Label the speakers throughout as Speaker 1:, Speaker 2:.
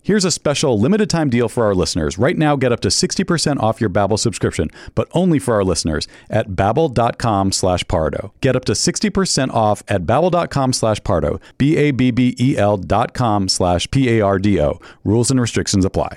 Speaker 1: Here's a special limited time deal for our listeners. Right now, get up to 60% off your Babbel subscription, but only for our listeners at babbel.com slash pardo. Get up to 60% off at babbel.com slash pardo, B-A-B-B-E-L E dot com slash P-A-R-D-O. Rules and restrictions apply.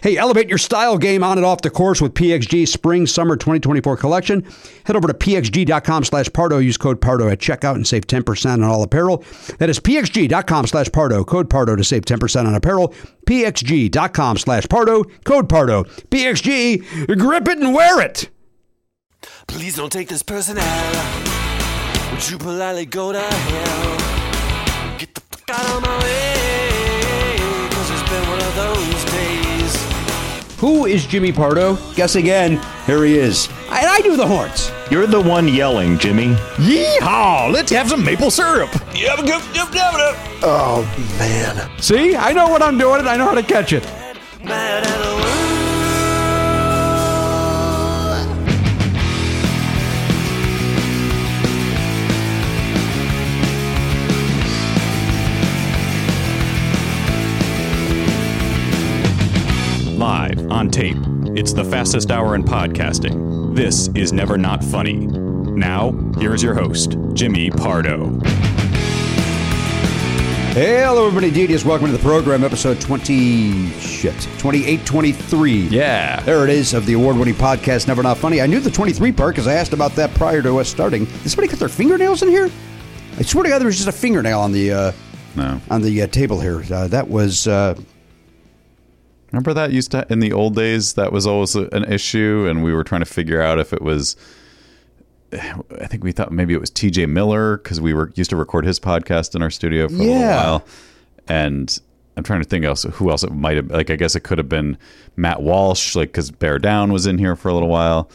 Speaker 2: Hey, elevate your style game on and off the course with PXG Spring Summer 2024 collection. Head over to pxg.com slash Pardo. Use code Pardo at checkout and save 10% on all apparel. That is pxg.com slash Pardo. Code Pardo to save 10% on apparel. pxg.com slash Pardo. Code Pardo. PXG, grip it and wear it.
Speaker 3: Please don't take this person out. Would you politely go to hell? Get the fuck out of my way. Cause it's been one of those days.
Speaker 2: Who is Jimmy Pardo?
Speaker 4: Guess again. Here he is.
Speaker 2: And I do the horns.
Speaker 5: You're the one yelling, Jimmy.
Speaker 6: Yeehaw! Let's have some maple syrup.
Speaker 3: Yep, yep, yep, yep,
Speaker 4: Oh man.
Speaker 2: See, I know what I'm doing, and I know how to catch it.
Speaker 1: Live on tape. It's the fastest hour in podcasting. This is Never Not Funny. Now, here's your host, Jimmy Pardo.
Speaker 2: Hey, hello, everybody. Devious. Welcome to the program, episode 20. Shit. 2823.
Speaker 1: Yeah.
Speaker 2: There it is of the award winning podcast, Never Not Funny. I knew the 23 part because I asked about that prior to us starting. Did somebody cut their fingernails in here? I swear to God, there was just a fingernail on the uh,
Speaker 1: No.
Speaker 2: on the uh, table here. Uh, that was uh,
Speaker 1: Remember that used to in the old days that was always a- an issue and we were trying to figure out if it was I think we thought maybe it was TJ Miller cuz we were used to record his podcast in our studio for a little
Speaker 2: Yeah.
Speaker 1: while and I'm trying to think else who else it might have like I guess it could have been Matt Walsh like cuz Bear Down was in here for a little while.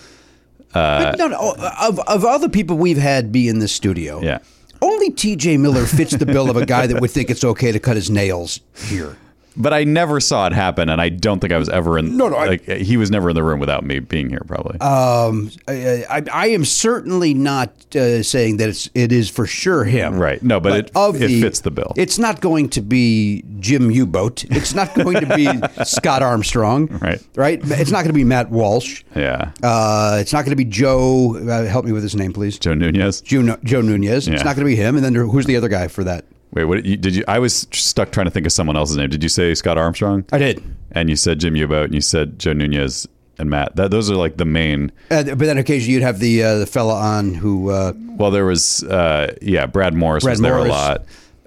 Speaker 1: Uh,
Speaker 2: but no, no, of of all the people we've had be in this studio.
Speaker 1: Yeah.
Speaker 2: Only T.J. Miller fits the bill of a guy that would think it's okay to cut his nails here.
Speaker 1: But I never saw it happen and I don't think I was ever in
Speaker 2: No, no, I- Uh,
Speaker 1: like he was never in the room without me being here probably.
Speaker 2: Um, I, I, I am certainly not uh, saying that it's it is for sure him.
Speaker 1: Right. No, but it- it fits the bill.
Speaker 2: It's not going to be Jim Uboat. It's not going to be Scott Armstrong.
Speaker 1: Right.
Speaker 2: Right. It's not going to be Matt Walsh.
Speaker 1: yeah.
Speaker 2: Uh, it's not going to be Joe. Uh, help me with his name, please.
Speaker 1: Joe Nunez.
Speaker 2: Joe, Joe Nunez.
Speaker 1: Yeah.
Speaker 2: It's not going to be him. And then there, who's the other guy for that?
Speaker 1: Wait, what you, did you? I was stuck trying to think of someone else's name. Did you say Scott Armstrong?
Speaker 2: I did.
Speaker 1: And you said Jim Uboat, and you said Joe Nunez and Matt. That, those are like the main.
Speaker 2: Uh, but then occasionally you'd have the uh, the fella on who. Uh,
Speaker 1: Well, there was, uh, yeah, Brad Morris
Speaker 2: Brad
Speaker 1: was there
Speaker 2: Morris.
Speaker 1: a lot.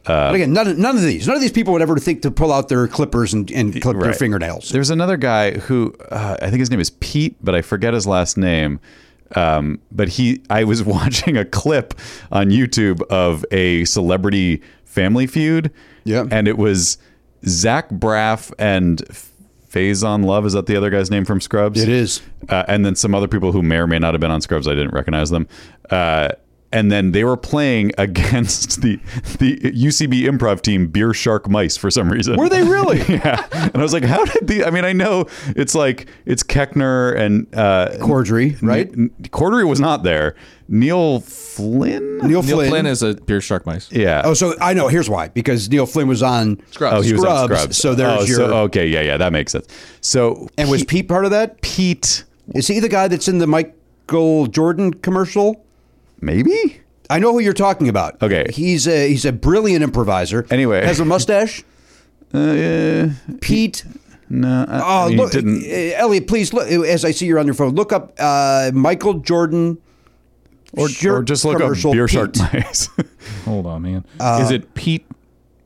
Speaker 1: Uh,
Speaker 2: but again, none of, none of these, none of these people would ever think to pull out their clippers and, and clip their
Speaker 1: Right.
Speaker 2: fingernails.
Speaker 1: There's another guy who uh, I think his name is Pete, but I forget his last name. Um, but he, I was watching a clip on YouTube of a celebrity family feud.
Speaker 2: Yeah.
Speaker 1: And it was Zach Braff and Faison Love. Is that the other guy's name from Scrubs?
Speaker 2: It is.
Speaker 1: uh, and then some other people who may or may not have been on Scrubs. I didn't recognize them. Uh, and then they were playing against the the UCB improv team, Beer Shark Mice, for some reason.
Speaker 2: Were they really?
Speaker 1: yeah. And I was like, how did the? I mean, I know it's like it's Keckner and uh,
Speaker 2: Cordry, right?
Speaker 1: N- Cordery was not there. Neil Flynn.
Speaker 2: Neil,
Speaker 7: Neil
Speaker 2: Flynn.
Speaker 7: Flynn is a beer shark mice.
Speaker 1: yeah.
Speaker 2: Oh, so I know. Here's why. Because Neil Flynn was on Scrubs.
Speaker 1: Oh, he was on
Speaker 2: Scrubs,
Speaker 1: Scrubs.
Speaker 2: So there's
Speaker 1: oh,
Speaker 2: your.
Speaker 1: okay, yeah, yeah, that makes sense. So
Speaker 2: and was Pete part of that?
Speaker 1: Pete
Speaker 2: Is he the guy that's in the Michael Jordan commercial?
Speaker 1: maybe?
Speaker 2: I know who you're talking about.
Speaker 1: Okay.
Speaker 2: he's a he's a brilliant improviser.
Speaker 1: Anyway.
Speaker 2: has a mustache. Uh, Pete.
Speaker 1: No, I, I
Speaker 2: Oh,
Speaker 1: mean, he
Speaker 2: look,
Speaker 1: didn't.
Speaker 2: uh, Elliot, please look. As I see you're on your phone, look up uh, Michael Jordan.
Speaker 1: or,
Speaker 2: shirt
Speaker 1: or just look up
Speaker 2: commercial
Speaker 1: Beer Shark
Speaker 2: Pete.
Speaker 1: Mice.
Speaker 7: Hold on, man.
Speaker 2: Uh,
Speaker 7: is it Pete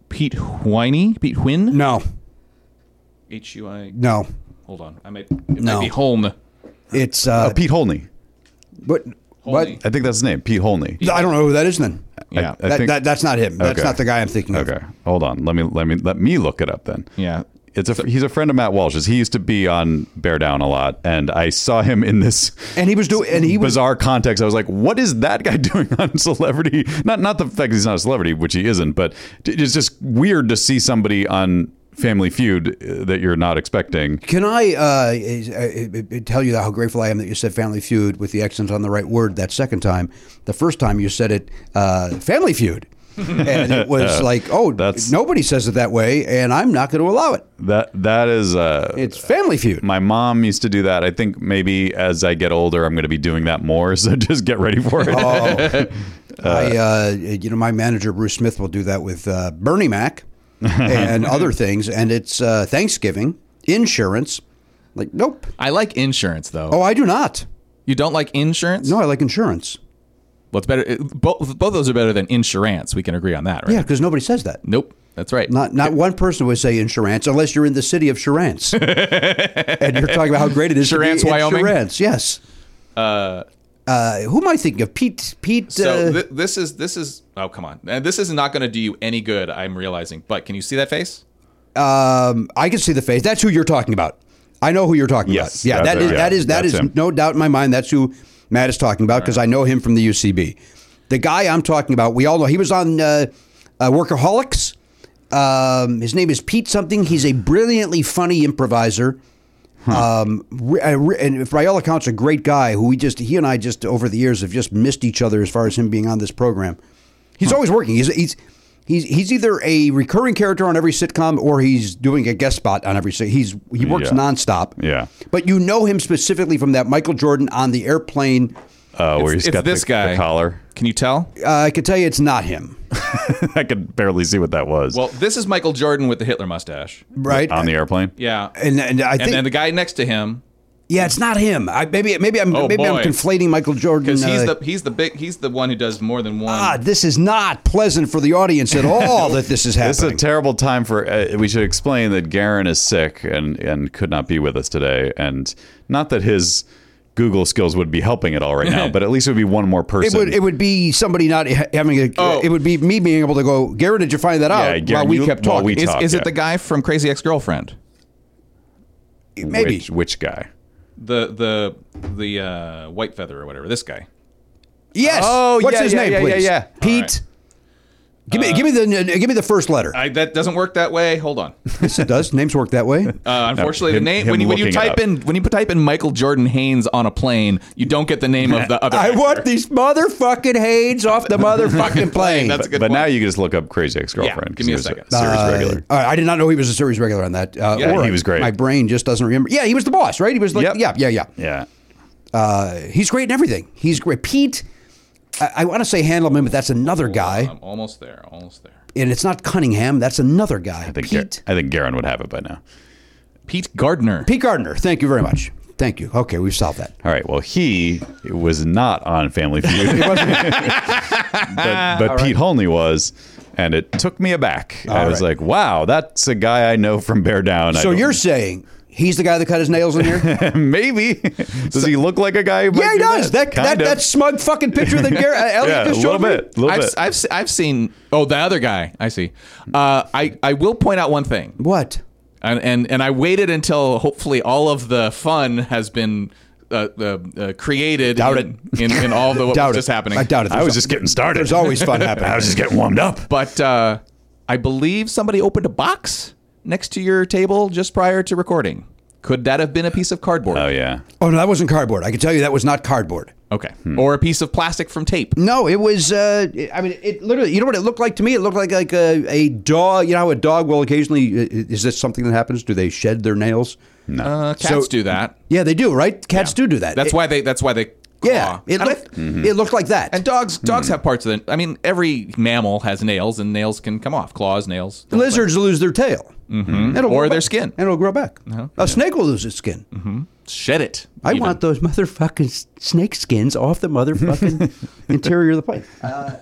Speaker 7: Pete Whiny? Pete Whin?
Speaker 2: No,
Speaker 7: H U I.
Speaker 2: no,
Speaker 7: Hold on. I might. It
Speaker 2: No.
Speaker 7: might be Holm.
Speaker 2: it's uh,
Speaker 1: Uh, Pete Holney.
Speaker 2: what? What?
Speaker 7: Holney.
Speaker 1: I think that's his name. Pete Holney.
Speaker 2: I don't know who that is. Then
Speaker 7: Yeah.
Speaker 1: I
Speaker 2: that,
Speaker 1: think-
Speaker 2: that, that's not him. That's
Speaker 1: Okay.
Speaker 2: not the guy I'm thinking of.
Speaker 1: Okay, hold on. Let me let me let me look it up then.
Speaker 7: yeah.
Speaker 1: It's a he's a friend of Matt Walsh's. He used to be on Bear Down a lot, and I saw him in this
Speaker 2: And he was doing. And he was
Speaker 1: bizarre context. I was like, what is that guy doing on Celebrity? Not not the fact he's not a celebrity, which he isn't, but it's just weird to see somebody on Family Feud uh, that you're not expecting.
Speaker 2: Can I uh, is- uh, uh, tell you how grateful I am that you said Family Feud with the accent on the right word that second time? The first time you said it, uh, Family Feud. and it was like, oh,
Speaker 1: Uh, That's-
Speaker 2: nobody says it that way, and I'm not going to allow it.
Speaker 1: That that is uh,
Speaker 2: It's Family Feud.
Speaker 1: My mom used to do that. I think maybe as I get older, I'm going to be doing that more. So just get ready for it.
Speaker 2: Oh. I, uh, you know, my manager Bruce Smith will do that with uh, Bernie Mac and other things, and it's uh, Thanksgiving, insurance. Like, nope.
Speaker 7: I like insurance though.
Speaker 2: Oh, I do not.
Speaker 7: You don't like insurance?
Speaker 2: No, I like insurance.
Speaker 7: What's better? it- Both both those are better than insurance. We can agree on that, right?
Speaker 2: Yeah, because nobody says that.
Speaker 7: Nope. That's right.
Speaker 2: Not not one person would say insurance unless you're in the city of Charance. and you're talking about how great it is
Speaker 7: Charance,
Speaker 2: to be in
Speaker 7: Wyoming?
Speaker 2: Charance, yes. Uh, who am I thinking of? Pete Pete
Speaker 7: So
Speaker 2: uh,
Speaker 7: th- this is this is oh come on Uh, this is not going to do you any good I'm realizing but can you see that face
Speaker 2: um, I can see the face. That's who you're talking about. I know who you're talking
Speaker 1: Yes,
Speaker 2: about. Yeah,
Speaker 1: that's
Speaker 2: that
Speaker 1: it.
Speaker 2: is
Speaker 1: Yeah,
Speaker 2: that is that
Speaker 1: that's
Speaker 2: is
Speaker 1: him.
Speaker 2: no doubt in my mind that's who Matt is talking about because I know him from the UCB. The guy I'm talking about, we all know he was on uh, uh, Workaholics. Um, his name is Pete something. He's a brilliantly funny improviser. Um, re- uh, re- and by all accounts, a great guy who we just he and I just over the years have just missed each other as far as him being on this program. He's always working. He's he's he's he's either a recurring character on every sitcom or he's doing a guest spot on every. sit- He's he works
Speaker 1: Yeah.
Speaker 2: nonstop.
Speaker 1: Yeah.
Speaker 2: but you know him specifically from that Michael Jordan on the airplane.
Speaker 1: Uh, where
Speaker 7: It's-
Speaker 1: he's
Speaker 7: it's
Speaker 1: got the-
Speaker 7: this
Speaker 1: the,
Speaker 7: guy.
Speaker 1: collar.
Speaker 7: can you tell
Speaker 2: Uh, I can tell you, it's not him,
Speaker 1: I could barely see what that was.
Speaker 7: well this is Michael Jordan with the Hitler mustache
Speaker 1: Um,
Speaker 2: right?
Speaker 1: on the airplane.
Speaker 7: yeah
Speaker 2: and and I
Speaker 7: and
Speaker 2: think
Speaker 7: then the guy next to him
Speaker 2: Yeah, it's not him. I, maybe maybe I'm
Speaker 7: Oh,
Speaker 2: maybe I'm
Speaker 7: boy.
Speaker 2: conflating Michael Jordan.
Speaker 7: Because he's
Speaker 2: uh,
Speaker 7: the he's the big he's the one who does more than one.
Speaker 2: ah, this is not pleasant for the audience at all that this is
Speaker 1: This is a
Speaker 2: happening.
Speaker 1: terrible time for. Uh, we should explain that Garen is sick and and could not be with us today, and not that his Google skills would be helping at all right now, but at least it would be one more
Speaker 2: it
Speaker 1: person.
Speaker 2: would it would be somebody not ha- having a.
Speaker 7: Oh.
Speaker 2: It would be me being able to go. Garrett, did you find that out?
Speaker 1: Yeah, Garrett,
Speaker 2: while we
Speaker 1: you-
Speaker 2: kept
Speaker 1: while
Speaker 2: talking,
Speaker 1: we
Speaker 7: is
Speaker 1: talk,
Speaker 7: is
Speaker 1: yeah.
Speaker 7: it the guy from Crazy Ex Girlfriend?
Speaker 2: maybe.
Speaker 1: Which, which guy?
Speaker 7: The the the uh, white feather or whatever. This guy.
Speaker 2: yes.
Speaker 7: Oh,
Speaker 2: What's
Speaker 7: yeah,
Speaker 2: his
Speaker 7: yeah,
Speaker 2: name,
Speaker 7: yeah, yeah,
Speaker 2: please?
Speaker 7: yeah.
Speaker 2: Pete.
Speaker 7: All right.
Speaker 2: Give me give me the give me the first letter.
Speaker 7: I, that doesn't work that way. Hold on.
Speaker 2: yes, it does. Names work that way.
Speaker 7: Uh, unfortunately,
Speaker 1: him-
Speaker 7: the name
Speaker 1: him
Speaker 7: when you when you
Speaker 1: looking it
Speaker 7: type
Speaker 1: up.
Speaker 7: in when you type in Michael Jordan Haynes on a plane, you don't get the name of the other.
Speaker 2: I
Speaker 7: actor.
Speaker 2: want these motherfucking Haynes off the motherfucking plane.
Speaker 7: That's a good
Speaker 1: but now
Speaker 7: point.
Speaker 1: you can just look up Crazy Ex-Girlfriend.
Speaker 7: Yeah, give
Speaker 1: 'cause
Speaker 7: me
Speaker 1: he
Speaker 7: a
Speaker 1: was
Speaker 7: second.
Speaker 1: series
Speaker 2: Uh,
Speaker 1: regular.
Speaker 2: all right, I did not know he was a series regular on that. Uh,
Speaker 7: Yeah,
Speaker 2: or
Speaker 1: he was great.
Speaker 2: My brain just doesn't remember. Yeah, he was the boss, right? He was like,
Speaker 1: Yep.
Speaker 2: yeah, yeah, yeah.
Speaker 1: Yeah.
Speaker 2: Uh, he's great in everything. He's great. Pete, I, I want to say Handelman, but that's another guy,
Speaker 7: I'm almost there. Almost there.
Speaker 2: and it's not Cunningham. That's another guy.
Speaker 1: I think Gar-
Speaker 2: Pete.
Speaker 1: I think Garen would have it by now.
Speaker 7: Pete Gardner.
Speaker 2: Pete Gardner. Thank you very much. Thank you. Okay, we've solved that.
Speaker 1: All right. Well, he was not on Family Feud. but but Pete Holney was, and it took me aback. I was
Speaker 2: right.
Speaker 1: like, wow, that's a guy I know from Bear Down. I
Speaker 2: So
Speaker 1: don't-
Speaker 2: you're saying he's the guy that cut his nails in here?
Speaker 1: maybe does he look like a guy? Who might
Speaker 2: yeah, he
Speaker 1: do
Speaker 2: does. That that,
Speaker 1: Kind of.
Speaker 2: that smug fucking picture that Gar- uh, Elliot
Speaker 1: yeah, a
Speaker 2: just
Speaker 1: little
Speaker 2: showed me.
Speaker 1: bit, a little
Speaker 7: I've,
Speaker 1: bit.
Speaker 7: I've se- I've seen. Oh, the other guy. I see. Uh, I I will point out one thing,
Speaker 2: What?
Speaker 7: and and, and I waited until hopefully all of the fun has been. Uh, uh, uh, created
Speaker 2: Doubt
Speaker 7: in, in, in all the what
Speaker 2: Doubt
Speaker 7: was
Speaker 2: it.
Speaker 7: just happening.
Speaker 2: I doubt it.
Speaker 1: I was just getting started.
Speaker 2: There's always fun happening.
Speaker 1: I was just getting warmed up.
Speaker 7: But uh, I believe somebody opened a box next to your table just prior to recording. Could that have been a piece of cardboard?
Speaker 1: Oh yeah.
Speaker 2: Oh no, that wasn't cardboard. I can tell you that was not cardboard.
Speaker 7: Okay. Or a piece of plastic from tape.
Speaker 2: No, it was. Uh, it- I mean, it literally. You know what it looked like to me? It looked like like a, a dog. You know how a dog will occasionally. i- i- Is this something that happens? Do they shed their nails? No.
Speaker 7: Uh, cats
Speaker 2: So-
Speaker 7: do that.
Speaker 2: Yeah, they do. Right? Cats do do that.
Speaker 7: That's
Speaker 2: It-
Speaker 7: why they. That's why they. Claw.
Speaker 2: Yeah. It
Speaker 7: and, I-
Speaker 2: looked.
Speaker 1: Mm-hmm.
Speaker 2: Hmm. It looked like that.
Speaker 7: and dogs. Dogs have parts of the. I mean, every mammal has nails, and nails can come off. Claws, nails. the whole thing.
Speaker 2: Lizards lose their tail. Mm-hmm. It'll
Speaker 7: Or
Speaker 2: grow
Speaker 7: their
Speaker 2: back.
Speaker 7: skin.
Speaker 2: And it'll grow back. A snake will lose its skin.
Speaker 7: shed it.
Speaker 2: I
Speaker 7: even.
Speaker 2: want those motherfucking s- snake skins off the motherfucking interior of the plane. Uh,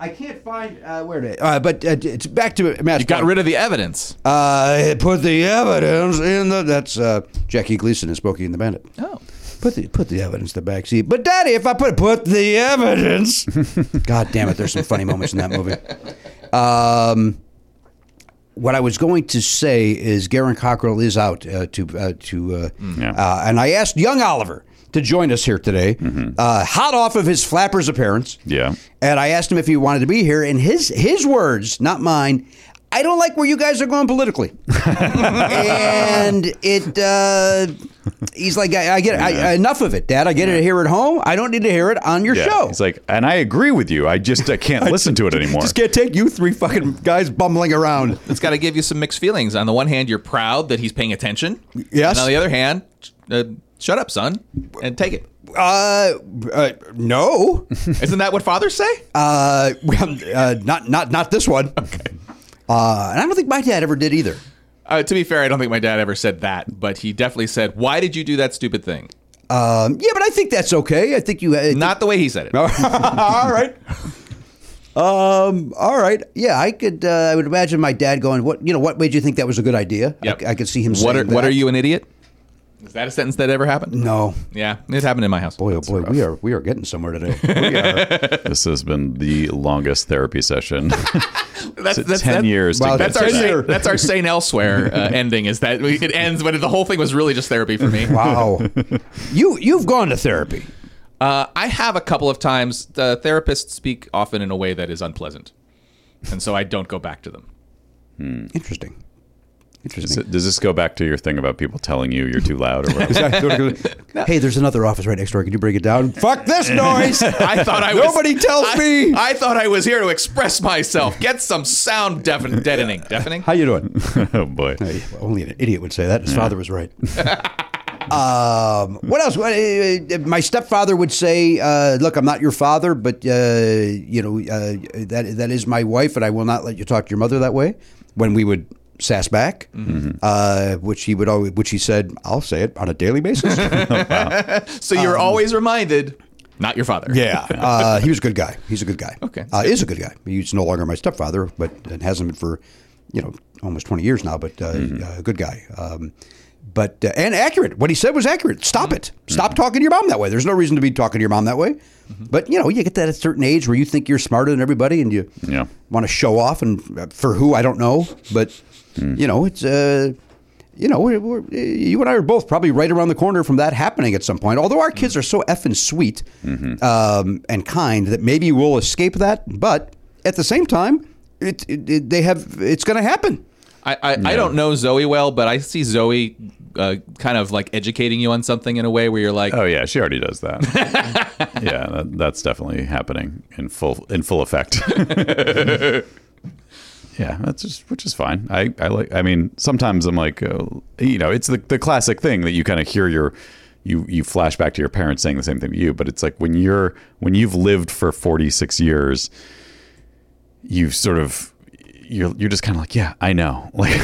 Speaker 2: I can't find uh, where it is. Uh, but uh, it's back to Matt's
Speaker 7: You got
Speaker 2: point.
Speaker 7: rid of the evidence.
Speaker 2: Uh, put the evidence in the. That's uh, Jackie Gleason and Smokey and the Bandit. Oh. Put the put the evidence in the back seat. But Daddy, if I put put the evidence. God damn it! There's some funny moments in that movie. Um, what I was going to say is Garen Cockrell is out uh, to uh, to uh,
Speaker 1: Yeah.
Speaker 2: uh, and I asked young Oliver to join us here today, uh, hot off of his flappers appearance.
Speaker 1: Yeah.
Speaker 2: And I asked him if he wanted to be here, and his his words, not mine. I don't like where you guys are going politically, and it. Uh, he's like, I, I get it. I, I- enough of it, Dad. I get it here at home. I don't need to hear it on your
Speaker 1: Yeah.
Speaker 2: show.
Speaker 1: He's like, and I agree with you. I just I can't listen to it anymore.
Speaker 2: just can't take you three fucking guys bumbling around.
Speaker 7: It's got to give you some mixed feelings. On the one hand, you're proud that he's paying attention.
Speaker 2: Yes.
Speaker 7: And on the other hand, uh, shut up, son, and take it.
Speaker 2: Uh, uh no.
Speaker 7: Isn't that what fathers say?
Speaker 2: Uh, well, uh, not not not this one. Okay. Uh, and I don't think my dad ever did either.
Speaker 7: Uh, to be fair, I don't think my dad ever said that, but he definitely said, "Why did you do that stupid thing?"
Speaker 2: Um, yeah, but I think that's okay. I think you uh, I
Speaker 7: Not the way he said it.
Speaker 2: all right. Um. All right. Yeah, I could. Uh, I would imagine my dad going. What you know? What made you think that was a good idea? I-
Speaker 7: Yep.
Speaker 2: I, could see him.
Speaker 7: What are
Speaker 2: saying
Speaker 7: What
Speaker 2: that.
Speaker 7: are you an idiot? Is that a sentence that ever happened?
Speaker 2: No.
Speaker 7: Yeah, it happened in my house.
Speaker 2: Boy, oh boy, we are we are getting somewhere today. We are.
Speaker 1: this has been the longest therapy session.
Speaker 7: That's,
Speaker 1: It's 10 years to
Speaker 2: Wow,
Speaker 1: get
Speaker 7: That's
Speaker 1: to
Speaker 7: our
Speaker 1: that.
Speaker 7: say, that's our sane elsewhere uh, ending. Is that we- it ends when the whole thing was really just therapy for me.
Speaker 2: wow. you you've gone to therapy.
Speaker 7: Uh, I have a couple of times. The therapists speak often in a way that is unpleasant, and so I don't go back to them.
Speaker 2: Interesting.
Speaker 1: Is it- does this go back to your thing about people telling you you're too loud or whatever?
Speaker 2: Hey, there's another office right next door. Can you bring it down? Fuck this noise.
Speaker 7: I thought I was,
Speaker 2: Nobody tells
Speaker 7: I-
Speaker 2: me.
Speaker 7: I thought I was here to express myself. Get some sound deafen, deadening. Deafening.
Speaker 2: How you doing?
Speaker 1: oh boy.
Speaker 2: Only an idiot would say that. His father was right. um, what else? What, uh, uh, my stepfather would say, uh, "Look, I'm not your father, but uh, you know uh, that that is my wife, and I will not let you talk to your mother that way." When we would Sassback, uh, which he would always, which he said, I'll say it on a daily basis.
Speaker 7: So you're always reminded, not your father.
Speaker 2: um, yeah, uh, he was a good guy. He's a good guy.
Speaker 7: Okay.
Speaker 2: uh, is a good guy. He's no longer my stepfather, but it hasn't been for you know almost twenty years now. But uh, uh, a good guy. Um, but uh, and accurate. What he said was accurate. Stop it. Stop talking to your mom that way. There's no reason to be talking to your mom that way. But you know, you get that at a certain age where you think you're smarter than everybody, and you
Speaker 1: Yeah.
Speaker 2: want to show off and uh, for who I don't know, but you know it's uh, you know we're, we're, you and I are both probably right around the corner from that happening at some point. Although our kids are so effing sweet um, and kind that maybe we'll escape that, but at the same time, it, it, it they have it's going to happen.
Speaker 7: I, I, I don't know Zoe well, but I see Zoe uh, kind of like educating you on something in a way where you're like,
Speaker 1: Oh yeah, she already does that. yeah, that, that's definitely happening in full in full effect. yeah, that's just which is fine. I I like. I mean, sometimes I'm like, uh, you know, it's the the classic thing that you kind of hear your. You, you flash back to your parents saying the same thing to you, but it's like when you're when you've lived for 46 years, you sort of you're you're just kind of like yeah I know like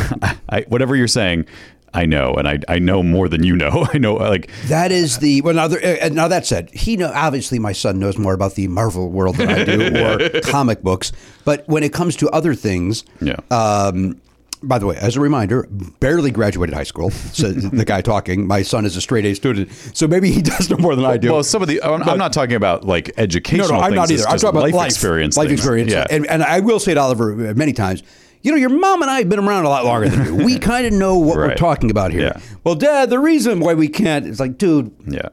Speaker 1: I, whatever you're saying I know and I I know more than you know I know like
Speaker 2: That is the well. Now, there, uh, now that said, he know obviously my son knows more about the Marvel world than I do or comic books. But when it comes to other things,
Speaker 1: Yeah.
Speaker 2: Um, by the way, as a reminder, barely graduated high school. So the guy talking, my son is a straight A student, so maybe he does know more than I do.
Speaker 1: Well, some of the I'm, I'm not talking about like
Speaker 2: no,
Speaker 1: educational.
Speaker 2: no, I'm
Speaker 1: things,
Speaker 2: not
Speaker 1: it's
Speaker 2: either. I'm
Speaker 1: just
Speaker 2: talking about
Speaker 1: life,
Speaker 2: life
Speaker 1: experience.
Speaker 2: life
Speaker 1: things.
Speaker 2: experience.
Speaker 1: Yeah.
Speaker 2: And, and I will say to Oliver uh, many times. You know, your mom and I have been around a lot longer than you. We kind of know what we're
Speaker 1: Right.
Speaker 2: talking about here.
Speaker 1: Yeah.
Speaker 2: Well, Dad, the reason why we can't is like, dude,
Speaker 1: yeah,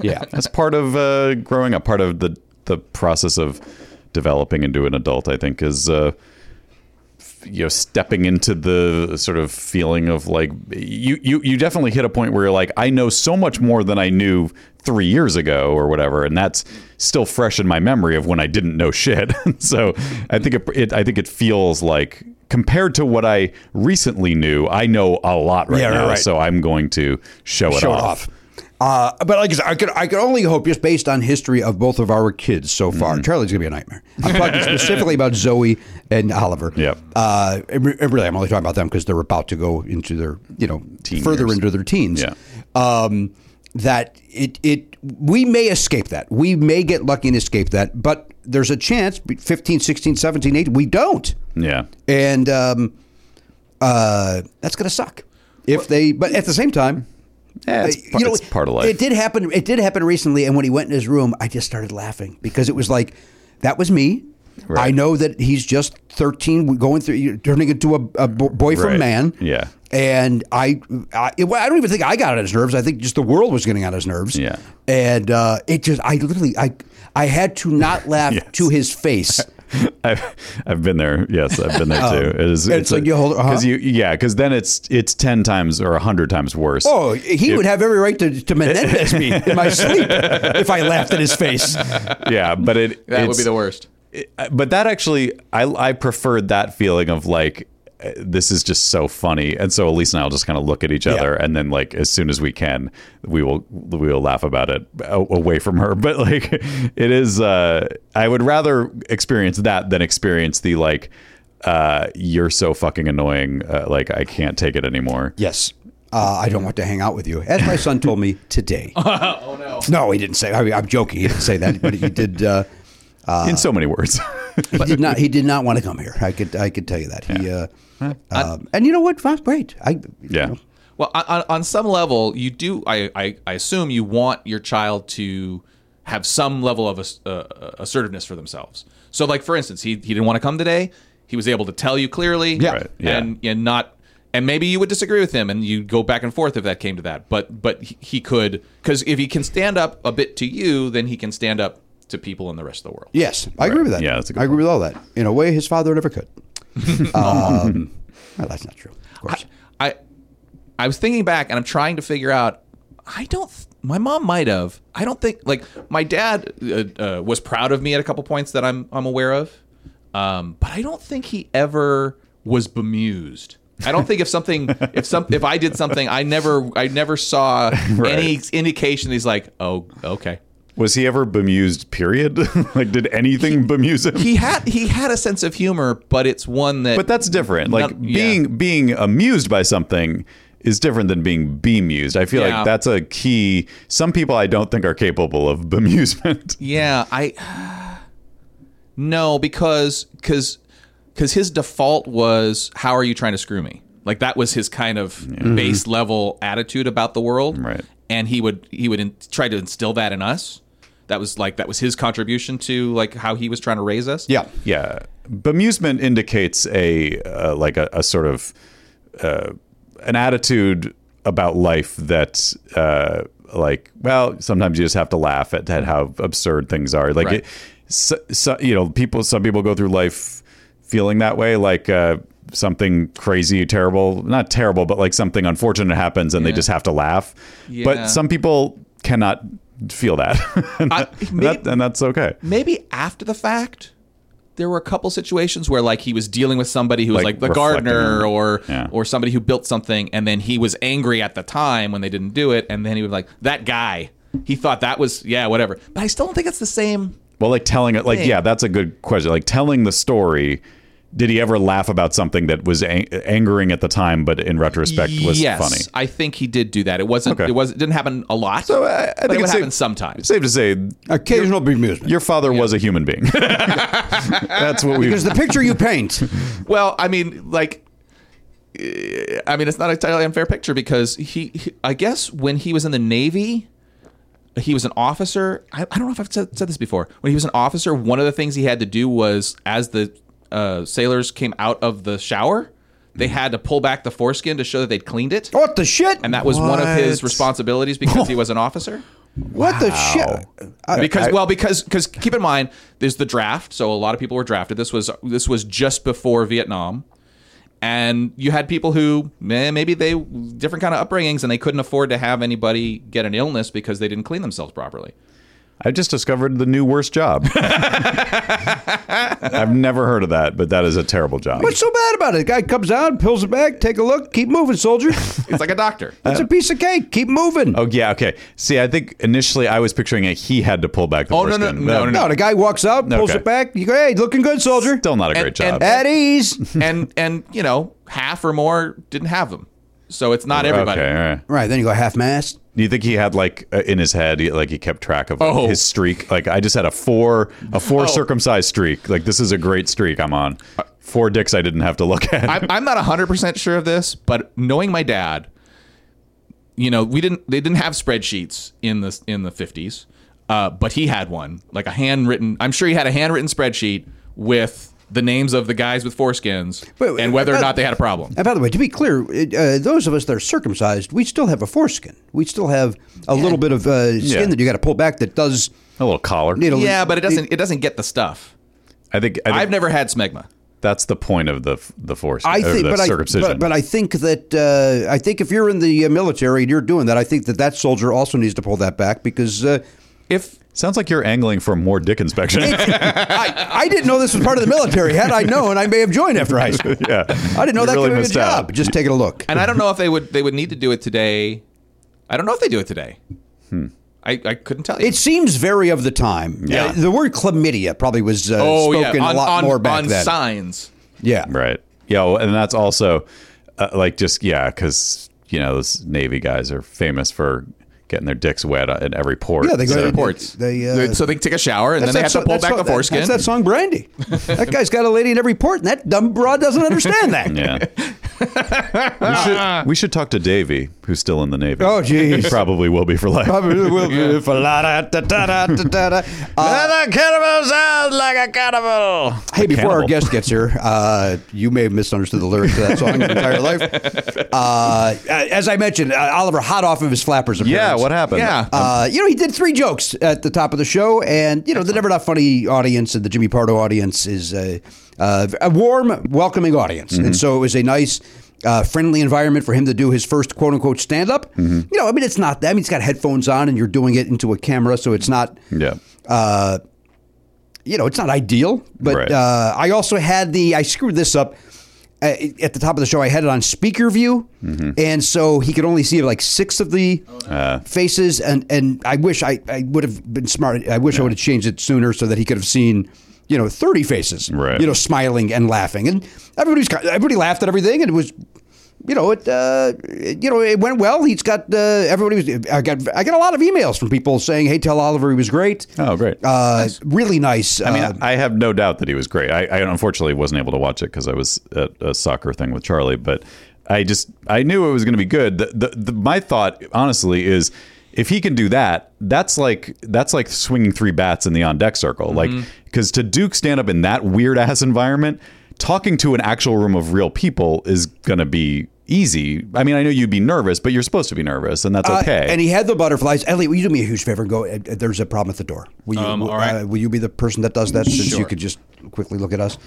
Speaker 2: yeah.
Speaker 1: that's part of uh, growing up. Part of the the process of developing into an adult. I think is. Uh, f- you know, stepping into the sort of feeling of like you, you, you definitely hit a point where you're like, I know so much more than I knew three years ago or whatever, and that's still fresh in my memory of when I didn't know shit. so I think it, it, I think it feels like compared to what I recently knew, I know a lot right
Speaker 2: Yeah, right,
Speaker 1: now.
Speaker 2: right.
Speaker 1: So I'm going to show it
Speaker 2: show
Speaker 1: off.
Speaker 2: it off. Uh, but like I said, I could I could only hope just based on history of both of our kids so far.
Speaker 1: Mm-hmm.
Speaker 2: Charlie's gonna be a nightmare. I'm talking specifically about Zoe and Oliver.
Speaker 1: Yep.
Speaker 2: Uh, and re- and really, I'm only talking about them because they're about to go into their you know
Speaker 1: Teen
Speaker 2: further
Speaker 1: years.
Speaker 2: into their teens.
Speaker 1: Yeah.
Speaker 2: Um, that it it we may escape that we may get lucky and escape that, but there's a chance 15, 16, 17, 18, we don't
Speaker 1: Yeah.
Speaker 2: and um, uh, that's going to suck if they. But at the same time,
Speaker 1: Yeah, Eh, it's
Speaker 2: uh,
Speaker 1: par- it's part of life.
Speaker 2: It did happen. It did happen recently, and when he went in his room, I just started laughing because it was like that was me. I
Speaker 1: Right.
Speaker 2: know that he's just thirteen, going through, turning into a, a bo- boy from
Speaker 1: Right.
Speaker 2: man.
Speaker 1: Yeah.
Speaker 2: and I, I, well, I don't even think I got on his nerves. I think just the world was getting on his nerves.
Speaker 1: Yeah.
Speaker 2: and uh, it just, I literally, I, I had to not laugh
Speaker 1: Yes.
Speaker 2: to his face.
Speaker 1: I've, I've been there. Yes, I've been there too. It is,
Speaker 2: Oh. it's like you hold- uh-huh.
Speaker 1: because you yeah because then it's it's ten times or hundred times worse.
Speaker 2: Oh, he would have every right to, to Menendez me in my sleep if I laughed in his face.
Speaker 1: yeah, but it
Speaker 7: that would
Speaker 1: it's-
Speaker 7: be the worst.
Speaker 1: it- but that actually I I preferred that feeling of like uh, this is just so funny and so elise and i'll just kind of look at each other and then like as soon as we can we will we will laugh about it a- away from her but like it is uh i would rather experience that than experience the like uh you're so fucking annoying uh, like i can't take it anymore
Speaker 2: Yes. Uh, I don't want to hang out with you, as my son told me today. oh no! No, he didn't say. I mean, I'm joking. He didn't say that, but he did. Uh,
Speaker 1: in so many words
Speaker 2: he did not. He did not want to come here. I could. I could tell you that. He. Uh, um, and you know what? Fine, Great. I. you
Speaker 1: yeah
Speaker 2: know.
Speaker 7: Well, on- on, on some level, you do. I, I, I assume you want your child to have some level of ass- uh, assertiveness for themselves. So, like for instance, he he didn't want to come today. He was able to tell you clearly, yeah,
Speaker 1: Right, yeah.
Speaker 7: and and not. And maybe you would disagree with him, and you would go back and forth if that came to that. But but he, he could because if he can stand up a bit to you, then he can stand up to people in the rest of the world.
Speaker 2: Yes, I agree with that.
Speaker 1: Yeah, that's a good
Speaker 2: I agree with all that. In a way, his father never could. um, well, that's not true. Of course.
Speaker 7: I I was thinking back and I'm trying to figure out I don't th- my mom might have. I don't think like my dad uh, uh, was proud of me at a couple points that I'm I'm aware of. Um, but I don't think he ever was bemused. I don't think if something if some if I did something I never I never saw any indication he's like, "Oh, okay."
Speaker 1: Was he ever bemused? Period. like, did anything bemuse him?
Speaker 7: He had he had a sense of humor, but it's one that.
Speaker 1: but that's different. Like
Speaker 7: Not- yeah.
Speaker 1: being being amused by something is different than being bemused. I feel
Speaker 7: Yeah.
Speaker 1: like that's a key. Some people I don't think are capable of bemusement.
Speaker 7: Yeah, I no because because because his default was how are you trying to screw me? Like that was his kind of base level attitude about the world,
Speaker 1: Mm-hmm. Right.
Speaker 7: And he would he would in, try to instill that in us. That was like that was his contribution to like how he was trying to raise us.
Speaker 1: Yeah, yeah. Bemusement indicates a uh, like a, a sort of uh, an attitude about life that uh, like well sometimes you just have to laugh at, at how absurd things are. Like
Speaker 7: Right.
Speaker 1: it, so, so, you know people some people go through life feeling that way like. Uh, something crazy terrible not terrible but like something unfortunate happens and they just have to laugh
Speaker 7: Yeah.
Speaker 1: but some people cannot feel that, and,
Speaker 7: I-
Speaker 1: that and that's okay
Speaker 7: maybe after the fact there were a couple situations where like he was dealing with somebody who was
Speaker 1: Like,
Speaker 7: like, the
Speaker 1: reflecting on
Speaker 7: gardener
Speaker 1: it.
Speaker 7: or
Speaker 1: Yeah.
Speaker 7: or somebody who built something and then he was angry at the time when they didn't do it and then he was like that guy he thought that was yeah whatever but i still don't think it's the same
Speaker 1: Well, like telling it, like
Speaker 7: Thing.
Speaker 1: yeah, that's a good question. Like telling the story. Did he ever laugh about something that was ang- angering at the time, but in retrospect was
Speaker 7: yes
Speaker 1: funny?
Speaker 7: i think he did do that it wasn't
Speaker 1: Okay.
Speaker 7: it was it didn't happen a lot
Speaker 1: So uh, I, I
Speaker 7: but
Speaker 1: think
Speaker 7: it would
Speaker 1: it's
Speaker 7: happen
Speaker 1: safe,
Speaker 7: sometimes
Speaker 1: safe to say
Speaker 2: Occasional bemusement.
Speaker 1: your father was a human being. that's what we.
Speaker 2: Because the picture you paint,
Speaker 7: Well, I mean, like, eh, I mean, it's not entirely unfair picture because he, he- I guess, when he was in the Navy, he was an officer. I, I don't know if I've said, said this before. When he was an officer, one of the things he had to do was as the uh, sailors came out of the shower, they had to pull back the foreskin to show that they'd cleaned it.
Speaker 2: what the shit?
Speaker 7: And that was one of his
Speaker 1: What?
Speaker 7: responsibilities because he was an officer
Speaker 2: what the shit? I-
Speaker 7: because well because because keep in mind there's the draft so a lot of people were drafted this was this was just before vietnam and you had people who eh, maybe they different kind of upbringings and they couldn't afford to have anybody get an illness because they didn't clean themselves properly
Speaker 1: I just discovered the new worst job. I've never heard of that, but that is a terrible job.
Speaker 2: What's so bad about it? Guy comes out, pulls it back, take a look, keep moving, soldier. It's
Speaker 7: it's like a doctor
Speaker 2: a piece of cake. Keep moving.
Speaker 1: Oh yeah, okay. See, I think initially I was picturing it. He had to pull back the.
Speaker 7: Oh, no, no,
Speaker 1: foreskin.
Speaker 7: no, no,
Speaker 2: No, the guy walks out, pulls
Speaker 1: Okay.
Speaker 2: it back. You go, hey, looking good, soldier.
Speaker 1: Still not a great job.
Speaker 7: And-
Speaker 2: At
Speaker 7: and-
Speaker 2: ease.
Speaker 7: and and you know half or more didn't have them so it's not everybody
Speaker 1: Okay, all right.
Speaker 2: right, then you go half mast.
Speaker 1: Do you think he had like uh, in his head, he, like he kept track of like,
Speaker 7: Oh.
Speaker 1: his streak? Like I just had a four, a four circumcised streak. Like this is a great streak I'm on. Four dicks I didn't have to look at.
Speaker 7: I'm, I'm not 100% sure of this, but knowing my dad, you know, we didn't they didn't have spreadsheets in the in the 50s, uh, but he had one, like a handwritten. I'm sure he had a handwritten spreadsheet with the names of the guys with foreskins
Speaker 2: Wait,
Speaker 7: and whether or
Speaker 2: uh,
Speaker 7: not they had a problem.
Speaker 2: And by the way, to be clear, it, uh, those of us that are circumcised, we still have a foreskin. We still have a little bit of uh, skin
Speaker 1: Yeah.
Speaker 2: that you got to pull back that does
Speaker 1: a little collar.
Speaker 2: need a
Speaker 7: Yeah, but it doesn't it doesn't get the stuff.
Speaker 1: I think, I think
Speaker 7: I've never had smegma.
Speaker 1: That's the point of the the force.
Speaker 2: I think,
Speaker 1: the
Speaker 2: but I,
Speaker 1: Oh, circumcision.
Speaker 2: but, but I think that uh, I think if you're in the uh, military and you're doing that, I think that that soldier also needs to pull that back because uh,
Speaker 7: If
Speaker 1: Sounds like you're angling for more dick inspection.
Speaker 2: I, I didn't know this was part of the military. Had I known, I may have joined after high school.
Speaker 1: yeah,
Speaker 2: I didn't know
Speaker 1: You
Speaker 2: that
Speaker 1: really
Speaker 2: could be a
Speaker 1: missed out.
Speaker 2: job. Just taking a look.
Speaker 7: and I don't know if they would they would need to do it today. I don't know if they do it today.
Speaker 2: Hmm.
Speaker 7: I, I couldn't tell you.
Speaker 2: It seems very of the time.
Speaker 1: Yeah.
Speaker 2: Uh, the word chlamydia probably was uh,
Speaker 7: oh yeah,
Speaker 2: spoken
Speaker 7: on,
Speaker 2: a lot
Speaker 7: on,
Speaker 2: more back
Speaker 7: on
Speaker 2: then.
Speaker 7: signs.
Speaker 2: Yeah.
Speaker 1: Right. Yeah, well, and that's also uh, like just yeah, because you know those Navy guys are famous for getting their dicks wet at every port.
Speaker 2: Yeah, they go
Speaker 1: So-
Speaker 2: to
Speaker 7: reports.
Speaker 2: They, uh,
Speaker 7: so they take a shower and then they
Speaker 2: That's
Speaker 7: have to
Speaker 2: that
Speaker 7: pull
Speaker 2: so-
Speaker 7: back the
Speaker 2: that's so-
Speaker 7: foreskin.
Speaker 2: That's that song, Brandy. That guy's got a lady in every port, and that dumb broad doesn't understand that.
Speaker 1: Yeah. we, should, we should talk to Davey, who's still in the Navy.
Speaker 2: Oh, geez.
Speaker 1: He probably will be for life.
Speaker 2: Probably will be if a la da da da da da da. Uh,
Speaker 6: like a cannibal.
Speaker 2: Hey, before our
Speaker 1: cannibal.
Speaker 2: guest gets here, uh, you may have misunderstood the lyrics to that song your entire life. Uh, as I mentioned, uh, Oliver hot off of his flappers. Appearance.
Speaker 1: yeah, what happened?
Speaker 7: Yeah.
Speaker 2: Uh, you know, he did three jokes at the top of the show, and you know, the Never Not Funny audience and the Jimmy Pardo audience is a, uh, a warm, welcoming audience,
Speaker 1: Mm-hmm.
Speaker 2: and so it was a nice. Uh, friendly environment for him to do his first quote unquote stand up.
Speaker 1: Mm-hmm.
Speaker 2: You know, I mean, it's not that. I mean, it's got headphones on and you're doing it into a camera, so it's not,
Speaker 1: Yeah.
Speaker 2: uh, you know, it's not ideal. But
Speaker 1: Right.
Speaker 2: uh, I also had the, I screwed this up. uh, at the top of the show, I had it on speaker view,
Speaker 1: Mm-hmm.
Speaker 2: and so he could only see like six of the
Speaker 1: Uh.
Speaker 2: faces. And, and I wish I, I would have been smart. I wish I would have changed it sooner so that he could have seen, you know, thirty faces,
Speaker 1: Right.
Speaker 2: you know, smiling and laughing, and everybody's ki- everybody laughed at everything, and it was. You know it. Uh, it- you know it went well. He's got uh, everybody. Was, I got. I got a lot of emails from people saying, "Hey, tell Oliver he was great."
Speaker 1: Oh, great.
Speaker 2: Uh, Really nice.
Speaker 1: I mean,
Speaker 2: uh,
Speaker 1: I have no doubt that he was great. I, I unfortunately wasn't able to watch it because I was at a soccer thing with Charlie, but I just I knew it was going to be good. The, the, the, my thought, honestly, is if he can do that, that's like that's like swinging three bats in the on deck circle, like
Speaker 2: Mm-hmm.
Speaker 1: because to Duke stand up in that weird ass environment, talking to an actual room of real people is going to be easy. I mean, I know you'd be nervous, but you're supposed to be nervous, and that's
Speaker 2: Uh,
Speaker 1: okay.
Speaker 2: and he had the butterflies. Elliot, will you do me a huge favor and go? uh, There's a problem at the door. Will you, will,
Speaker 7: all right.
Speaker 2: uh, will you be the person that does that since you
Speaker 7: Sure.
Speaker 2: could just quickly look at us?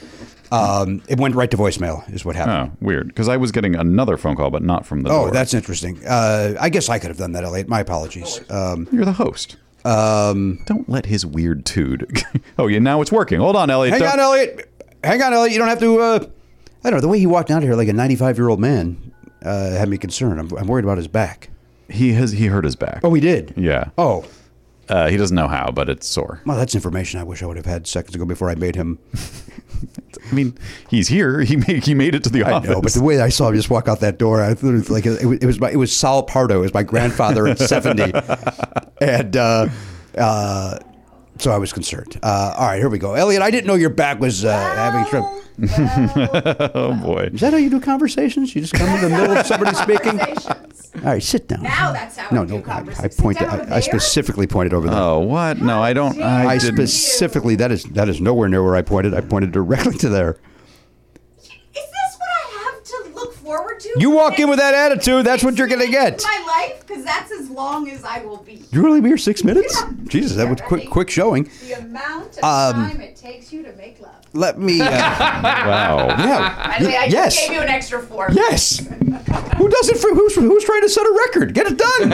Speaker 2: Um, it went right to voicemail, is what happened.
Speaker 1: oh, weird. Because I was getting another phone call, but not from the.
Speaker 2: Oh,
Speaker 1: door.
Speaker 2: that's interesting. Uh, I guess I could have done that, Elliot. My apologies. Um,
Speaker 1: You're the host. Um, don't let his weird tood. oh, yeah, now it's working. Hold on, Elliot.
Speaker 2: hang
Speaker 1: Don't-
Speaker 2: on, Elliot. Hang on, Elliot. You don't have to. Uh, I don't know. The way he walked out of here like a 95 year old man uh, had me concerned. I'm, I'm worried about his back.
Speaker 1: He has he hurt his back.
Speaker 2: Oh, he did?
Speaker 1: yeah.
Speaker 2: Oh,
Speaker 1: Uh, he doesn't know how, but it's sore.
Speaker 2: well, that's information I wish I would have had seconds ago before I made him
Speaker 1: I mean, he's here. He made he made it to the
Speaker 2: I
Speaker 1: office.
Speaker 2: know, but the way I saw him just walk out that door, I thought it was like it, was- it was my, it was Sal Pardo, it was my grandfather at seventy, and uh, uh, so I was concerned. Uh, all right, here we go, Elliot. I didn't know your back was uh, having a trip.
Speaker 1: oh boy.
Speaker 2: Is that how you do conversations? You just come in the middle of somebody speaking. All right, sit down.
Speaker 8: Now that's how
Speaker 2: No,
Speaker 8: we do
Speaker 2: no, I, I
Speaker 8: conversations.
Speaker 2: pointed.
Speaker 8: Sit down
Speaker 2: I, I
Speaker 8: there.
Speaker 2: specifically pointed over there.
Speaker 1: Oh what? No, I don't. I,
Speaker 2: I
Speaker 1: didn't.
Speaker 2: specifically that is that is nowhere near where I pointed. I pointed directly to there.
Speaker 8: Is this what I have to look forward to?
Speaker 2: You
Speaker 8: for the
Speaker 2: walk in
Speaker 8: next
Speaker 2: with that attitude, that's what you're gonna
Speaker 8: six minutes
Speaker 2: get.
Speaker 8: of My life, because that's as long as I will be.
Speaker 2: You really mere six minutes?
Speaker 8: Yeah.
Speaker 2: Jesus, that was quick. Quick showing.
Speaker 8: The amount of
Speaker 2: Um,
Speaker 8: time it takes you to make love.
Speaker 2: Let me. Uh,
Speaker 1: wow.
Speaker 2: yeah.
Speaker 8: By the way, I
Speaker 2: yes.
Speaker 8: just gave you an extra four.
Speaker 2: Yes. Who doesn't? Who's who's trying to set a record? Get it done.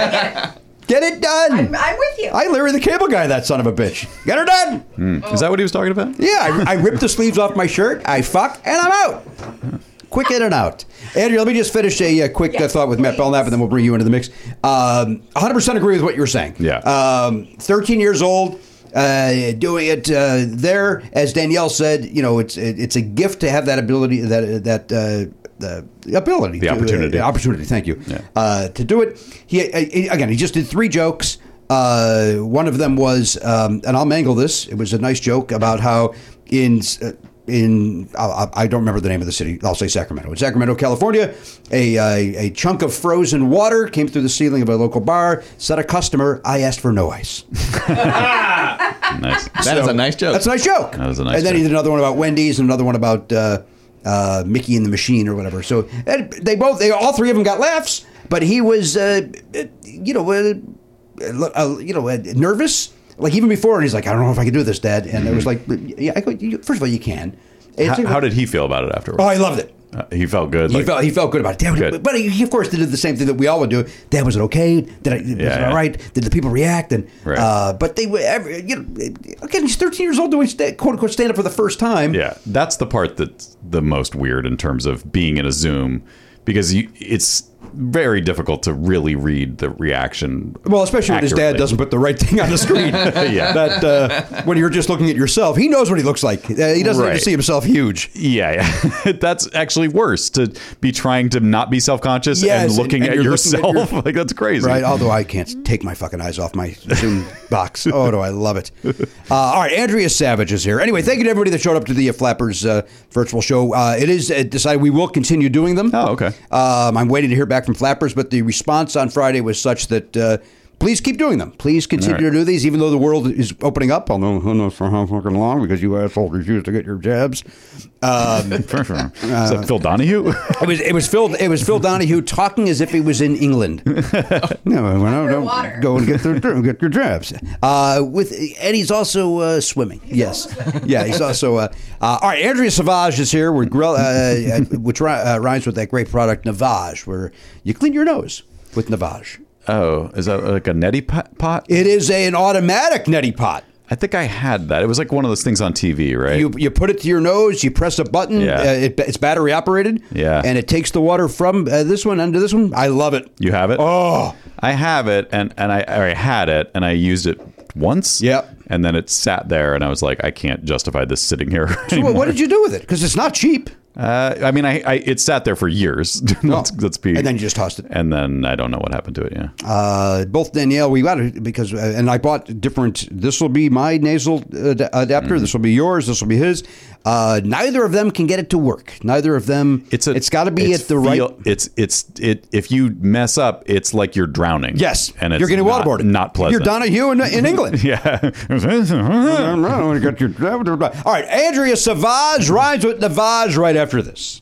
Speaker 2: Get it
Speaker 8: I'm,
Speaker 2: done.
Speaker 8: I'm with you.
Speaker 2: I Larry the Cable Guy, that son of a bitch. Get her done.
Speaker 1: Is that what he was talking about?
Speaker 2: Yeah, I, I rip the sleeves off my shirt. I fuck and I'm out. Quick in and out. Andrew, let me just finish a, uh quick uh,
Speaker 8: Yes,
Speaker 2: thought with Matt
Speaker 8: please.
Speaker 2: Belknap, and then we'll bring you into the mix. Um, 100% agree with what you were saying.
Speaker 1: Yeah.
Speaker 2: Um, 13 years old, uh, doing it uh, there, as Danielle said, you know, it's it, it's a gift to have that ability, that that uh, the ability,
Speaker 1: The
Speaker 2: to-
Speaker 1: opportunity.
Speaker 2: uh, opportunity. Thank you.
Speaker 1: Yeah.
Speaker 2: Uh, to do it, he, uh, he- again, he just did three jokes. Uh, one of them was, um, and I'll mangle this. It was a nice joke about how in uh, in I- I, I don't remember the name of the city. I'll say Sacramento. In Sacramento, California, a, uh, a a chunk of frozen water came through the ceiling of a local bar. Said a customer, "I asked for no ice."
Speaker 1: Nice.
Speaker 7: That is a nice joke.
Speaker 2: That's a nice joke.
Speaker 1: That is a nice
Speaker 2: And then he
Speaker 1: joke.
Speaker 2: did another one about Wendy's and another one about uh, uh, Mickey and the Machine or whatever. So and they both, they all three of them got laughs, but he was, uh, you know, uh, uh, you know, uh, nervous. Like even before, and he's like, I don't know if I can do this, Dad. And it was like, yeah, I go, you, first of all, you can. It's
Speaker 1: How,
Speaker 2: like-
Speaker 1: how did he feel about it afterwards?
Speaker 2: Oh, I loved it.
Speaker 1: Uh, he felt good.
Speaker 2: He
Speaker 1: like-
Speaker 2: felt he felt good about it. Damn,
Speaker 1: Good.
Speaker 2: But he, of course, did the same thing that we all would do. Dad, was it okay? Did I was it
Speaker 1: Yeah,
Speaker 2: all
Speaker 1: yeah.
Speaker 2: right? Did the people react? And
Speaker 1: Right.
Speaker 2: uh, but they were every, you know again he's 13 years old doing sta- quote unquote stand up for the first time.
Speaker 1: Yeah, that's the part that's the most weird in terms of being in a Zoom because you, it's very difficult to really read the reaction.
Speaker 2: Well, especially when his dad
Speaker 1: accurately.
Speaker 2: doesn't put the right thing on the screen.
Speaker 1: Yeah.
Speaker 2: That uh, when you're just looking at yourself, he knows what he looks like. Uh, he doesn't need
Speaker 1: Right.
Speaker 2: to see himself huge.
Speaker 1: Yeah, yeah. that's actually worse to be trying to not be self conscious
Speaker 2: Yes,
Speaker 1: and
Speaker 2: and-
Speaker 1: looking
Speaker 2: and
Speaker 1: at
Speaker 2: you're looking at
Speaker 1: yourself.
Speaker 2: your-
Speaker 1: like, that's crazy.
Speaker 2: Right. Although I can't take my fucking eyes off my Zoom box. Oh, do I love it? Uh, all right. Andrea Savage is here. Anyway, thank you to everybody that showed up to the uh, Flappers uh, virtual show. Uh, it is uh, decided we will continue doing them.
Speaker 1: Oh, okay.
Speaker 2: Um, I'm waiting to hear back from Flappers, but the response on Friday was such that. Uh, Please keep doing them. Please continue
Speaker 1: All right.
Speaker 2: to do these, even though the world is opening up. Although who knows for how fucking long, because you assholes refuse to get your jabs. Um,
Speaker 1: Is that Phil Donahue?
Speaker 2: it was it was Phil it was Phil Donahue talking as if he was in England. no, when I
Speaker 8: Underwater.
Speaker 2: don't go and get their get your jabs. Uh, with and he's also uh, swimming. yes, yeah, he's also. Uh, uh, all right, Andrea Savage is here. We're grill, uh, uh, which ri- uh, rhymes with that great product Navage, where you clean your nose with Navage.
Speaker 1: oh, is that like a neti pot? pot?
Speaker 2: It is a, an automatic neti pot.
Speaker 1: I think I had that. It was like one of those things on TV, right?
Speaker 2: You, you put it to your nose. You press a button.
Speaker 1: Yeah.
Speaker 2: Uh, it, it's battery operated.
Speaker 1: Yeah.
Speaker 2: and it takes the water from uh, this one under this one. I love it.
Speaker 1: You have it?
Speaker 2: Oh.
Speaker 1: I have it and, and I, or I had it and I used it once.
Speaker 2: Yep.
Speaker 1: And then it sat there and I was like, I can't justify this sitting here.
Speaker 2: Well,
Speaker 1: anymore.
Speaker 2: what did you do with it? Because it's not cheap.
Speaker 1: Uh, I mean, I, I it sat there for years. let's, let's be.
Speaker 2: Oh. And then you just tossed it.
Speaker 1: And then I don't know what happened to it. Yeah.
Speaker 2: Uh, both Danielle, we got it because, uh, and I bought different. This will be my nasal ad-
Speaker 1: Mm-hmm.
Speaker 2: adapter. This will be yours. This will be his. Uh, neither of them can get it to work. Neither of them. It's got to be
Speaker 1: it's
Speaker 2: at the
Speaker 1: feel-
Speaker 2: right.
Speaker 1: It's it's it. If you mess up, it's like you're drowning.
Speaker 2: Yes,
Speaker 1: And it's
Speaker 2: you're getting
Speaker 1: not,
Speaker 2: waterboarded.
Speaker 1: Not pleasant.
Speaker 2: You're Donahue in, in England.
Speaker 1: Yeah.
Speaker 2: I don't know, I got your- All right, Andrea Savage rides with Navage right after this.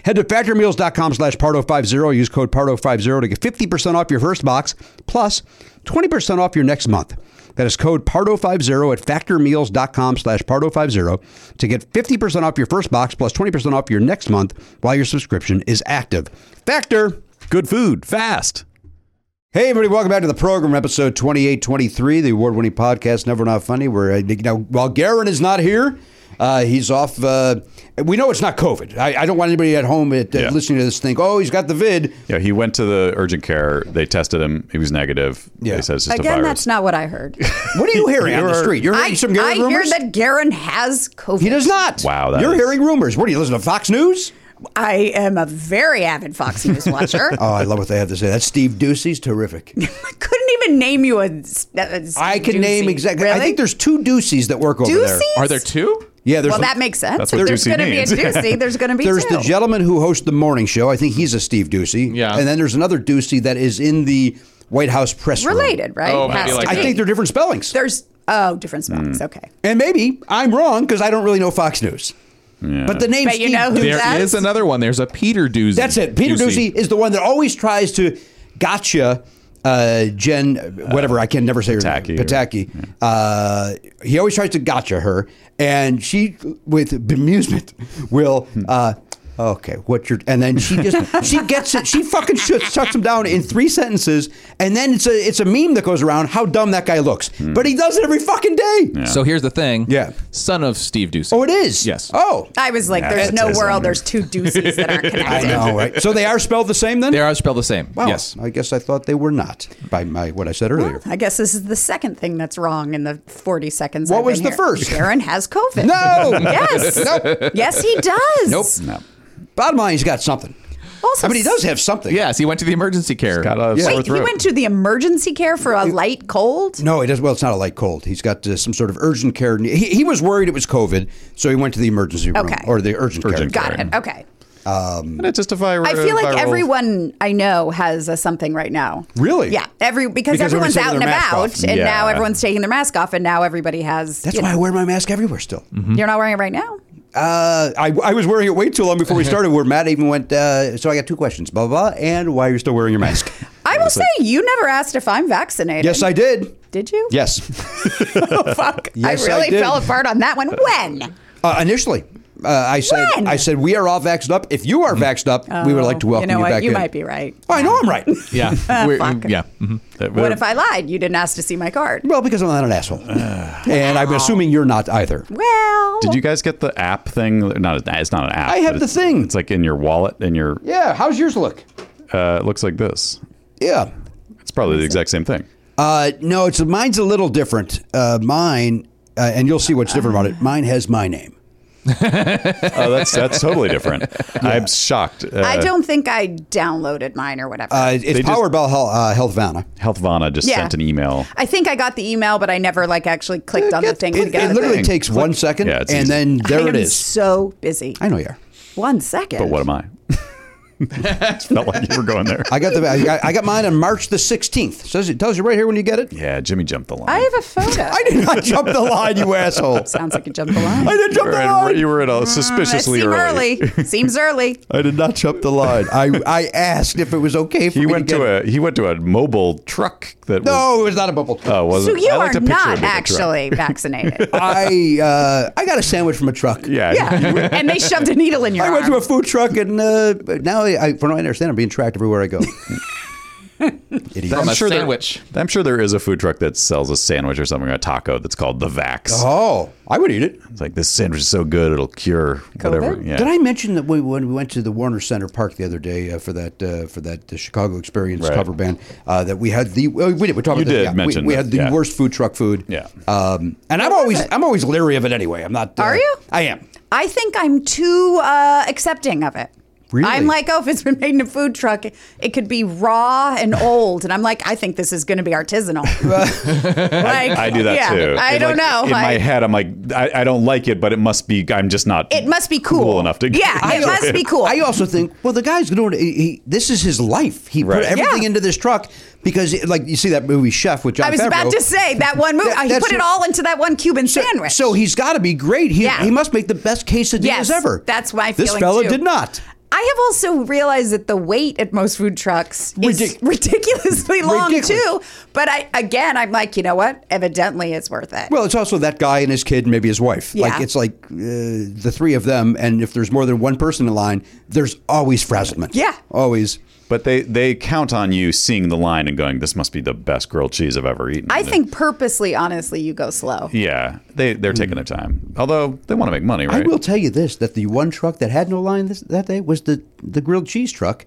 Speaker 2: Head to factormeals.com slash pardo50. Use code pardo50 to get 50% off your first box plus 20% off your next month. That is code pardo50 at factormeals.com slash pardo50 to get 50% off your first box plus 20% off your next month while your subscription is active. Factor.
Speaker 1: Good food, fast.
Speaker 2: Hey, everybody, welcome back to the program, episode 2823, the award winning podcast, Never Not Funny, where, uh, now, while Garen is not here, Uh, he's off. Uh, we know it's not COVID. I, I don't want anybody at home at, uh,
Speaker 1: Yeah.
Speaker 2: listening to this think, oh, he's got the vid.
Speaker 1: Yeah, he went to the urgent care. They tested him. He was negative.
Speaker 2: Yeah.
Speaker 1: They said it's just a
Speaker 9: Again,
Speaker 1: virus.
Speaker 9: that's not what I heard.
Speaker 2: What are you hearing on the street? You're hearing
Speaker 9: I,
Speaker 2: some Garrett
Speaker 9: I hear
Speaker 2: rumors?
Speaker 9: that Garen has COVID.
Speaker 2: he does not.
Speaker 1: Wow, that
Speaker 2: You're
Speaker 1: is-
Speaker 2: hearing rumors. What do you listen to Fox News?
Speaker 9: I am a very avid Fox News watcher.
Speaker 2: Oh, I love what they have to say. That's Steve Ducey's terrific.
Speaker 9: I couldn't even name you a. s- a s-
Speaker 2: I can
Speaker 9: Ducey.
Speaker 2: name exactly. I
Speaker 9: Really?
Speaker 2: think there's two Duceys that work over there.
Speaker 9: Duceys?
Speaker 7: Are there two?
Speaker 2: Yeah, there's
Speaker 9: Well,
Speaker 2: the-
Speaker 9: that makes sense.
Speaker 1: That's what
Speaker 9: there's
Speaker 1: Ducey
Speaker 9: going to be a
Speaker 1: means.
Speaker 9: Ducey. There's going to be
Speaker 2: There's
Speaker 9: two.
Speaker 2: the gentleman who hosts the morning show. I think he's a Steve Ducey.
Speaker 7: Yeah.
Speaker 2: And then there's another Ducey that is in the White House press room.
Speaker 9: Related, right?
Speaker 7: Oh, maybe
Speaker 9: Has to
Speaker 7: like
Speaker 2: I
Speaker 9: be.
Speaker 2: think Hmm. they're different spellings.
Speaker 9: There's oh different spellings. Okay.
Speaker 2: and maybe I'm wrong because I don't really know Fox News. But the name
Speaker 9: But you
Speaker 2: Steve
Speaker 9: know who
Speaker 2: Ducey-
Speaker 7: There is
Speaker 9: That's-
Speaker 7: another one. There's a Peter Doozy.
Speaker 2: That's it. Peter Ducey. is the one that always tries to gotcha uh, Jen, whatever, I can never say
Speaker 1: Pataki
Speaker 2: her
Speaker 1: or-
Speaker 2: name. Pataki. Uh, he always tries to gotcha her, and she, with bemusement, will. Uh, Okay, what you're, and then she just she gets it. She fucking shuts, shuts him down in three sentences, and then it's a it's a meme that goes around how dumb that guy looks.
Speaker 1: Hmm.
Speaker 2: But he does it every fucking day.
Speaker 7: So here's the thing.
Speaker 2: Yeah.
Speaker 7: Son of Steve Doocy.
Speaker 2: Oh, it is.
Speaker 7: Yes.
Speaker 2: Oh,
Speaker 9: I was like, there's no
Speaker 1: Nepotism.
Speaker 9: world. There's two Duceys that aren't connected.
Speaker 2: I know. Right. So they are spelled the same then.
Speaker 7: They are spelled the same.
Speaker 2: Wow.
Speaker 7: Yes.
Speaker 2: I guess I thought they were not by my what I said earlier.
Speaker 9: I guess this is the second thing that's wrong in the 40 seconds.
Speaker 2: What
Speaker 9: I've
Speaker 2: was
Speaker 9: been
Speaker 2: the
Speaker 9: here.
Speaker 2: first?
Speaker 9: Garen has COVID.
Speaker 2: No!
Speaker 9: Yes.
Speaker 2: Nope.
Speaker 9: Yes, he does.
Speaker 2: Nope.
Speaker 1: no.
Speaker 2: Bottom line, he's got something. I
Speaker 9: Also,
Speaker 2: mean, he does have something.
Speaker 7: Yes, he went to the emergency care.
Speaker 1: Got a sore
Speaker 9: Wait, he
Speaker 1: throat.
Speaker 9: went to the emergency care for a light cold.
Speaker 2: No, he does. Well, it's not a light cold. He's got uh, some sort of urgent care. ne- He, he was worried it was COVID, so he went to the emergency room
Speaker 9: Okay.
Speaker 2: or the urgent,
Speaker 1: Urgent
Speaker 2: care.
Speaker 9: Got it. Okay.
Speaker 1: And it's just a virus.
Speaker 9: I feel like
Speaker 1: viral-
Speaker 9: everyone I know has a something right now.
Speaker 2: Really?
Speaker 9: Yeah. Every because,
Speaker 2: Because everyone's
Speaker 9: everyone's out
Speaker 2: taking
Speaker 9: and
Speaker 2: their mask
Speaker 9: about,
Speaker 2: off.
Speaker 9: and
Speaker 1: Yeah.
Speaker 9: now everyone's taking their mask off, and now everybody has.
Speaker 2: That's
Speaker 9: you
Speaker 2: why I
Speaker 9: know-
Speaker 2: wear my mask everywhere still.
Speaker 9: you're not wearing it right now.
Speaker 2: Uh, I, I was wearing it way too long before we started. Where Matt even went. Uh, so I got two questions: blah blah, blah and why you're still wearing your mask?
Speaker 9: I will say you never asked if I'm vaccinated.
Speaker 2: yes, I did.
Speaker 9: did. You?
Speaker 2: Yes,
Speaker 9: Oh, fuck.
Speaker 2: Yes, I
Speaker 9: I really
Speaker 2: did.
Speaker 9: fell apart on that one. When?
Speaker 2: uh, initially. Uh, I said,
Speaker 9: When?
Speaker 2: I said, we are all vaxxed up. If you are vaxxed up, we would like to
Speaker 9: Oh,
Speaker 2: welcome you,
Speaker 9: you know what?
Speaker 2: back
Speaker 9: you
Speaker 2: in.
Speaker 9: might be right.
Speaker 2: Oh, I know I'm right.
Speaker 7: Yeah. We're-
Speaker 9: fuck.
Speaker 7: Yeah. Mhm.
Speaker 1: That-
Speaker 9: What if I lied? You didn't ask to see my card.
Speaker 2: Well, because I'm not an asshole. and I'm assuming you're not either.
Speaker 9: Well,
Speaker 1: Did you guys get the app thing? Not a, it's not an app.
Speaker 2: I have
Speaker 1: but
Speaker 2: the
Speaker 1: it's-
Speaker 2: thing.
Speaker 1: It's like in your wallet, and your
Speaker 2: Yeah, how's yours look?
Speaker 1: uh, it looks like this.
Speaker 2: Yeah.
Speaker 1: It's probably the exact same thing.
Speaker 2: Uh, no, it's mine's a little different. Uh, mine, uh, and you'll see what's different about it. Mine has my name.
Speaker 1: Oh, that's that's totally different. I'm shocked. Uh,
Speaker 9: I don't think I downloaded mine or whatever.
Speaker 2: Uh, it's
Speaker 1: just-
Speaker 2: powered by Hel- uh, Healthvana.
Speaker 1: Healthvana just
Speaker 9: Yeah.
Speaker 1: sent an email.
Speaker 9: I think I got the email, but I never like actually clicked on the thing
Speaker 2: uh, It,
Speaker 9: to get
Speaker 2: it literally
Speaker 1: thing.
Speaker 2: takes one second,
Speaker 1: Yeah, it's
Speaker 2: and
Speaker 1: easy.
Speaker 2: then
Speaker 9: I
Speaker 2: there it
Speaker 9: am
Speaker 2: is.
Speaker 9: So busy.
Speaker 2: I know you are.
Speaker 9: One second.
Speaker 1: But what am I? it felt like you were going there.
Speaker 2: I got the I got, I got mine on March the 16th. Says it tells you right here when you get it.
Speaker 1: yeah, Jimmy jumped the line.
Speaker 9: I have a photo.
Speaker 2: I did not jump the line, you asshole.
Speaker 9: Sounds like you jumped the line. Um,
Speaker 2: I didn't
Speaker 1: you
Speaker 2: jump
Speaker 1: were,
Speaker 2: the
Speaker 1: at, you
Speaker 2: line.
Speaker 1: were at a suspiciously
Speaker 9: Mm, Seem
Speaker 1: early.
Speaker 9: early. Seems early.
Speaker 2: I did not jump the line. I, I asked if it was okay for
Speaker 1: He
Speaker 2: me
Speaker 1: went
Speaker 2: get it.
Speaker 1: to a he went to a mobile truck that was.
Speaker 2: No, it was not a bubble.
Speaker 1: Oh, was
Speaker 9: So you
Speaker 1: I
Speaker 9: are
Speaker 1: like to picture it
Speaker 9: not
Speaker 1: as a truck.
Speaker 9: actually vaccinated.
Speaker 2: I uh, I got a sandwich from a truck.
Speaker 1: Yeah.
Speaker 9: yeah. And they shoved a needle in your
Speaker 2: I
Speaker 9: arm.
Speaker 2: went to a food truck and uh, now I, from what I understand, I'm being tracked everywhere I go. Idiot.
Speaker 7: From a
Speaker 1: sure there-
Speaker 7: sandwich.
Speaker 1: I'm sure there is a food truck that sells a sandwich or something, a taco that's called the Vax.
Speaker 9: Uh-huh.
Speaker 2: Oh, I would eat it.
Speaker 1: It's like this sandwich is so good it'll cure whatever.
Speaker 9: COVID?
Speaker 1: Yeah.
Speaker 2: Did I mention that we, when we went to the Warner Center Park the other day uh, for that uh, for that uh, Chicago Experience
Speaker 1: Right.
Speaker 2: cover band uh, that we had the uh, we did we talked
Speaker 1: You
Speaker 2: about
Speaker 1: did
Speaker 2: that, yeah.
Speaker 1: mention
Speaker 2: we, we
Speaker 1: that,
Speaker 2: had the
Speaker 1: yeah.
Speaker 2: worst food truck food
Speaker 1: Yeah.
Speaker 2: um, and I'm always I'm always leery of it anyway I'm not uh,
Speaker 9: Are you?
Speaker 2: I am
Speaker 9: I think I'm too uh, accepting of it.
Speaker 2: Really?
Speaker 9: I'm like, oh, if it's been made in a food truck, it could be raw and old. And I'm like, I think this is going to be artisanal. like,
Speaker 1: I do that
Speaker 9: yeah,
Speaker 1: too.
Speaker 9: I
Speaker 1: It's like,
Speaker 9: don't know.
Speaker 1: In my
Speaker 9: Like,
Speaker 1: head, I'm like, I, I don't like it, but it must be. I'm just not.
Speaker 9: it must be cool.
Speaker 1: enough to.
Speaker 9: Yeah, it must be cool.
Speaker 2: I also think, well, the guy's doing. He, he, this is his life. He put
Speaker 1: Right.
Speaker 2: everything
Speaker 9: Yeah.
Speaker 2: into this truck because, like, you see that movie Chef with John.
Speaker 9: I was about
Speaker 2: Favreau.
Speaker 9: to say that one movie.
Speaker 2: That-
Speaker 9: he
Speaker 2: that's
Speaker 9: put it
Speaker 2: what-
Speaker 9: all into that one Cuban sandwich.
Speaker 2: So he's got to be great. He,
Speaker 9: Yeah.
Speaker 2: he must make the best quesadillas
Speaker 9: Yes,
Speaker 2: ever.
Speaker 9: that's my
Speaker 2: This
Speaker 9: feeling,
Speaker 2: fella
Speaker 9: too.
Speaker 2: did not.
Speaker 9: I have also realized that the wait at most food trucks is
Speaker 2: Ridic-
Speaker 9: ridiculously long
Speaker 2: Ridiculous.
Speaker 9: too. But I again, I'm like, you know what? Evidently, it's worth it.
Speaker 2: Well, it's also that guy and his kid, and maybe his wife.
Speaker 9: Yeah.
Speaker 2: Like it's like uh, the three of them, and if there's more than one person in line, there's always frazzlement.
Speaker 9: Yeah.
Speaker 2: always.
Speaker 1: But they they count on you seeing the line and going, "This must be the best grilled cheese I've ever eaten."
Speaker 9: I
Speaker 1: And it-
Speaker 9: think purposely, honestly, you go slow.
Speaker 1: Yeah, they they're taking their time. Although they want to make money,
Speaker 2: I
Speaker 1: right?
Speaker 2: will tell you this: that the one truck that had no line this, that day was the the grilled cheese truck,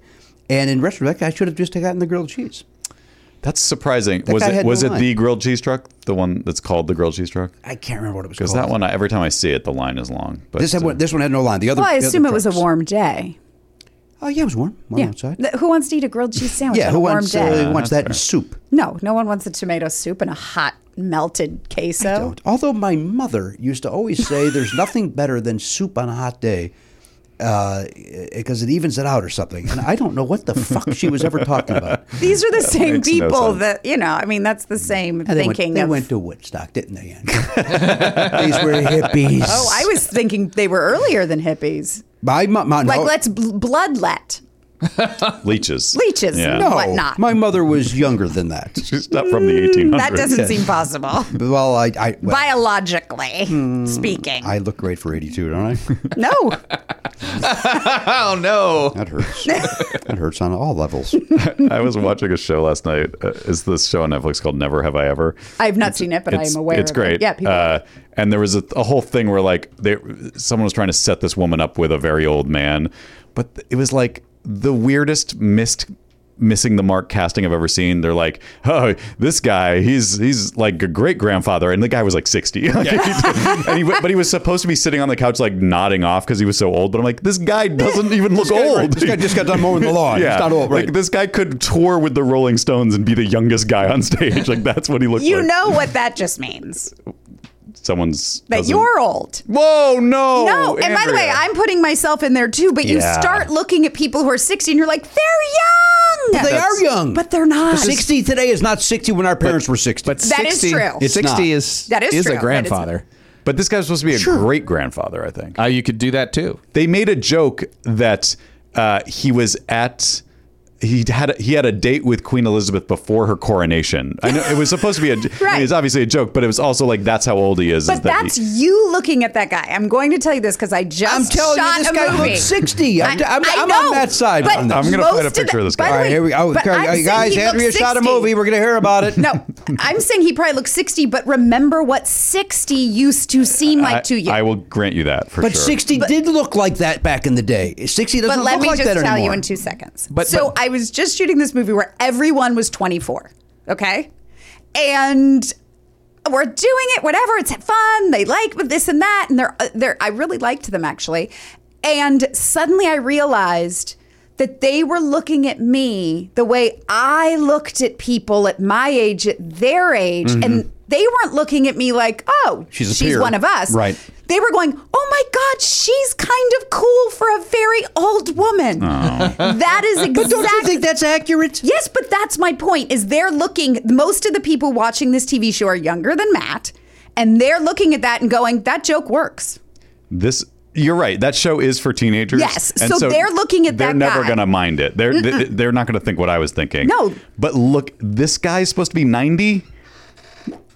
Speaker 2: and in retrospect, I should have just gotten the grilled cheese.
Speaker 1: That's surprising. was
Speaker 2: guy
Speaker 1: it
Speaker 2: had no
Speaker 1: was it
Speaker 2: line.
Speaker 1: the grilled cheese truck? The one that's called the grilled cheese truck?
Speaker 2: I can't remember what it was
Speaker 1: Because
Speaker 2: called.
Speaker 1: that one, I, every time I see it, the line is long. But
Speaker 2: This had
Speaker 1: uh,
Speaker 2: one, this one had no line. The other.
Speaker 9: Well, I
Speaker 2: the other
Speaker 9: assume it was a
Speaker 2: trucks-
Speaker 9: warm day.
Speaker 2: Oh yeah, it was warm. Warm
Speaker 9: Yeah.
Speaker 2: outside.
Speaker 9: Th- Who wants to eat a grilled cheese sandwich
Speaker 2: yeah,
Speaker 9: on
Speaker 2: who
Speaker 9: a warm
Speaker 2: wants
Speaker 9: day?
Speaker 2: uh, wants that in soup?
Speaker 9: no, no one wants a tomato soup and a hot melted queso.
Speaker 2: Don't. Although my mother used to always say, "There's nothing better than soup on a hot day." Because it evens it out or something, and I don't know what the fuck she was ever talking about.
Speaker 9: These are the same
Speaker 1: makes no
Speaker 9: people
Speaker 1: sense.
Speaker 9: that you know. I mean, that's the same
Speaker 2: And they, went,
Speaker 9: thinking
Speaker 2: they
Speaker 9: of.
Speaker 2: went to Woodstock, didn't they? Ann? These were hippies.
Speaker 9: oh, I was thinking they were earlier than hippies.
Speaker 2: My mom,
Speaker 9: Like let's bl- bloodlet
Speaker 1: leeches.
Speaker 9: leeches
Speaker 1: Yeah.
Speaker 9: and
Speaker 2: no,
Speaker 9: whatnot.
Speaker 2: My mother was younger than that.
Speaker 1: She's not from the 1800s.
Speaker 9: that doesn't seem possible.
Speaker 2: Well, I, I, well,
Speaker 9: Biologically speaking,
Speaker 2: Hmm. I look great for eighty-two, don't I?
Speaker 9: no.
Speaker 7: Oh no!
Speaker 2: That hurts. that hurts on all levels.
Speaker 1: I was watching a show last night. Uh, is this show on Netflix called Never Have I Ever?
Speaker 9: I've not seen it, but I
Speaker 1: it's,
Speaker 9: am aware.
Speaker 1: It's
Speaker 9: of
Speaker 1: great.
Speaker 9: It. Yeah, people.
Speaker 1: Uh, and there was a, a whole thing where like they, someone was trying to set this woman up with a very old man, but th- it was like the weirdest missed missing the mark casting I've ever seen. They're like, oh, this guy, he's he's like a great grandfather, and the guy was like sixty. Like, and he, w- but he was supposed to be sitting on the couch like nodding off because he was so old. But I'm like, this guy doesn't even look old.
Speaker 2: This guy just got done mowing the lawn.
Speaker 1: Yeah,
Speaker 2: It's not all right.
Speaker 1: like this guy could tour with the Rolling Stones and be the youngest guy on stage. Like that's what he looks
Speaker 9: you
Speaker 1: like.
Speaker 9: know what that just means.
Speaker 1: someone's
Speaker 9: That
Speaker 1: cousin.
Speaker 9: you're old.
Speaker 1: Whoa,
Speaker 2: Oh,
Speaker 1: no.
Speaker 9: No, and by the way,
Speaker 1: Andrea.
Speaker 9: I'm putting myself in there too. But you
Speaker 1: Yeah.
Speaker 9: start looking at people who are 60, and you're like, they're young.
Speaker 2: they are young.
Speaker 9: but they're not.
Speaker 2: sixty today is not sixty when our parents were sixty.
Speaker 7: But
Speaker 9: That is
Speaker 7: 60
Speaker 9: true. It's
Speaker 7: 60
Speaker 2: not.
Speaker 7: is
Speaker 9: That is
Speaker 7: is
Speaker 9: true. That
Speaker 7: a
Speaker 9: is-
Speaker 7: grandfather.
Speaker 1: But this guy's supposed to be a great grandfather, I think.
Speaker 7: Uh, you could do that too.
Speaker 1: they made a joke that uh, he was at he had a, he had a date with Queen Elizabeth before her coronation. I know it was supposed to be a I mean,
Speaker 9: Right.
Speaker 1: it's obviously a joke, but it was also like that's how old he is. is
Speaker 9: But
Speaker 1: that he-
Speaker 9: that's you looking at that guy. I'm going to tell you this because I just
Speaker 2: I'm telling
Speaker 9: shot
Speaker 2: you, this
Speaker 9: a
Speaker 2: guy
Speaker 9: movie.
Speaker 2: looks sixty. I'm,
Speaker 9: I-
Speaker 2: I'm,
Speaker 9: I
Speaker 2: I'm
Speaker 9: know,
Speaker 2: on that side.
Speaker 9: but
Speaker 2: on this.
Speaker 1: I'm gonna
Speaker 9: most
Speaker 1: find a picture of this guy.
Speaker 9: by the
Speaker 2: All right,
Speaker 9: way-
Speaker 2: here we go.
Speaker 9: but
Speaker 2: Okay,
Speaker 9: I'm saying
Speaker 2: guys,
Speaker 9: he looks
Speaker 2: Andrea shot a
Speaker 9: 60.
Speaker 2: movie. We're going to hear about it.
Speaker 9: No, I'm saying he probably looks 60, but remember what 60 used to seem like
Speaker 1: I,
Speaker 9: to you.
Speaker 1: I will grant you that for
Speaker 2: But
Speaker 1: sure.
Speaker 2: 60 did look like that back in the day. 60 doesn't
Speaker 9: but let
Speaker 2: look
Speaker 9: me
Speaker 2: like
Speaker 9: just
Speaker 2: that
Speaker 9: tell
Speaker 2: anymore.
Speaker 9: you in two seconds.
Speaker 7: But-
Speaker 9: so
Speaker 7: but-
Speaker 9: I was just shooting this movie where everyone was 24, okay? And we're doing it, whatever. It's fun. They like this and that, and they're uh, they're. I really liked them actually, and suddenly I realized that they were looking at me the way I looked at people at my age, at their age, and they weren't looking at me like, oh,
Speaker 2: Mm-hmm. She's a
Speaker 9: she's
Speaker 2: peer.
Speaker 9: one of us,
Speaker 2: Right.
Speaker 9: They were going, oh my God, she's kind of cool for a very old woman. That is exactly.
Speaker 2: Don't you think that's accurate?
Speaker 9: Yes, but that's my point. Is they're looking. Most of the people watching this TV show are younger than Matt, and they're looking at that and going, "That joke works."
Speaker 1: this you're right. That show is for teenagers.
Speaker 9: Yes, so they're looking at
Speaker 1: They're
Speaker 9: that
Speaker 1: never
Speaker 9: guy.
Speaker 1: gonna mind it. They're they, they're not gonna think what I was thinking.
Speaker 9: No.
Speaker 1: But look, this guy's supposed to be 90.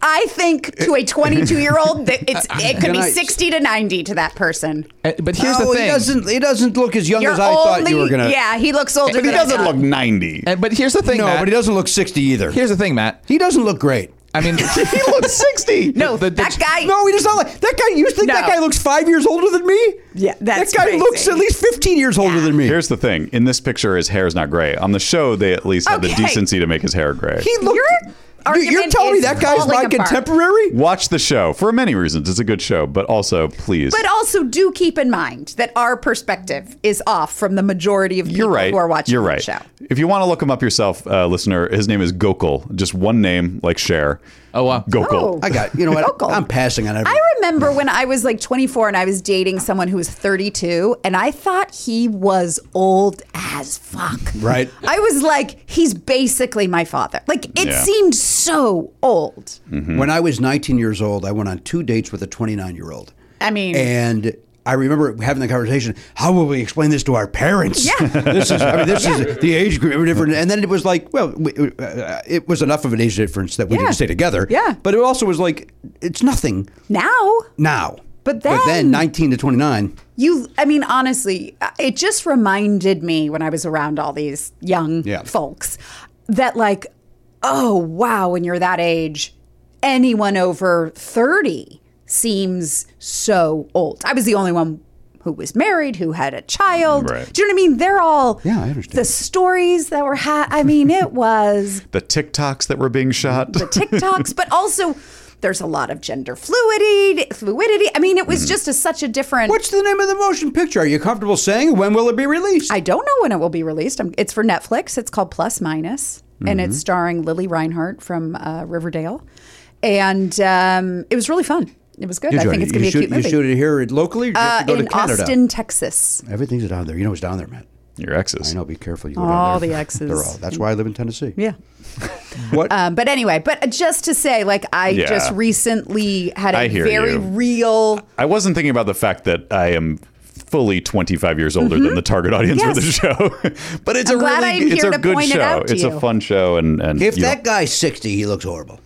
Speaker 9: I think to a 22 year old, that it's it could
Speaker 2: Can
Speaker 9: be
Speaker 2: I-
Speaker 9: 60 to 90 to that person.
Speaker 7: Uh, But here's
Speaker 2: no,
Speaker 7: the thing.
Speaker 2: He doesn't, he doesn't look as young
Speaker 9: You're
Speaker 2: as I thought
Speaker 9: only-
Speaker 2: you were going to.
Speaker 9: Yeah, he looks older.
Speaker 1: But he
Speaker 9: than I
Speaker 1: doesn't
Speaker 9: thought.
Speaker 1: look 90.
Speaker 7: Uh, But here's the thing.
Speaker 2: No,
Speaker 7: Matt.
Speaker 2: but he doesn't look 60 either.
Speaker 7: Here's the thing, Matt.
Speaker 2: he doesn't look great.
Speaker 7: I mean, he
Speaker 2: looks 60.
Speaker 9: No,
Speaker 7: The- the-
Speaker 9: Oh, that guy.
Speaker 2: No, he does not like that guy. You think
Speaker 9: No.
Speaker 2: that guy looks five years older than me?
Speaker 9: Yeah, that's
Speaker 2: that guy
Speaker 9: crazy.
Speaker 2: looks at least 15 years older than me.
Speaker 1: Here's the thing. In this picture, his hair is not gray. On the show, they at least had the
Speaker 9: Okay.
Speaker 1: decency to make his hair gray.
Speaker 2: he looked.
Speaker 9: Your
Speaker 2: You- you're
Speaker 9: argument
Speaker 2: telling me
Speaker 9: is
Speaker 2: that guy's my
Speaker 9: falling apart.
Speaker 2: contemporary?
Speaker 1: Watch the show for many reasons. It's a good show, but also, please.
Speaker 9: But also, do keep in mind that our perspective is off from the majority of people
Speaker 1: you're right.
Speaker 9: who are watching
Speaker 1: You're
Speaker 9: the
Speaker 1: right.
Speaker 9: show.
Speaker 1: If you want to look him up yourself, uh, listener, his name is Gokul. Just one name, like Cher.
Speaker 7: Oh, wow.
Speaker 1: Gokul.
Speaker 9: Oh.
Speaker 2: I got. You know what?
Speaker 9: Local.
Speaker 2: I'm passing on everything.
Speaker 9: I remember when I was like 24 and I was dating someone who was 32, and I thought he was old as fuck.
Speaker 2: Right.
Speaker 9: I was like, he's basically my father. Like, it
Speaker 1: Yeah.
Speaker 9: seemed so old.
Speaker 2: When I was 19 years old, I went on two dates with a 29 year old.
Speaker 9: I mean-
Speaker 2: and I remember having the conversation. How will we explain this to our parents?
Speaker 9: Yeah.
Speaker 2: this is. I mean, this is the age group different. And then it was like, well, we, uh, it was enough of an age difference that we
Speaker 9: Yeah.
Speaker 2: didn't stay together.
Speaker 9: Yeah.
Speaker 2: but it also was like, it's nothing
Speaker 9: Now,
Speaker 2: now.
Speaker 9: But then,
Speaker 2: But then 19 to 29.
Speaker 9: you, I mean, honestly, uh, it just reminded me when I was around all these young
Speaker 2: Yeah.
Speaker 9: folks that, like, oh, wow, when you're that age, anyone over 30 seems so old. I was the only one who was married, who had a child.
Speaker 1: Right.
Speaker 9: Do you know what I mean? They're all
Speaker 2: Yeah, I understand.
Speaker 9: the stories that were, ha- I mean, it was
Speaker 1: The TikToks that were being shot.
Speaker 9: the TikToks, but also there's a lot of gender fluidity. Fluidity. I mean, it
Speaker 2: Mm-hmm.
Speaker 9: was just a, such a different.
Speaker 2: What's the name of the motion picture? Are you comfortable saying? When will it be released?
Speaker 9: I don't know when it will be released. i it's for Netflix. It's called Plus Minus, and it's starring Lily Reinhart from uh, Riverdale. And um, it was really fun. It was good. I think it's going
Speaker 2: you
Speaker 9: to be
Speaker 2: shoot,
Speaker 9: a cute
Speaker 2: you
Speaker 9: movie.
Speaker 2: shoot it here locally. Or do you have
Speaker 9: uh,
Speaker 2: to go
Speaker 9: in
Speaker 2: to Canada.
Speaker 9: Austin, Texas.
Speaker 2: Everything's down there. You know it's down there, man.
Speaker 1: Your exes.
Speaker 2: I know. Be careful. You go
Speaker 9: All
Speaker 2: down there.
Speaker 9: the exes.
Speaker 2: They're all. That's why I live in Tennessee.
Speaker 9: Yeah.
Speaker 2: What?
Speaker 9: Um, but anyway, but just to say, like, I
Speaker 1: Yeah.
Speaker 9: just recently had a
Speaker 1: I hear
Speaker 9: very
Speaker 1: you.
Speaker 9: real.
Speaker 1: I wasn't thinking about the fact that I am fully 25 years older than the target audience for the
Speaker 9: Mm-hmm. Yes.
Speaker 1: show. but it's
Speaker 9: I'm
Speaker 1: a
Speaker 9: glad
Speaker 1: really
Speaker 9: I'm
Speaker 1: it's
Speaker 9: here
Speaker 1: a
Speaker 9: to
Speaker 1: good
Speaker 9: point it
Speaker 1: show.
Speaker 9: out to
Speaker 1: It's a
Speaker 9: you.
Speaker 1: fun show and and
Speaker 2: if
Speaker 1: you
Speaker 2: that
Speaker 1: don't-
Speaker 2: guy's 60, he looks horrible.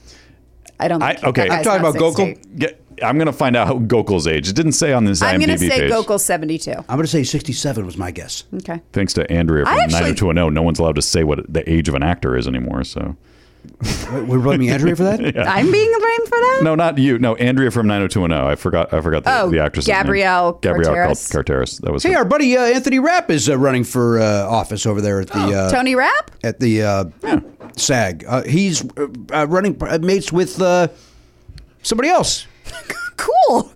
Speaker 9: I don't.
Speaker 1: I-
Speaker 9: Think that
Speaker 1: okay. I'm
Speaker 9: guy's
Speaker 2: talking
Speaker 9: not
Speaker 2: about Gokul.
Speaker 9: 68.
Speaker 1: get, I'm going to find out how Gokul's age. It didn't say on this
Speaker 9: I'm
Speaker 1: IMDb
Speaker 9: going to say
Speaker 1: page.
Speaker 9: Gokul 72.
Speaker 2: I'm going to say 67 was my guess.
Speaker 9: Okay.
Speaker 1: Thanks to Andrea
Speaker 9: I
Speaker 1: from
Speaker 9: actually-
Speaker 1: 90210, no one's allowed to say what the age of an actor is anymore, so.
Speaker 2: Wait, We're blaming Andrea for that?
Speaker 9: I'm being blamed for that?
Speaker 1: No, not you. No, Andrea from 90210. I forgot I forgot the,
Speaker 9: Oh,
Speaker 1: the actress.
Speaker 9: Gabrielle
Speaker 1: Gabrielle
Speaker 9: Carteris.
Speaker 1: Cal- Carteris. That was
Speaker 2: Hey,
Speaker 1: her.
Speaker 2: our buddy uh, Anthony Rapp is uh, running for uh, office over there at the uh,
Speaker 9: Oh, Tony Rapp?
Speaker 2: at the uh, SAG. Uh, he's uh, uh, running uh, mates with uh, somebody else.
Speaker 9: Cool.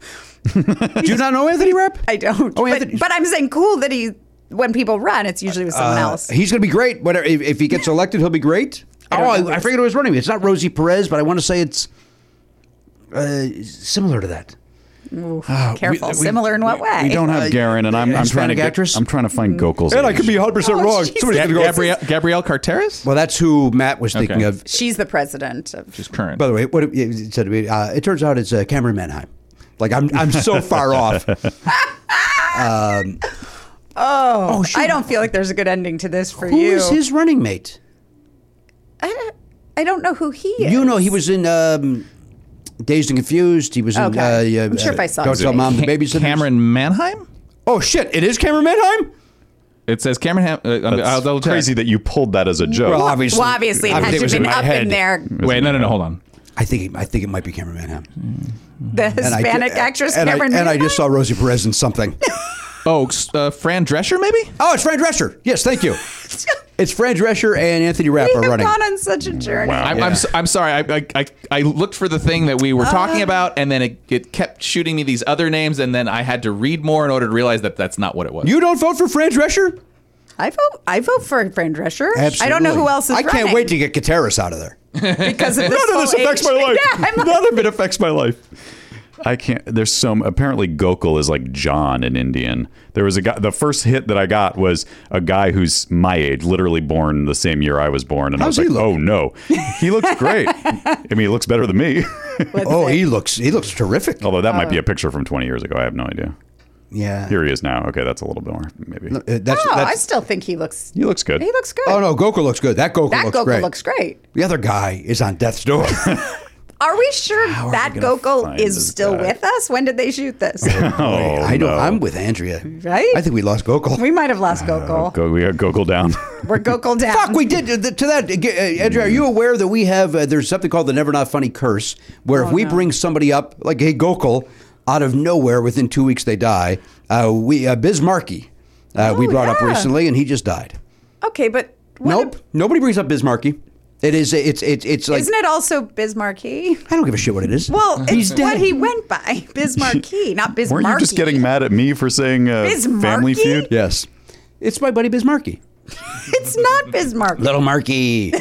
Speaker 2: Do you not know Anthony Rapp?
Speaker 9: I don't.
Speaker 2: Oh, Anthony-
Speaker 9: but, but I'm saying cool that he, when people run, it's usually with someone
Speaker 2: Uh,
Speaker 9: else.
Speaker 2: He's going to be great. Whatever. If, if he gets elected, he'll be great. oh, I, I forget who was running. It's not Rosie Perez, but I want to say it's uh, similar to that.
Speaker 9: Careful. Similar in what way?
Speaker 1: We don't have Garen, and I'm, I'm trying to
Speaker 2: Hispanic
Speaker 1: get,
Speaker 2: actress?
Speaker 1: I'm trying to
Speaker 9: Mm-hmm.
Speaker 1: find Gokul's. age.
Speaker 2: 100%
Speaker 9: wrong. Oh, Jesus. Somebody's
Speaker 7: Gab- Gabrielle, Gabrielle Carteris?
Speaker 2: Well, that's who Matt was thinking
Speaker 7: Okay.
Speaker 2: of.
Speaker 9: She's the president of.
Speaker 7: She's current.
Speaker 2: By the way, what it- it said to me, uh, it turns out it's uh, Cameron Manheim. Like I'm, I'm so far off.
Speaker 9: Oh, I don't feel like there's a good ending to this for
Speaker 2: Who
Speaker 9: you.
Speaker 2: is his running mate?
Speaker 9: I, don't, I don't know who he is.
Speaker 2: You know, he was in um, Dazed and Confused. He was
Speaker 9: Okay.
Speaker 2: in. Uh,
Speaker 9: Oh, I'm sure if I saw
Speaker 2: Don't
Speaker 9: his
Speaker 2: tell
Speaker 9: name.
Speaker 2: mom the
Speaker 7: Ca-
Speaker 2: babysitter.
Speaker 7: Cameron Manheim?
Speaker 2: Oh shit! It is Cameron Manheim.
Speaker 7: It says Cameron. Ham- uh, I'm- I'll
Speaker 1: That's
Speaker 7: double check.
Speaker 1: crazy that you pulled that as a joke.
Speaker 2: Well, obviously,
Speaker 9: well, obviously, it
Speaker 2: obviously
Speaker 9: had
Speaker 2: it
Speaker 9: to
Speaker 2: was
Speaker 9: been
Speaker 2: in my
Speaker 9: up
Speaker 2: head.
Speaker 9: in there.
Speaker 7: Wait, no, no, no. Hold on.
Speaker 2: I think I think it might be Cameron Manheim.
Speaker 9: The Hispanic actress
Speaker 2: and
Speaker 9: Cameron
Speaker 2: I, and I
Speaker 9: Manheim?
Speaker 2: just saw Rosie Perez in something.
Speaker 7: Oh, s- uh, Fran Drescher, maybe?
Speaker 2: oh, it's Fran Drescher. Yes, thank you. It's Fran Drescher and Anthony Rapp
Speaker 9: We
Speaker 2: are
Speaker 9: have
Speaker 2: running.
Speaker 9: gone on such a
Speaker 2: Mm.
Speaker 9: journey.
Speaker 1: Wow.
Speaker 7: I'm, I'm, so, I'm sorry. I, I, I, I looked for the thing that we were
Speaker 9: Oh.
Speaker 7: talking about, and then it, it kept shooting me these other names, and then I had to read more in order to realize that that's not what it was.
Speaker 2: You don't vote for Fran Drescher?
Speaker 9: I vote. I vote for Fran Drescher. I don't know who else is.
Speaker 2: I can't
Speaker 9: running
Speaker 2: wait to get Kateris out of there.
Speaker 9: because of this.
Speaker 1: None of this
Speaker 9: whole
Speaker 1: affects
Speaker 9: age-
Speaker 1: my life.
Speaker 9: Yeah, I'm like,
Speaker 1: None of it affects my life. I can't. There's some. Apparently, Gokul is like John in Indian. There was a guy. The first hit that I got was a guy who's my age, literally born the same year I was born, and
Speaker 2: How's
Speaker 1: I was
Speaker 2: he
Speaker 1: like,
Speaker 2: look?
Speaker 1: "Oh no, he looks great. I mean, he looks better than me."
Speaker 2: Oh, he looks he looks terrific.
Speaker 1: Although that
Speaker 9: Uh.
Speaker 1: might be a picture from 20 years ago. I have no idea.
Speaker 2: Yeah.
Speaker 1: Here he is now. Okay, that's a little bit more. Maybe
Speaker 2: Uh, that's,
Speaker 9: oh, I
Speaker 2: that's,
Speaker 9: still think he looks.
Speaker 1: he looks good.
Speaker 9: He looks good.
Speaker 2: oh no, Goku looks good. That Goku
Speaker 9: that
Speaker 2: looks
Speaker 9: Gokul
Speaker 2: great.
Speaker 9: looks great.
Speaker 2: the other guy is on death's door.
Speaker 9: Are we sure that
Speaker 1: we gonna
Speaker 9: Gokul
Speaker 1: find
Speaker 9: is
Speaker 1: this
Speaker 9: still
Speaker 1: guy?
Speaker 9: with us? When did they shoot this?
Speaker 1: Oh,
Speaker 2: I don't.
Speaker 1: no.
Speaker 2: I'm with Andrea.
Speaker 9: Right?
Speaker 2: I think we lost Gokul.
Speaker 9: we might have lost Gokul.
Speaker 1: Uh, Go, we got Gokul down.
Speaker 9: We're Gokul down.
Speaker 2: Fuck, we did uh, to that. uh, g- uh, Andrea, are you aware that we have uh, there's something called the Never Not Funny curse, where
Speaker 9: Oh,
Speaker 2: if we bring somebody up like hey Gokul, out of nowhere within two weeks they die. Uh, we uh, Bismarcky, uh, we
Speaker 9: Oh,
Speaker 2: brought up
Speaker 9: yeah.
Speaker 2: recently, and he just died.
Speaker 9: Okay, but what
Speaker 2: nope, nobody brings up Bismarcky. It is it's it's it's
Speaker 9: ab-
Speaker 2: like
Speaker 9: isn't it also Bismarcky?
Speaker 2: I don't give a shit what it is.
Speaker 9: Well,
Speaker 2: he's
Speaker 9: it's what
Speaker 2: dead.
Speaker 9: he went by. Bismarcky, not Bismarcky.
Speaker 1: Weren't you just getting mad at me for saying uh,
Speaker 9: Bismarcky?
Speaker 1: Family Feud?
Speaker 2: yes, it's my buddy Bismarcky.
Speaker 9: It's not Bismarcky.
Speaker 2: Little Marky.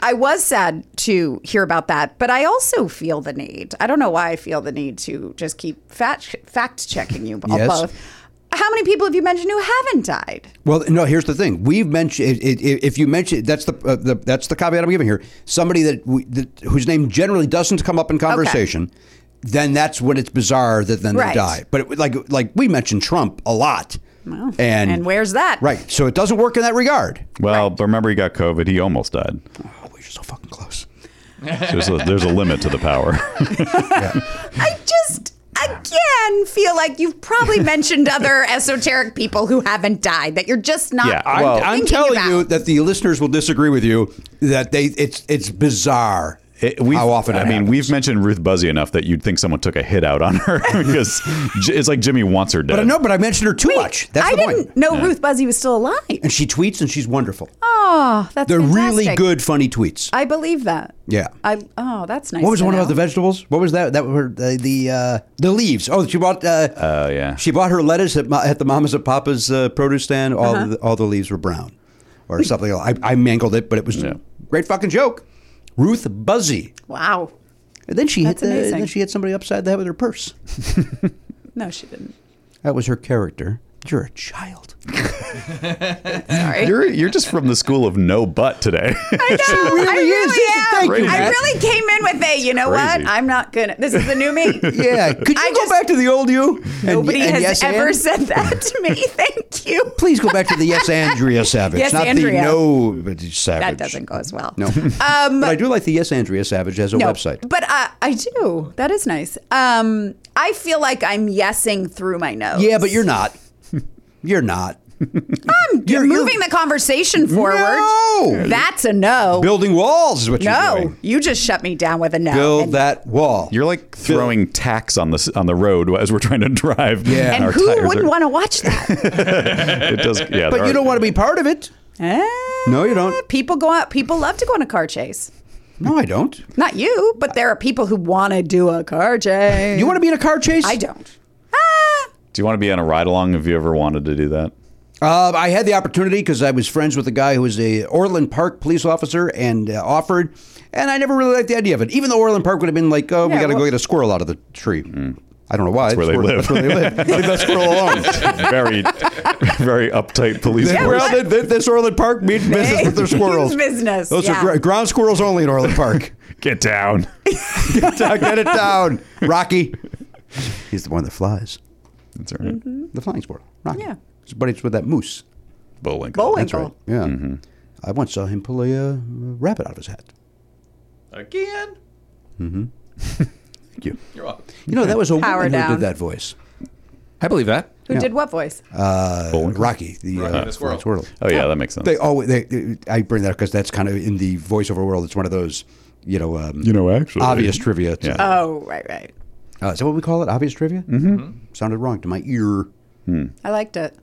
Speaker 9: I was sad to hear about that, but I also feel the need. I don't know why I feel the need to just keep fact fact checking you all
Speaker 2: Yes.
Speaker 9: both. How many people have you mentioned who haven't died?
Speaker 2: Well, no. Here's the thing: we've mentioned it, it, if you mention that's the, uh, the that's the caveat I'm giving here. Somebody that, we, that whose name generally doesn't come up in conversation, then that's when it's bizarre that then
Speaker 9: Right.
Speaker 2: they die. But it, like like we mentioned Trump a lot, and
Speaker 9: and where's that?
Speaker 2: right? So it doesn't work in that regard.
Speaker 1: Well, but remember he got COVID. He almost died.
Speaker 2: Oh, we're so fucking close.
Speaker 1: There's a, there's a limit to the power.
Speaker 9: I just again feel like you've probably mentioned other esoteric people who haven't died that you're just not.
Speaker 1: Yeah,
Speaker 9: I'm,
Speaker 1: well-
Speaker 2: I'm telling you that the listeners will disagree with you that they it's it's bizarre
Speaker 1: It- we've-
Speaker 2: how often
Speaker 1: I
Speaker 2: it
Speaker 1: mean,
Speaker 2: happens.
Speaker 1: we've mentioned Ruth Buzzy enough that you'd think someone took a hit out on her because J- it's like Jimmy wants her dead.
Speaker 2: But no, but I mentioned her too much. That's
Speaker 9: I
Speaker 2: the
Speaker 9: didn't
Speaker 2: point.
Speaker 9: know Ruth Buzzy was still alive.
Speaker 2: And she tweets and she's wonderful.
Speaker 9: Oh, that's
Speaker 2: They're really
Speaker 9: fantastic.
Speaker 2: good, funny tweets.
Speaker 9: I believe that.
Speaker 2: Yeah.
Speaker 9: I oh, that's nice.
Speaker 2: what was
Speaker 9: to
Speaker 2: the one
Speaker 9: know.
Speaker 2: about the vegetables? What was that? That were the the, uh, the leaves. Oh, she bought. Uh,
Speaker 1: Oh, yeah.
Speaker 2: She bought her lettuce at, Ma- at the Mamas and Papas uh, produce stand. All
Speaker 9: Uh-huh.
Speaker 2: the, all the leaves were brown, or something. I, I mangled it, but it was
Speaker 1: Yeah.
Speaker 2: a great fucking joke. Ruth Buzzy.
Speaker 9: Wow.
Speaker 2: And then she
Speaker 9: That's
Speaker 2: hit. The,
Speaker 9: amazing.
Speaker 2: then she hit somebody upside the head with her purse.
Speaker 9: No, she didn't.
Speaker 2: That was her character. You're a child.
Speaker 9: Sorry.
Speaker 1: You're you're just from the school of no butt today.
Speaker 9: I
Speaker 2: really is. Yes,
Speaker 9: am.
Speaker 2: thank
Speaker 1: you,
Speaker 9: I
Speaker 1: Matt.
Speaker 9: really came in with a, you know
Speaker 1: crazy.
Speaker 9: what? I'm not gonna. This is the new me.
Speaker 2: Yeah. Could you
Speaker 9: I
Speaker 2: go
Speaker 9: just-
Speaker 2: back to the old you? And-
Speaker 9: Nobody
Speaker 2: and
Speaker 9: has
Speaker 2: yes
Speaker 9: ever
Speaker 2: and?
Speaker 9: said that to me. Thank you.
Speaker 2: Please go back to the yes, Andrea Savage,
Speaker 9: Yes,
Speaker 2: not
Speaker 9: Andrea.
Speaker 2: the no but Savage.
Speaker 9: That doesn't go as well.
Speaker 2: No. Um, but I do like the yes, Andrea Savage as a
Speaker 9: No,
Speaker 2: website.
Speaker 9: But uh, I do. That is nice. Um, I feel like I'm yesing through my nose.
Speaker 2: Yeah, but you're not. You're not. I'm
Speaker 9: You're moving the conversation forward.
Speaker 2: No!
Speaker 9: That's a no.
Speaker 2: building walls is what you're
Speaker 9: no.
Speaker 2: doing.
Speaker 9: You just shut me down with a no.
Speaker 2: Build
Speaker 9: And-
Speaker 2: that wall.
Speaker 1: You're like throwing tacks on the s- on the road as we're trying to drive.
Speaker 2: Yeah.
Speaker 9: and
Speaker 1: our
Speaker 9: who
Speaker 1: tires
Speaker 9: wouldn't
Speaker 1: are-
Speaker 9: want to watch that?
Speaker 1: It does. Yeah,
Speaker 2: but you don't want to be part of it. No, you don't.
Speaker 9: Eh, People go out. People love to go on a car chase.
Speaker 2: No, I don't.
Speaker 9: Not you, but there are people who want to do a car chase.
Speaker 2: You want to be in a car chase?
Speaker 9: I don't. Ah,
Speaker 1: Do you want to be on a ride along? Have you ever wanted to do that?
Speaker 2: Uh, I had the opportunity because I was friends with a guy who was a Orland Park police officer and uh, offered, and I never really liked the idea of it. Even though Orland Park would have been like, oh, we
Speaker 9: Yeah,
Speaker 2: got to
Speaker 9: well-
Speaker 2: go get a squirrel out of the tree. Hmm. I don't know why. That's
Speaker 1: where they live.
Speaker 2: That's where they live. Leave that squirrel alone.
Speaker 1: Very, very uptight police
Speaker 2: They-
Speaker 1: force.
Speaker 2: well, they- they- this Orland Park meat business with their
Speaker 9: Huge
Speaker 2: squirrels.
Speaker 9: business,
Speaker 2: Those
Speaker 9: yeah.
Speaker 2: are gr- ground squirrels only in Orland Park.
Speaker 1: Get down.
Speaker 2: Doc, Get it down, Rocky. He's the one that flies.
Speaker 1: That's all right.
Speaker 9: Mm-hmm.
Speaker 2: The flying squirrel, Rocky.
Speaker 9: Yeah.
Speaker 2: But it's with that moose.
Speaker 1: Bowling.
Speaker 9: Bowling.
Speaker 2: That's right.
Speaker 9: Ankle.
Speaker 2: Yeah.
Speaker 1: Mm-hmm.
Speaker 2: I once saw him pull a uh, rabbit out of his hat.
Speaker 7: Again.
Speaker 2: Mm-hmm. Thank you.
Speaker 7: You're welcome.
Speaker 2: You know, that was a
Speaker 9: Power
Speaker 2: woman who
Speaker 9: down.
Speaker 2: did that voice.
Speaker 7: I believe that.
Speaker 9: who
Speaker 2: Yeah.
Speaker 9: did what voice?
Speaker 2: Uh, Rocky, the,
Speaker 7: Rocky
Speaker 2: uh,
Speaker 7: the squirrel.
Speaker 2: squirrel.
Speaker 1: Oh yeah, that makes sense.
Speaker 2: They always, they, I bring that up because that's kind of in the voiceover world. It's one of those, you know, um,
Speaker 1: You know, actually.
Speaker 2: obvious trivia.
Speaker 1: Yeah.
Speaker 9: oh, right, right.
Speaker 2: Uh, is that what we call it? Obvious trivia? Mm-hmm. Sounded wrong to my ear.
Speaker 9: I liked it.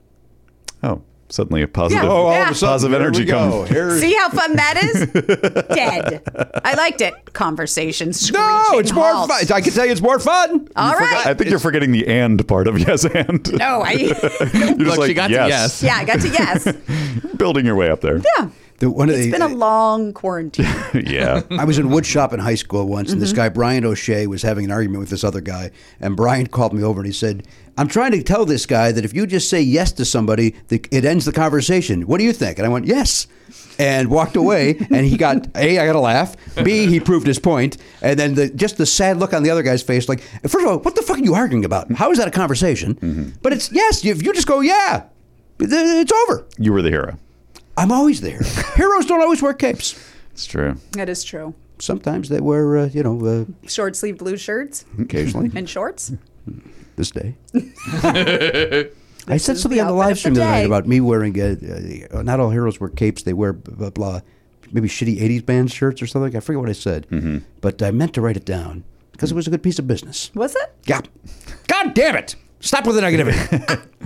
Speaker 1: oh, suddenly a positive.
Speaker 9: Yeah. Oh, all of a Yeah. sudden,
Speaker 1: positive energy coming.
Speaker 9: See how fun that is? Dead. I liked it. Conversation.
Speaker 2: No,
Speaker 9: screeching
Speaker 2: it's more
Speaker 9: halt.
Speaker 2: fun. I can tell you, it's more fun.
Speaker 9: All right.
Speaker 1: I think you're forgetting the and part of yes and.
Speaker 9: no, I.
Speaker 1: You're just
Speaker 7: Look,
Speaker 1: like,
Speaker 7: she got to
Speaker 1: yes,
Speaker 9: yeah, I got to yes.
Speaker 1: building your way up there.
Speaker 9: Yeah.
Speaker 2: The, one of the,
Speaker 9: It's been a long quarantine.
Speaker 1: Yeah.
Speaker 2: I was in woodshop in high school once, and this guy Brian O'Shea was having an argument with this other guy, and Brian called me over and he said, "I'm trying to tell this guy that if you just say yes to somebody, the, it ends the conversation. What do you think?" And I went, "Yes." And walked away, and he got a. I got a laugh. B. He proved his point, and then the, just the sad look on the other guy's face. Like, first of all, what the fuck are you arguing about? How is that a conversation? But it's yes. If you just go yeah, th- it's over.
Speaker 1: You were the hero.
Speaker 2: I'm always there. Heroes don't always wear capes.
Speaker 1: It's true.
Speaker 9: That is true.
Speaker 2: Sometimes they wear, uh, you know, uh,
Speaker 9: Short sleeve blue shirts
Speaker 2: occasionally.
Speaker 9: and shorts.
Speaker 2: this day. I said something
Speaker 9: the
Speaker 2: on the
Speaker 9: outfit
Speaker 2: live
Speaker 9: of
Speaker 2: stream
Speaker 9: the
Speaker 2: the other night
Speaker 9: day.
Speaker 2: about me wearing uh, uh, not all heroes wear capes; they wear blah blah, blah maybe shitty '80s band shirts or something. I forget what I said,
Speaker 9: Mm-hmm.
Speaker 2: but I meant to write it down because it was a good piece of business.
Speaker 9: Was it?
Speaker 2: Yeah. God damn it! Stop with the negativity.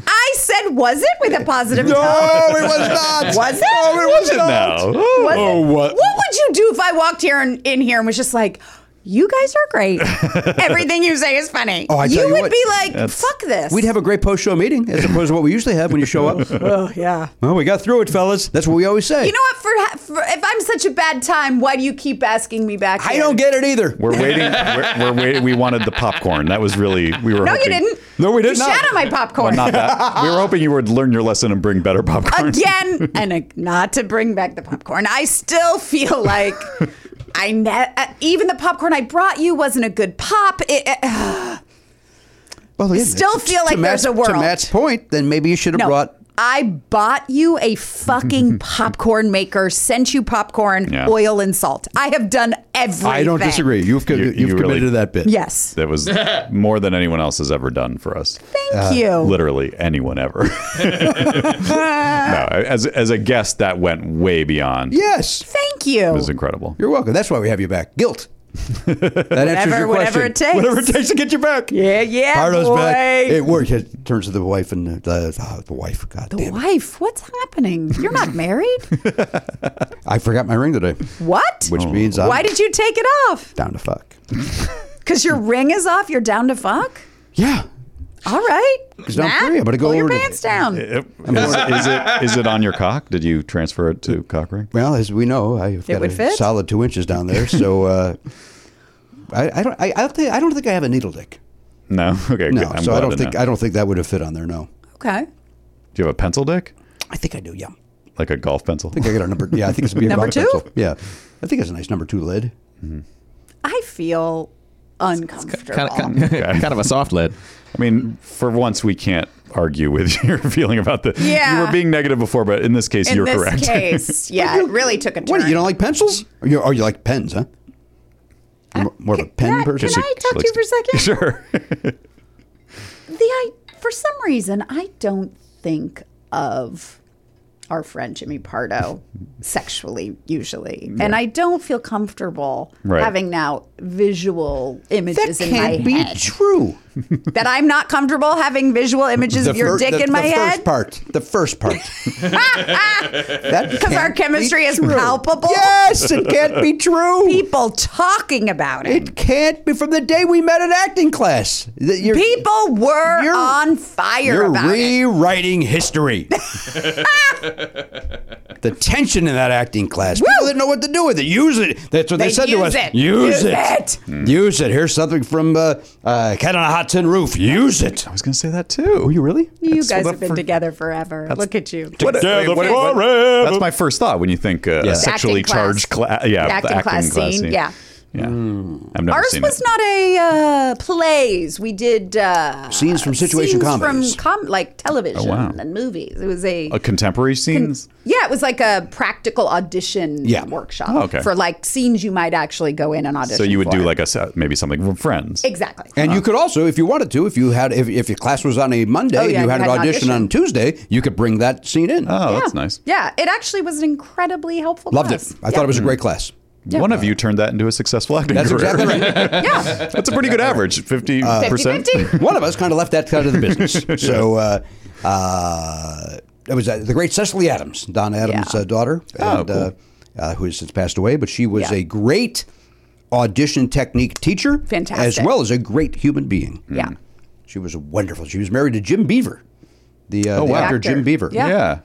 Speaker 9: I said, was it with a positive
Speaker 2: no,
Speaker 9: tone?
Speaker 2: Oh, it was not.
Speaker 9: Was it?
Speaker 2: No, it was not.
Speaker 1: No.
Speaker 9: Was it?
Speaker 1: oh, what?
Speaker 9: What would you do if I walked here and in here and was just like, you guys are great. Everything you say is funny.
Speaker 2: Oh, I tell you
Speaker 9: would
Speaker 2: what,
Speaker 9: be like, fuck this.
Speaker 2: We'd have a great post-show meeting as opposed to what we usually have when you show up.
Speaker 9: oh, yeah.
Speaker 2: well, we got through it, fellas. That's what we always say.
Speaker 9: You know what? For, for if I'm such a bad time, why do you keep asking me back?
Speaker 2: I
Speaker 9: here?
Speaker 2: don't get it either.
Speaker 1: We're waiting. We're, we're waiting. We wanted the popcorn. That was really we were.
Speaker 9: No, you
Speaker 1: hoping,
Speaker 9: didn't.
Speaker 2: No, we did
Speaker 9: you
Speaker 2: not.
Speaker 9: Shat on my popcorn.
Speaker 1: Not that. We were hoping you would learn your lesson and bring better popcorn.
Speaker 9: again and uh, not to bring back the popcorn i still feel like i ne- uh, even the popcorn i brought you wasn't a good pop it, uh, it- ugh.
Speaker 2: Well, yeah,
Speaker 9: Still
Speaker 2: to-
Speaker 9: feel
Speaker 2: to
Speaker 9: like there's
Speaker 2: Matt's-
Speaker 9: a world.
Speaker 2: To Matt's point, then maybe you should have
Speaker 9: No.
Speaker 2: brought
Speaker 9: I bought you a fucking popcorn maker, sent you popcorn,
Speaker 1: Yeah.
Speaker 9: oil, and salt. I have done everything.
Speaker 2: I don't disagree. You've, co-
Speaker 1: You-
Speaker 2: you've
Speaker 1: you
Speaker 2: committed
Speaker 1: really-
Speaker 2: to that bit.
Speaker 9: Yes.
Speaker 1: That was more than anyone else has ever done for us.
Speaker 2: Uh,
Speaker 9: Thank you.
Speaker 1: Literally anyone ever. no, as as a guest, that went way beyond.
Speaker 2: Yes.
Speaker 9: Thank
Speaker 1: It
Speaker 9: you.
Speaker 1: was incredible.
Speaker 2: You're welcome. That's why we have you back. Guilt. That answers
Speaker 9: Whatever-
Speaker 2: your question.
Speaker 9: whatever it takes.
Speaker 2: Whatever it takes to get you back.
Speaker 9: Yeah, yeah,
Speaker 2: Pardo's
Speaker 9: boy.
Speaker 2: back. It works. It turns to the wife and the, the, the wife. God
Speaker 9: The
Speaker 2: damn it.
Speaker 9: wife, what's happening? You're not married?
Speaker 2: I forgot my ring today,
Speaker 9: What?
Speaker 2: which means I'm
Speaker 9: Why did you take it off?
Speaker 2: down to fuck.
Speaker 9: Because your ring is off. You're down to fuck.
Speaker 2: Yeah.
Speaker 9: All right,
Speaker 2: now I'm
Speaker 9: Matt,
Speaker 2: free. I'm gonna go
Speaker 9: pull your
Speaker 2: over to-
Speaker 9: pants down. It,
Speaker 1: It- is, is it is it on your cock? Did you transfer it to cock ring?
Speaker 2: Well, as we know, I've got
Speaker 9: would
Speaker 2: a
Speaker 9: fit?
Speaker 2: solid two inches down there, so uh, I, I don't. I, I don't think. I don't think I have a needle dick.
Speaker 1: No. Okay.
Speaker 2: No,
Speaker 1: good. I'm
Speaker 2: so
Speaker 1: glad
Speaker 2: I don't
Speaker 1: to
Speaker 2: think.
Speaker 1: know.
Speaker 2: I don't think that would have fit on there. No.
Speaker 9: okay,
Speaker 1: Do you have a pencil dick?
Speaker 2: I think I do. Yeah. I
Speaker 1: Like a golf pencil?
Speaker 2: think I got a number. Yeah, I think it's a
Speaker 9: Number
Speaker 2: rock
Speaker 9: two?
Speaker 2: pencil. Yeah, I think it's a nice number two lid.
Speaker 9: I feel uncomfortable.
Speaker 7: Kind of, kind, of, kind of a soft lid.
Speaker 1: I mean, for once, we can't argue with your feeling about the.
Speaker 9: Yeah.
Speaker 1: You were being negative before, but in this case,
Speaker 9: In
Speaker 1: you're
Speaker 9: this
Speaker 1: correct.
Speaker 9: case, yeah, it really took a turn.
Speaker 2: What? You don't like pencils? Or you, or you like pens? Huh? You're mo- more of a pen
Speaker 9: Matt,
Speaker 2: person.
Speaker 9: Uh, Can I talk to you for a second?
Speaker 1: sure.
Speaker 9: The I, for some reason, I don't think of our friend Jimmy Pardo sexually usually, and I don't feel comfortable
Speaker 1: Right.
Speaker 9: having now visual images in my
Speaker 2: Can't be
Speaker 9: head.
Speaker 2: true.
Speaker 9: that I'm not comfortable having visual images of your
Speaker 2: fir-
Speaker 9: dick
Speaker 2: the-
Speaker 9: in my
Speaker 2: the
Speaker 9: head.
Speaker 2: first part. The first part. Because
Speaker 9: Because our chemistry is palpable.
Speaker 2: Yes, it can't be true.
Speaker 9: People talking about it.
Speaker 2: It can't be from the day we met in acting class. that You're,
Speaker 9: People were
Speaker 2: You're-
Speaker 9: on fire
Speaker 2: you're
Speaker 9: about it.
Speaker 2: rewriting history. the tension in that acting class. People didn't know what to do with it. Use it. That's what they,
Speaker 9: They
Speaker 2: said to us.
Speaker 9: use it.
Speaker 2: Use,
Speaker 9: Use
Speaker 2: it. Hmm.
Speaker 9: it.
Speaker 2: Use it. Here's something from uh, uh, Cat on a Hot Tin Roof. Use it.
Speaker 1: I was going to say that too. Were
Speaker 2: You really?
Speaker 9: You
Speaker 1: That's
Speaker 9: guys
Speaker 1: what
Speaker 9: have
Speaker 1: I
Speaker 9: been
Speaker 1: for-
Speaker 9: together forever. Look at you.
Speaker 1: Together
Speaker 9: what- what-
Speaker 1: forever. That's my first thought when you think uh, a sexually
Speaker 9: Acting
Speaker 1: charged
Speaker 9: class.
Speaker 1: class. yeah, the
Speaker 9: Acting class scene, yeah.
Speaker 1: Yeah. I've never
Speaker 9: Ours
Speaker 1: seen
Speaker 9: was
Speaker 1: it.
Speaker 9: not a uh, plays. We did uh,
Speaker 2: Scenes from situation
Speaker 9: scenes
Speaker 2: comedies.
Speaker 9: from com- like television
Speaker 1: Oh, wow.
Speaker 9: and movies. It was a,
Speaker 1: a contemporary scenes.
Speaker 9: yeah, it was like a practical audition
Speaker 2: Yeah.
Speaker 9: workshop
Speaker 1: Oh, okay.
Speaker 9: for like scenes you might actually go in and audition.
Speaker 1: so you would
Speaker 9: for.
Speaker 1: do like a se- maybe something from Friends.
Speaker 9: exactly.
Speaker 2: And you could also, if you wanted to, if you had, if, if your class was on a Monday
Speaker 9: Oh,
Speaker 2: and
Speaker 9: yeah,
Speaker 2: you had, an audition, on
Speaker 9: audition.
Speaker 2: Tuesday, you could bring that scene in.
Speaker 1: Oh,
Speaker 9: yeah.
Speaker 1: that's nice.
Speaker 9: Yeah, it actually was an incredibly helpful.
Speaker 2: Loved
Speaker 9: class.
Speaker 2: it. I thought it was a great class.
Speaker 1: One of you turned that into a successful acting
Speaker 2: That's
Speaker 1: career.
Speaker 2: exactly right.
Speaker 9: Yeah,
Speaker 1: That's a pretty good average, fifty
Speaker 9: Uh,
Speaker 1: percent.
Speaker 9: 50-50.
Speaker 2: One of us kind of left that side of the business. So uh, uh, it was uh, the great Cecily Adams, Don Adams'
Speaker 9: Yeah.
Speaker 2: uh, daughter,
Speaker 1: Oh,
Speaker 2: and,
Speaker 1: cool.
Speaker 2: uh, uh, who has since passed away. But she was
Speaker 9: Yeah.
Speaker 2: a great audition technique teacher, as
Speaker 9: Fantastic. Mm.
Speaker 2: well as a great human being.
Speaker 1: Hmm.
Speaker 9: Yeah.
Speaker 2: She was wonderful. She was married to Jim Beaver, the, uh, the
Speaker 1: wow.
Speaker 2: actor
Speaker 9: Oh, Actor.
Speaker 2: Jim Beaver.
Speaker 9: Yeah.
Speaker 1: yeah.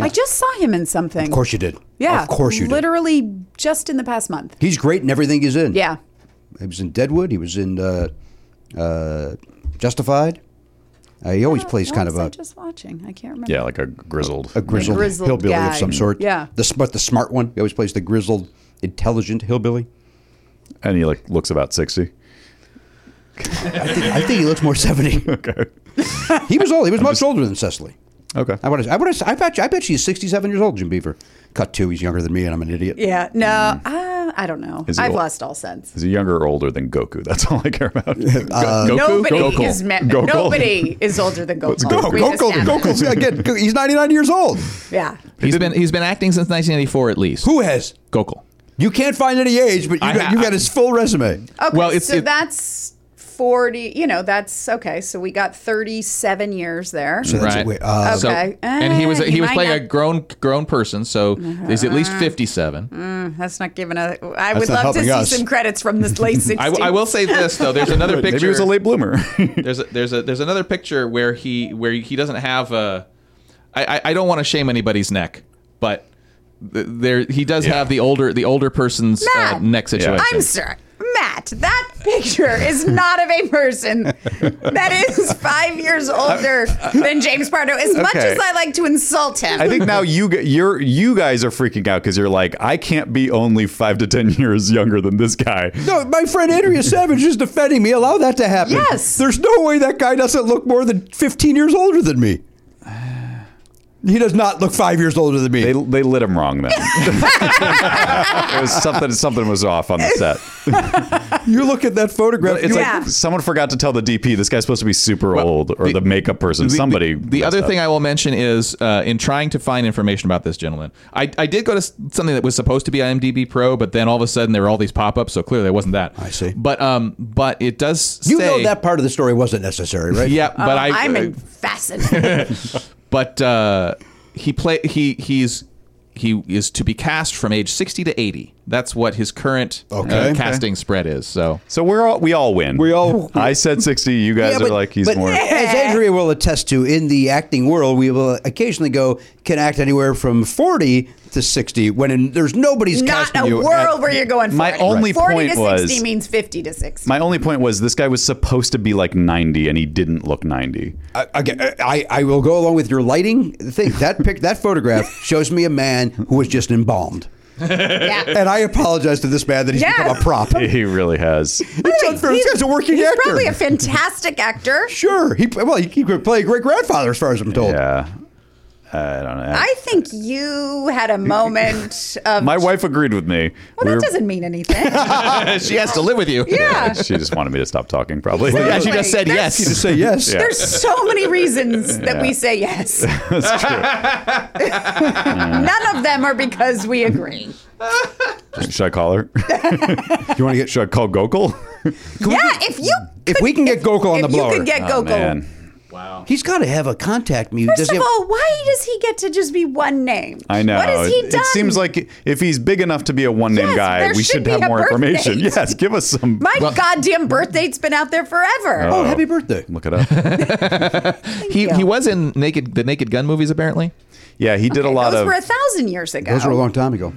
Speaker 9: I just saw him in something.
Speaker 2: Of course you did.
Speaker 9: Yeah.
Speaker 2: Of course you did.
Speaker 9: Literally just in the past month.
Speaker 2: He's great in everything he's in.
Speaker 9: Yeah.
Speaker 2: He was in Deadwood. He was in uh, uh, Justified. Uh, he always plays
Speaker 9: What
Speaker 2: kind
Speaker 9: was
Speaker 2: of a
Speaker 9: I just watching. I can't remember.
Speaker 1: Yeah, like a grizzled.
Speaker 2: a grizzled,
Speaker 9: grizzled
Speaker 2: hillbilly of
Speaker 9: guy.
Speaker 2: some sort.
Speaker 9: Yeah.
Speaker 2: the sm- but the smart one. He always plays the grizzled, intelligent hillbilly.
Speaker 1: and he like looks about sixty.
Speaker 2: I think, I think he looks more seventy. okay, he was old. He was much older than Cecily.
Speaker 1: Okay.
Speaker 2: I would. I would. I bet. You, I bet she's sixty-seven years old. Jim Beaver. Cut two. He's younger than me, and I'm an idiot.
Speaker 9: Yeah. No, uh, I don't know.
Speaker 1: Hmm. Is he
Speaker 9: I've
Speaker 1: old?
Speaker 9: lost all sense.
Speaker 1: Is he younger or older than Goku? That's all I care about. Go- Goku?
Speaker 9: Nobody
Speaker 1: Gokul.
Speaker 9: is me-
Speaker 1: Gokul.
Speaker 9: nobody is older than Gokul.
Speaker 1: Gokul?
Speaker 9: We've
Speaker 2: Gokul,
Speaker 9: established-
Speaker 2: Gokul's again. He's ninety-nine years old.
Speaker 9: Yeah.
Speaker 7: He's been he's been acting since 1984 at least.
Speaker 2: Who has?
Speaker 7: Gokul.
Speaker 2: You can't find any age, but you
Speaker 7: I-
Speaker 2: got, you got his full resume.
Speaker 9: Okay.
Speaker 7: Well, it's-
Speaker 9: so
Speaker 7: it-
Speaker 9: that's 40, you know, that's okay. So we got 37 years there.
Speaker 2: That's
Speaker 7: Right.
Speaker 2: it. Wait, uh,
Speaker 7: So-
Speaker 9: Okay.
Speaker 7: and he was
Speaker 9: Ah,
Speaker 7: he
Speaker 9: you
Speaker 7: was
Speaker 9: might
Speaker 7: playing
Speaker 9: not-
Speaker 7: a grown grown person, so he's at least 57.
Speaker 9: That's not giving a. I would
Speaker 2: not
Speaker 9: love to
Speaker 2: helping
Speaker 9: see
Speaker 2: us.
Speaker 9: some credits from this late 60s.
Speaker 7: I, w- I will say this though. There's another picture.
Speaker 1: Maybe he was a late bloomer.
Speaker 7: There's a, there's a, there's another picture where he where he doesn't have a. I I, I don't want to shame anybody's neck, but th- there he does have the older the older person's uh,
Speaker 9: Matt,
Speaker 7: neck situation.
Speaker 9: I'm sorry. Matt, that picture is not of a person that is five years older than James Pardo. As much
Speaker 1: Okay.
Speaker 9: as I like to insult him,
Speaker 1: I think now you g- you're you guys are freaking out because you're like I can't be only five to ten years younger than this guy.
Speaker 2: No, my friend Andrea Savage is defending me. Allow that to happen.
Speaker 9: Yes.
Speaker 2: There's no way that guy doesn't look more than 15 years older than me. He does not look five years older than me.
Speaker 1: They, they lit him wrong then. it was something something was off on the set.
Speaker 2: you look at that photograph.
Speaker 1: It's
Speaker 2: you-
Speaker 1: like
Speaker 9: Yeah.
Speaker 1: someone forgot to tell the DP this guy's supposed to be super old or the, makeup person.
Speaker 7: The-
Speaker 1: Somebody.
Speaker 7: The, the
Speaker 1: messed
Speaker 7: other
Speaker 1: up.
Speaker 7: thing I will mention is uh, in trying to find information about this gentleman, I, I did go to s- something that was supposed to be IMDb Pro, but then all of a sudden there were all these pop ups, so clearly it wasn't that. I
Speaker 2: see.
Speaker 7: But um, but it does
Speaker 2: you
Speaker 7: say
Speaker 2: know that part of the story wasn't necessary, right?
Speaker 7: Yeah, but I
Speaker 9: I'm
Speaker 7: uh,
Speaker 9: in fascinated.
Speaker 7: but uh, he play he he's he is to be cast from age 60 to 80. That's what his current uh,
Speaker 2: Okay.
Speaker 7: casting spread is. So
Speaker 1: So we're all we all win. We
Speaker 2: all-
Speaker 1: I said sixty. You guys
Speaker 2: Yeah,
Speaker 1: are like he's
Speaker 2: but
Speaker 1: more.
Speaker 2: As Andrea will attest to, in the acting world, we will occasionally go can act anywhere from forty to sixty when in, there's nobody's
Speaker 9: Not
Speaker 2: casting
Speaker 9: a
Speaker 2: you. uh,
Speaker 9: world
Speaker 2: at-
Speaker 9: where you're going. 40.
Speaker 1: My only
Speaker 9: 40
Speaker 1: point
Speaker 9: to 60
Speaker 1: was-
Speaker 9: means 50 to 60.
Speaker 1: My only point was this guy was supposed to be like ninety and he didn't look ninety.
Speaker 2: I- Again, I, I will go along with your lighting thing. That pic, that photograph shows me a man who was just embalmed,
Speaker 9: yeah.
Speaker 2: and I apologize to this man that he's
Speaker 9: Yes.
Speaker 2: become a prop.
Speaker 1: He really has.
Speaker 2: It's unfair. This guy's a working
Speaker 9: he's
Speaker 2: actor.
Speaker 9: probably a fantastic actor.
Speaker 2: Sure, he well he, he could play great grandfather as far as I'm told.
Speaker 1: Yeah. I don't know.
Speaker 9: I think you had a moment of.
Speaker 1: My wife agreed with me.
Speaker 9: Well, that doesn't mean anything.
Speaker 7: she has to live with you.
Speaker 9: Yeah.
Speaker 1: She just wanted me to stop talking. Probably.
Speaker 7: Yeah, she just said
Speaker 9: That's-
Speaker 7: yes.
Speaker 2: Say yes.
Speaker 1: Yeah.
Speaker 9: There's so many reasons that we say yes. None of them are because we agree.
Speaker 1: Should I call her?
Speaker 2: You want to get
Speaker 1: Should I call Gokul?
Speaker 9: yeah, if you
Speaker 2: if we can get Gokul on
Speaker 9: if
Speaker 2: the
Speaker 9: you
Speaker 2: blower.
Speaker 9: could get Gokul.
Speaker 1: Oh, Man.
Speaker 2: He's got to have a contact me.
Speaker 9: First of all, why does he get to just be one name?
Speaker 1: I know.
Speaker 9: What has he
Speaker 1: It-
Speaker 9: done?
Speaker 1: It seems like if he's big enough to be a one name
Speaker 9: Yes,
Speaker 1: guy,
Speaker 9: there
Speaker 1: we
Speaker 9: should
Speaker 1: should
Speaker 9: be
Speaker 1: have
Speaker 9: a
Speaker 1: more
Speaker 9: birth
Speaker 1: information.
Speaker 9: date.
Speaker 1: Yes, give us some.
Speaker 9: my goddamn birth date's been out there forever.
Speaker 2: oh, happy birthday!
Speaker 1: Look it up.
Speaker 7: He,
Speaker 9: you.
Speaker 7: he was in naked the Naked Gun movies apparently.
Speaker 1: Yeah, he did a lot
Speaker 9: Those
Speaker 1: of.
Speaker 9: were a thousand years ago.
Speaker 2: Those were a long time ago.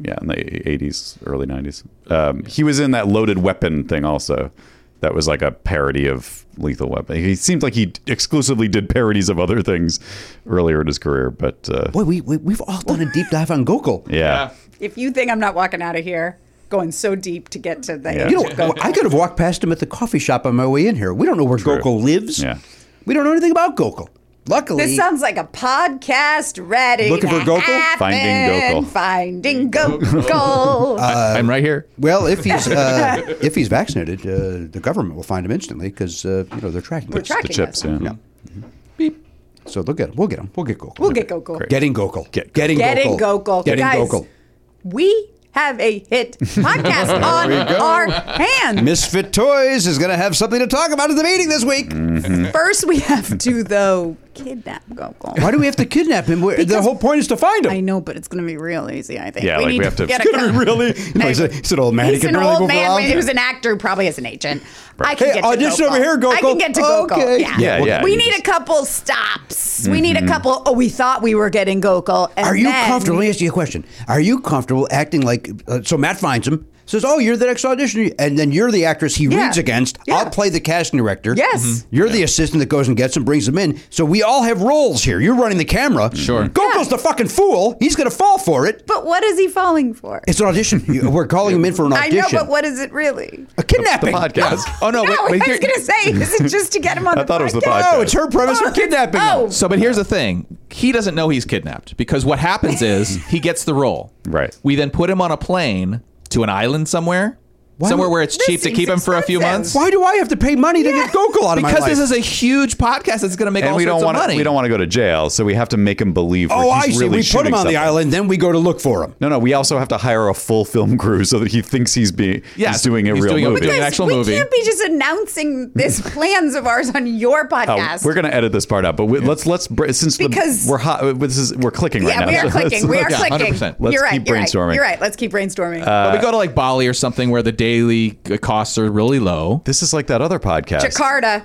Speaker 1: yeah, in the 80s, early 90s. Um, he was in that loaded weapon thing also. That was like a parody of Lethal Weapon. He seemed like he exclusively did parodies of other things earlier in his career, but uh,
Speaker 2: Boy, we, we we've all done a deep dive on Gokul.
Speaker 1: yeah.
Speaker 9: If you think I'm not walking out of here going so deep to get to the
Speaker 1: Yeah.
Speaker 2: You know, I could have walked past him at the coffee shop on my way in here. We don't know where Gokul lives.
Speaker 1: Yeah.
Speaker 2: We don't know anything about Gokul. Luckily,
Speaker 9: This sounds like a podcast ready.
Speaker 2: Looking for
Speaker 9: to
Speaker 2: Gokul?
Speaker 9: happen.
Speaker 1: Finding Gokul.
Speaker 9: Finding Gokul.
Speaker 2: Uh,
Speaker 7: I, am right here.
Speaker 2: well, if he's uh, if he's vaccinated, uh, the government will find him instantly because uh, you know they're tracking.
Speaker 9: We're
Speaker 2: us.
Speaker 9: tracking
Speaker 1: The chips,
Speaker 9: us.
Speaker 1: yeah.
Speaker 2: So they'll get him. We'll get him. We'll get Gokul.
Speaker 9: We'll get Gokul.
Speaker 2: Getting Gokul.
Speaker 1: Get-
Speaker 2: getting
Speaker 9: Getting
Speaker 2: Gokul.
Speaker 9: Gokul.
Speaker 2: Getting
Speaker 9: Guys,
Speaker 2: Gokul.
Speaker 9: We have a hit podcast on our hands.
Speaker 2: Misfit Toys is going to have something to talk about at the meeting this week.
Speaker 9: First, we have to, though, kidnap Gokul.
Speaker 2: Why do we have to kidnap him? We're- the
Speaker 9: Because-
Speaker 2: whole point is to find him.
Speaker 9: I know, but it's going to be real easy, I think.
Speaker 1: Yeah, like,
Speaker 9: need
Speaker 1: we have to-
Speaker 9: Get
Speaker 1: It's
Speaker 9: a
Speaker 1: gonna
Speaker 9: co-
Speaker 2: really? No, he's, a, he's an old man.
Speaker 9: He's
Speaker 2: he
Speaker 9: an
Speaker 2: can barely
Speaker 9: old
Speaker 2: move
Speaker 9: man
Speaker 2: around.
Speaker 9: with- who's an actor, who probably has an agent. I can
Speaker 2: Hey,
Speaker 9: get to
Speaker 2: audition
Speaker 9: Gokul.
Speaker 2: over here,
Speaker 9: I
Speaker 2: Gokul.
Speaker 9: can get to
Speaker 2: Okay.
Speaker 9: Gokul. Yeah.
Speaker 1: Yeah, yeah,
Speaker 9: We
Speaker 1: you
Speaker 9: need
Speaker 1: just-
Speaker 9: a couple stops. We need a couple. Oh, we thought we were getting Gokul. And
Speaker 2: Are you
Speaker 9: then-
Speaker 2: comfortable? Let me ask you a question. Are you comfortable acting like? Uh, so Matt finds him, says, "Oh, you're the next audition," and then you're the actress he
Speaker 9: Yeah.
Speaker 2: reads against.
Speaker 9: Yeah.
Speaker 2: I'll play the casting director.
Speaker 9: Yes. Mhm.
Speaker 7: Mm-hmm.
Speaker 2: You're the assistant that goes and gets him, brings him in. So we all have roles here. You're running the camera.
Speaker 7: Sure.
Speaker 2: Gokul's the fucking fool. He's gonna fall for it.
Speaker 9: But what is he falling for?
Speaker 2: It's an audition. You- We're calling him in for an
Speaker 9: I
Speaker 2: audition.
Speaker 9: know, but what is it really?
Speaker 2: A kidnapping.
Speaker 1: Podcast.
Speaker 7: Oh no,
Speaker 9: No,
Speaker 7: wait, wait,
Speaker 9: I was
Speaker 7: here-
Speaker 9: going to say, is it just to get him on
Speaker 1: I
Speaker 9: the
Speaker 1: thought it was the podcast.
Speaker 2: No, Oh, it's her premise for kidnapping. him.
Speaker 9: Oh,
Speaker 7: So, but here's the thing: he doesn't know he's kidnapped because what happens is he gets the role.
Speaker 1: Right.
Speaker 7: We then put him on a plane to an island somewhere, somewhere where it's
Speaker 9: This
Speaker 7: cheap to
Speaker 9: seems
Speaker 7: keep him for a few months.
Speaker 9: expensive.
Speaker 2: Why do I have to pay money to get Gokul out of my
Speaker 7: Because
Speaker 2: life?
Speaker 7: this is a huge podcast that's going to make
Speaker 1: And
Speaker 7: all
Speaker 1: we
Speaker 7: sorts
Speaker 1: don't want
Speaker 7: of
Speaker 1: to.
Speaker 7: money.
Speaker 1: We don't want to go to jail, so we have to make him believe. we're-
Speaker 2: oh, I
Speaker 1: he's
Speaker 2: see.
Speaker 1: Really
Speaker 2: we put him
Speaker 1: shooting
Speaker 2: on the
Speaker 1: something.
Speaker 2: island, then we go to look for him.
Speaker 1: No, no. We also have to hire a full film crew so that he thinks he's being
Speaker 7: Yes,
Speaker 1: he's doing a
Speaker 7: he's
Speaker 1: real
Speaker 7: doing a-
Speaker 1: movie.
Speaker 7: Doing an
Speaker 9: guys,
Speaker 7: actual
Speaker 9: we
Speaker 7: movie.
Speaker 9: can't be just announcing this plans of ours on your
Speaker 1: Oh,
Speaker 9: podcast.
Speaker 1: we're gonna edit this part out, but we, let's let's br- since the-
Speaker 9: Because-
Speaker 1: we're hot. uh, This is we're clicking
Speaker 9: yeah,
Speaker 1: right now.
Speaker 9: we
Speaker 1: so
Speaker 9: are
Speaker 1: let's-
Speaker 9: clicking. We are
Speaker 1: let's-
Speaker 7: Yeah,
Speaker 9: clicking.
Speaker 7: 100%.
Speaker 1: Let's
Speaker 9: You're right.
Speaker 1: keep
Speaker 9: you're
Speaker 1: brainstorming. Uh,
Speaker 9: Right. You're right. Let's keep brainstorming.
Speaker 7: but we go to like Bali or something where the daily costs are really low.
Speaker 1: This is like that other podcast.
Speaker 9: Jakarta,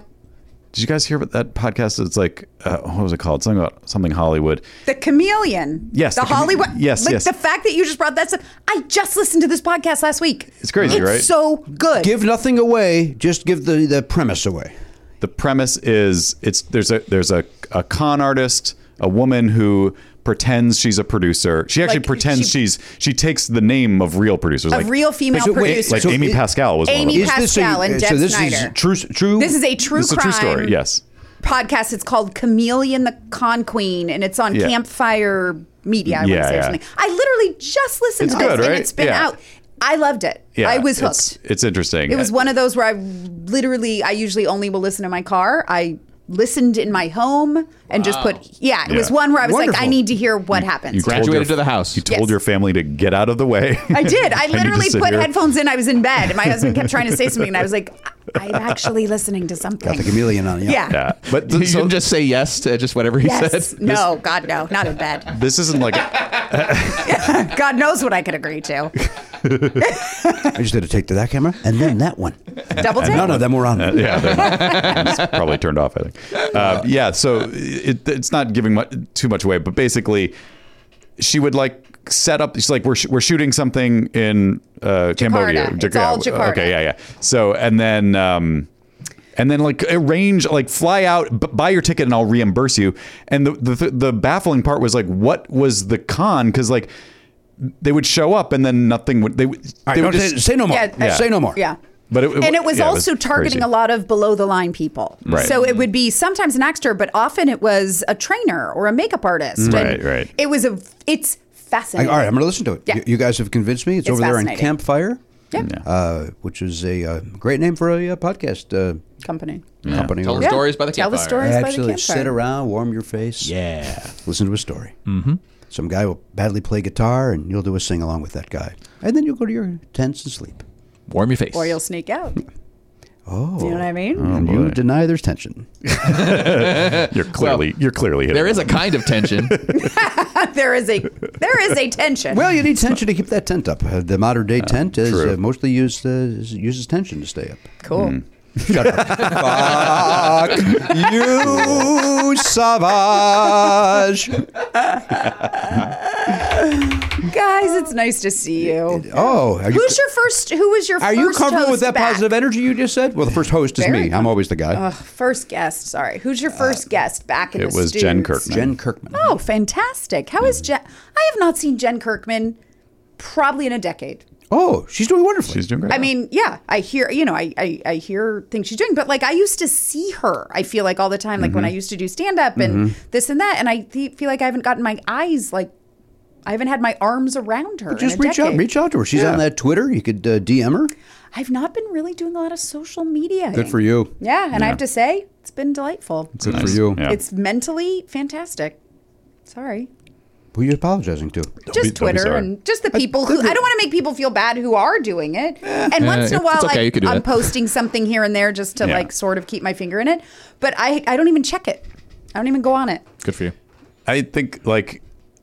Speaker 1: Did you guys hear about that podcast? It's like uh, what was it called? Something about something Hollywood.
Speaker 9: the chameleon.
Speaker 1: Yes,
Speaker 9: The,
Speaker 1: the chame-
Speaker 9: Hollywood.
Speaker 1: yes,
Speaker 9: Like
Speaker 1: yes.
Speaker 9: the fact that you just brought that up. I just listened to this podcast last week.
Speaker 1: It's crazy,
Speaker 9: It's
Speaker 1: right?
Speaker 9: so good.
Speaker 2: Give nothing away, just give the, the premise away.
Speaker 1: the premise is it's there's a there's a, a con artist a woman who pretends she's a producer she actually
Speaker 9: Like,
Speaker 1: pretends
Speaker 9: she-
Speaker 1: she's she takes the name of real producers
Speaker 9: a
Speaker 1: like
Speaker 9: real female
Speaker 2: So wait,
Speaker 9: producer.
Speaker 1: like
Speaker 2: so
Speaker 1: amy
Speaker 2: it-
Speaker 1: pascal was one
Speaker 9: Amy
Speaker 1: of them
Speaker 9: Pascal and Deb
Speaker 2: so this
Speaker 9: Snyder.
Speaker 2: is true, true.
Speaker 9: this is a true
Speaker 1: This is a true
Speaker 9: crime
Speaker 1: story yes
Speaker 9: podcast. It's called Chameleon the Con Queen, and it's on
Speaker 1: Yeah.
Speaker 9: Campfire Media. I want
Speaker 1: Yeah,
Speaker 9: to say or
Speaker 1: yeah.
Speaker 9: something. I literally just listened
Speaker 1: It's
Speaker 9: to
Speaker 1: good,
Speaker 9: this,
Speaker 1: right?
Speaker 9: and it's been
Speaker 1: Yeah.
Speaker 9: out. I loved it.
Speaker 1: Yeah,
Speaker 9: I was hooked.
Speaker 1: It's, it's interesting.
Speaker 9: It was one of those where I literally, I usually only will listen in my car. I listened in my home and just put, yeah, it was
Speaker 1: Yeah.
Speaker 9: one where I was like,
Speaker 2: Wonderful.
Speaker 9: I need to hear what happens.
Speaker 1: you
Speaker 9: here.
Speaker 1: told your-
Speaker 7: Graduated to the house.
Speaker 1: You told
Speaker 9: Yes.
Speaker 1: your family to get out of the way.
Speaker 9: I did. I
Speaker 1: And you
Speaker 9: literally
Speaker 1: just sit
Speaker 9: put
Speaker 1: here.
Speaker 9: headphones in. I was in bed. and My husband kept trying to say something, and I was like, "I- I'm actually listening to something.
Speaker 2: Got the chameleon on. Yeah.
Speaker 9: Yeah.
Speaker 1: Yeah, but
Speaker 7: You
Speaker 1: th- so
Speaker 7: didn't just say yes to just whatever he
Speaker 9: Yes.
Speaker 7: said.
Speaker 9: No, God, no. Not in bed.
Speaker 1: this isn't like a,
Speaker 9: God knows what I could agree to.
Speaker 2: I just had to take to that camera and then that one.
Speaker 9: Double take?
Speaker 2: None of them were on.
Speaker 1: yeah. they're not- it's probably turned off. I think. Uh, yeah, so it, it's not giving much, too much away, but basically, she would like set up. She's like, we're sh- we're shooting something in uh, Cambodia.
Speaker 9: Jakarta. It's all Jakarta.
Speaker 1: Okay, yeah, yeah. So and then. Um, and then like arrange like fly out b- buy your ticket and i'll reimburse you and the the, the baffling part was like what was the con because like they would show up and then nothing would they, would
Speaker 2: All
Speaker 1: they
Speaker 2: right,
Speaker 1: would
Speaker 2: don't say, say no more.
Speaker 9: Yeah, Yeah.
Speaker 2: Say no more.
Speaker 9: Yeah.
Speaker 1: But it- it-
Speaker 9: and it was
Speaker 1: yeah, it was
Speaker 9: also
Speaker 1: crazy.
Speaker 9: targeting a lot of below the line people.
Speaker 1: Right.
Speaker 9: So it would be sometimes an actor, but often it was a trainer or a makeup artist.
Speaker 1: Mm. Right,
Speaker 9: And
Speaker 1: right.
Speaker 9: It was a. It's
Speaker 2: I-
Speaker 9: fascinating.
Speaker 2: all right, I'm going to listen to it.
Speaker 9: Yeah.
Speaker 2: You, you guys have convinced me. It's,
Speaker 9: It's
Speaker 2: over there in
Speaker 9: fascinating.
Speaker 2: Campfire,
Speaker 9: Yep.
Speaker 2: uh, which is a uh, great name for a uh, podcast uh,
Speaker 9: Company.
Speaker 2: company.
Speaker 7: Tell
Speaker 2: or-
Speaker 7: the stories by the
Speaker 9: Tell the
Speaker 7: campfire.
Speaker 9: stories by the
Speaker 2: Absolutely.
Speaker 9: campfire.
Speaker 2: Sit around, warm your face.
Speaker 7: Yeah.
Speaker 2: Listen to a story. Mm-hmm. Some guy will badly play guitar, and you'll do a sing along with that guy. And then you'll go to your tents and sleep.
Speaker 7: Warm your face.
Speaker 9: Or you'll sneak out. Oh. You know what I mean?
Speaker 2: and you deny there's tension.
Speaker 1: you're clearly you're clearly hitting
Speaker 7: there is
Speaker 1: on
Speaker 7: a kind of tension.
Speaker 9: there is a there is a tension.
Speaker 2: Well, you need tension to keep that tent up. Uh, the modern day tent is
Speaker 1: true.
Speaker 2: uh, mostly used uh, is- uses tension to stay up.
Speaker 9: cool.
Speaker 2: Fuck you, savage.
Speaker 1: Mm.
Speaker 9: Guys, it's nice to see you.
Speaker 2: Oh, are you,
Speaker 9: Who's your first who was your
Speaker 2: are
Speaker 9: first
Speaker 2: you comfortable with
Speaker 9: host
Speaker 2: that
Speaker 9: back?
Speaker 2: positive energy you just said? Well, the first host is
Speaker 9: Very Uh,
Speaker 2: me. I'm always the guy.
Speaker 9: Ugh, first guest, sorry. Who's your first guest back in
Speaker 1: it
Speaker 9: the
Speaker 1: was Jen
Speaker 9: Stooges?
Speaker 1: Kirkman.
Speaker 2: Uh, Jen Kirkman. Mm.
Speaker 9: Oh, fantastic. How is Jen I have not seen Jen Kirkman probably in a decade.
Speaker 2: Oh, she's doing wonderfully.
Speaker 1: she's doing great
Speaker 9: I mean, yeah, I hear, you know, I, I, I hear things she's doing, but like I used to see her, I feel like all the time, like when I
Speaker 2: Mm-hmm.
Speaker 9: used to do stand up and this and that. And I th- feel like I haven't gotten my eyes, like, I haven't had my arms around her.
Speaker 2: just
Speaker 9: in a
Speaker 2: reach out,
Speaker 9: decade.
Speaker 2: reach out to her. She's on that Twitter. You could uh, DM her.
Speaker 9: I've not been really doing a lot of social media.
Speaker 2: Good for you.
Speaker 9: Yeah, and I have to say, it's been delightful.
Speaker 2: Good for you.
Speaker 1: Yeah.
Speaker 9: It's mentally fantastic. Sorry.
Speaker 2: Who are you apologizing to?
Speaker 9: just
Speaker 1: be- don't be
Speaker 9: Twitter
Speaker 1: sorry.
Speaker 9: and just the people who I don't want to make people feel bad who are doing it. And once in a
Speaker 7: it's
Speaker 9: while,
Speaker 7: okay, you
Speaker 9: like,
Speaker 7: can do
Speaker 9: I'm
Speaker 7: that.
Speaker 9: posting something here and there just to
Speaker 1: Yeah.
Speaker 9: like sort of keep my finger in it. But I I don't even check it. I don't even go on it.
Speaker 7: Good for you.
Speaker 1: I think like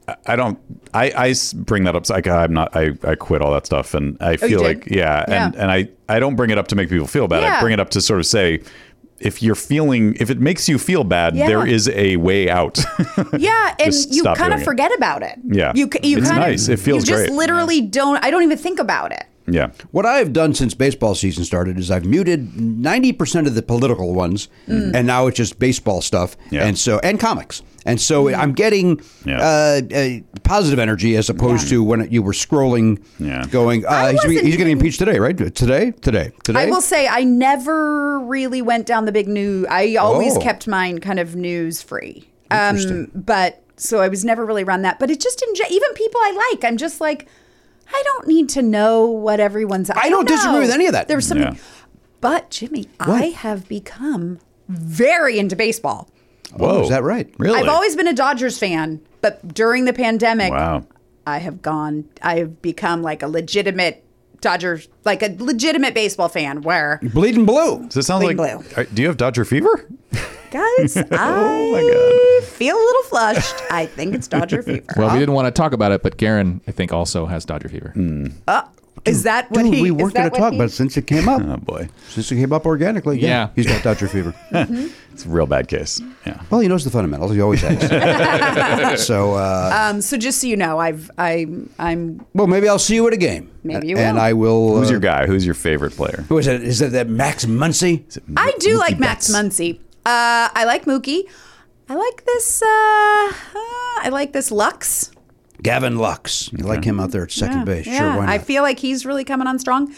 Speaker 1: I- I don't I I s- bring that up so, like I'm not I I quit all that stuff and I
Speaker 9: Oh, you
Speaker 1: feel
Speaker 9: did?
Speaker 1: like yeah, and
Speaker 9: Yeah.
Speaker 1: and I I don't bring it up to make people feel bad.
Speaker 9: Yeah.
Speaker 1: I bring it up to sort of say if you're feeling if it makes you feel bad,
Speaker 9: Yeah.
Speaker 1: there is a way out.
Speaker 9: Yeah, and
Speaker 1: Just
Speaker 9: you
Speaker 1: stop
Speaker 9: kind of
Speaker 1: doing it.
Speaker 9: forget about it.
Speaker 1: Yeah.
Speaker 9: you c- you
Speaker 1: It's
Speaker 9: kind
Speaker 1: nice. It feels
Speaker 9: you just
Speaker 1: great.
Speaker 9: literally don't. I don't even think about it.
Speaker 1: yeah.
Speaker 2: What I have done since baseball season started is I've muted 90% of the political ones,
Speaker 9: Mm.
Speaker 2: and now it's just baseball stuff
Speaker 1: Yeah.
Speaker 2: and so and comics. And so
Speaker 9: Mm.
Speaker 2: I'm getting
Speaker 1: Yeah.
Speaker 2: uh, uh, positive energy as opposed to when you were scrolling,
Speaker 1: Yeah.
Speaker 2: going, uh, he's,
Speaker 9: wasn't
Speaker 2: he's getting
Speaker 9: even-
Speaker 2: impeached today, right? Today, today, today.
Speaker 9: I will say I never really went down the big news. I always
Speaker 2: Oh.
Speaker 9: kept mine kind of news free. Um, but so I was never really around that. But it just in, ge- even people I like, I'm just like, I don't need to know what everyone's. I,
Speaker 2: don't disagree
Speaker 9: know.
Speaker 2: with any of that.
Speaker 9: There was something,
Speaker 1: Yeah.
Speaker 9: but Jimmy, I
Speaker 2: What?
Speaker 9: have become very into baseball.
Speaker 1: Whoa.
Speaker 2: Oh, is that right?
Speaker 1: Really?
Speaker 9: I've always been a Dodgers fan, but during the pandemic,
Speaker 1: Wow.
Speaker 9: I have gone. I have become like a legitimate Dodgers, like a legitimate baseball fan. Where
Speaker 2: Bleeding blue.
Speaker 1: So it sounds like
Speaker 9: Big blue.
Speaker 1: Are- do you have Dodger fever?
Speaker 9: Guys,
Speaker 2: Oh
Speaker 1: my
Speaker 9: I feel a little flushed. I think it's Dodger fever.
Speaker 7: Well, we didn't want to talk about it, but Garen, I think, also has Dodger fever.
Speaker 2: Hmm.
Speaker 9: is that what
Speaker 2: Dude,
Speaker 9: he?
Speaker 2: we
Speaker 9: is
Speaker 2: weren't going to
Speaker 9: that what
Speaker 2: talk
Speaker 9: he-
Speaker 2: about it since it came
Speaker 1: Oh
Speaker 2: up.
Speaker 1: boy.
Speaker 2: Since it came up organically, yeah,
Speaker 7: Yeah.
Speaker 2: he's got Dodger fever.
Speaker 1: It's a real bad case. Yeah.
Speaker 2: well, he knows the fundamentals. He always has. so, uh,
Speaker 9: Um, so just so you know, I've I I'm
Speaker 2: well, maybe I'll see you at a game.
Speaker 9: Maybe you
Speaker 2: and
Speaker 9: will.
Speaker 2: I will.
Speaker 1: Who's
Speaker 2: uh,
Speaker 1: your guy? Who's your favorite player?
Speaker 2: Who is it? Is that that Max Muncy?
Speaker 9: I do
Speaker 1: Mookie
Speaker 9: like Max
Speaker 1: Betts.
Speaker 9: Muncy. Uh, I like Mookie. I like this. Uh, uh, I like this Lux.
Speaker 2: Gavin Lux. You like him out there at second base? Sure, why not?
Speaker 9: I feel like he's really coming on strong.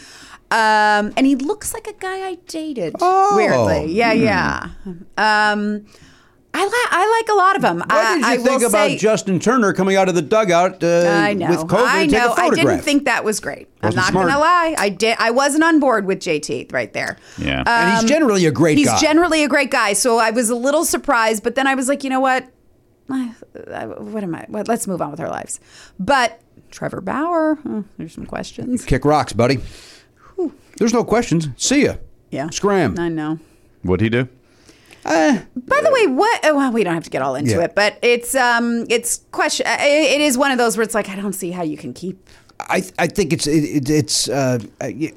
Speaker 9: Um, Um, and he looks like a guy I dated.
Speaker 2: Oh.
Speaker 9: weirdly, yeah, yeah. Um, I like I like a lot of them.
Speaker 2: What did you
Speaker 9: I, I
Speaker 2: think
Speaker 9: will
Speaker 2: about
Speaker 9: say,
Speaker 2: Justin Turner coming out of the dugout uh,
Speaker 9: I know.
Speaker 2: with COVID
Speaker 9: I
Speaker 2: to take
Speaker 9: know.
Speaker 2: a
Speaker 9: I
Speaker 2: photograph?
Speaker 9: didn't think that was great.
Speaker 2: Wasn't
Speaker 9: I'm not
Speaker 2: smart.
Speaker 9: gonna lie. I did. I wasn't on board with JT right there. Um,
Speaker 1: Yeah.
Speaker 2: And he's generally a great
Speaker 9: He's
Speaker 2: guy.
Speaker 9: generally a great guy, so I was a little surprised. But then I was like, you know what? I- I- What am I? What, let's move on with our lives. But Trevor Bauer, hmm, there's some questions.
Speaker 2: Kick rocks, buddy. There's no questions. See ya.
Speaker 9: Yeah,
Speaker 2: Scram.
Speaker 9: I know.
Speaker 1: What'd he do?
Speaker 9: By the way, what? oh, Well, we don't have to get all into
Speaker 2: Yeah.
Speaker 9: it, but it's um, it's question. uh, It, it is one of those where it's like I don't see how you can keep.
Speaker 2: I I think it's it, it, it's. Uh, I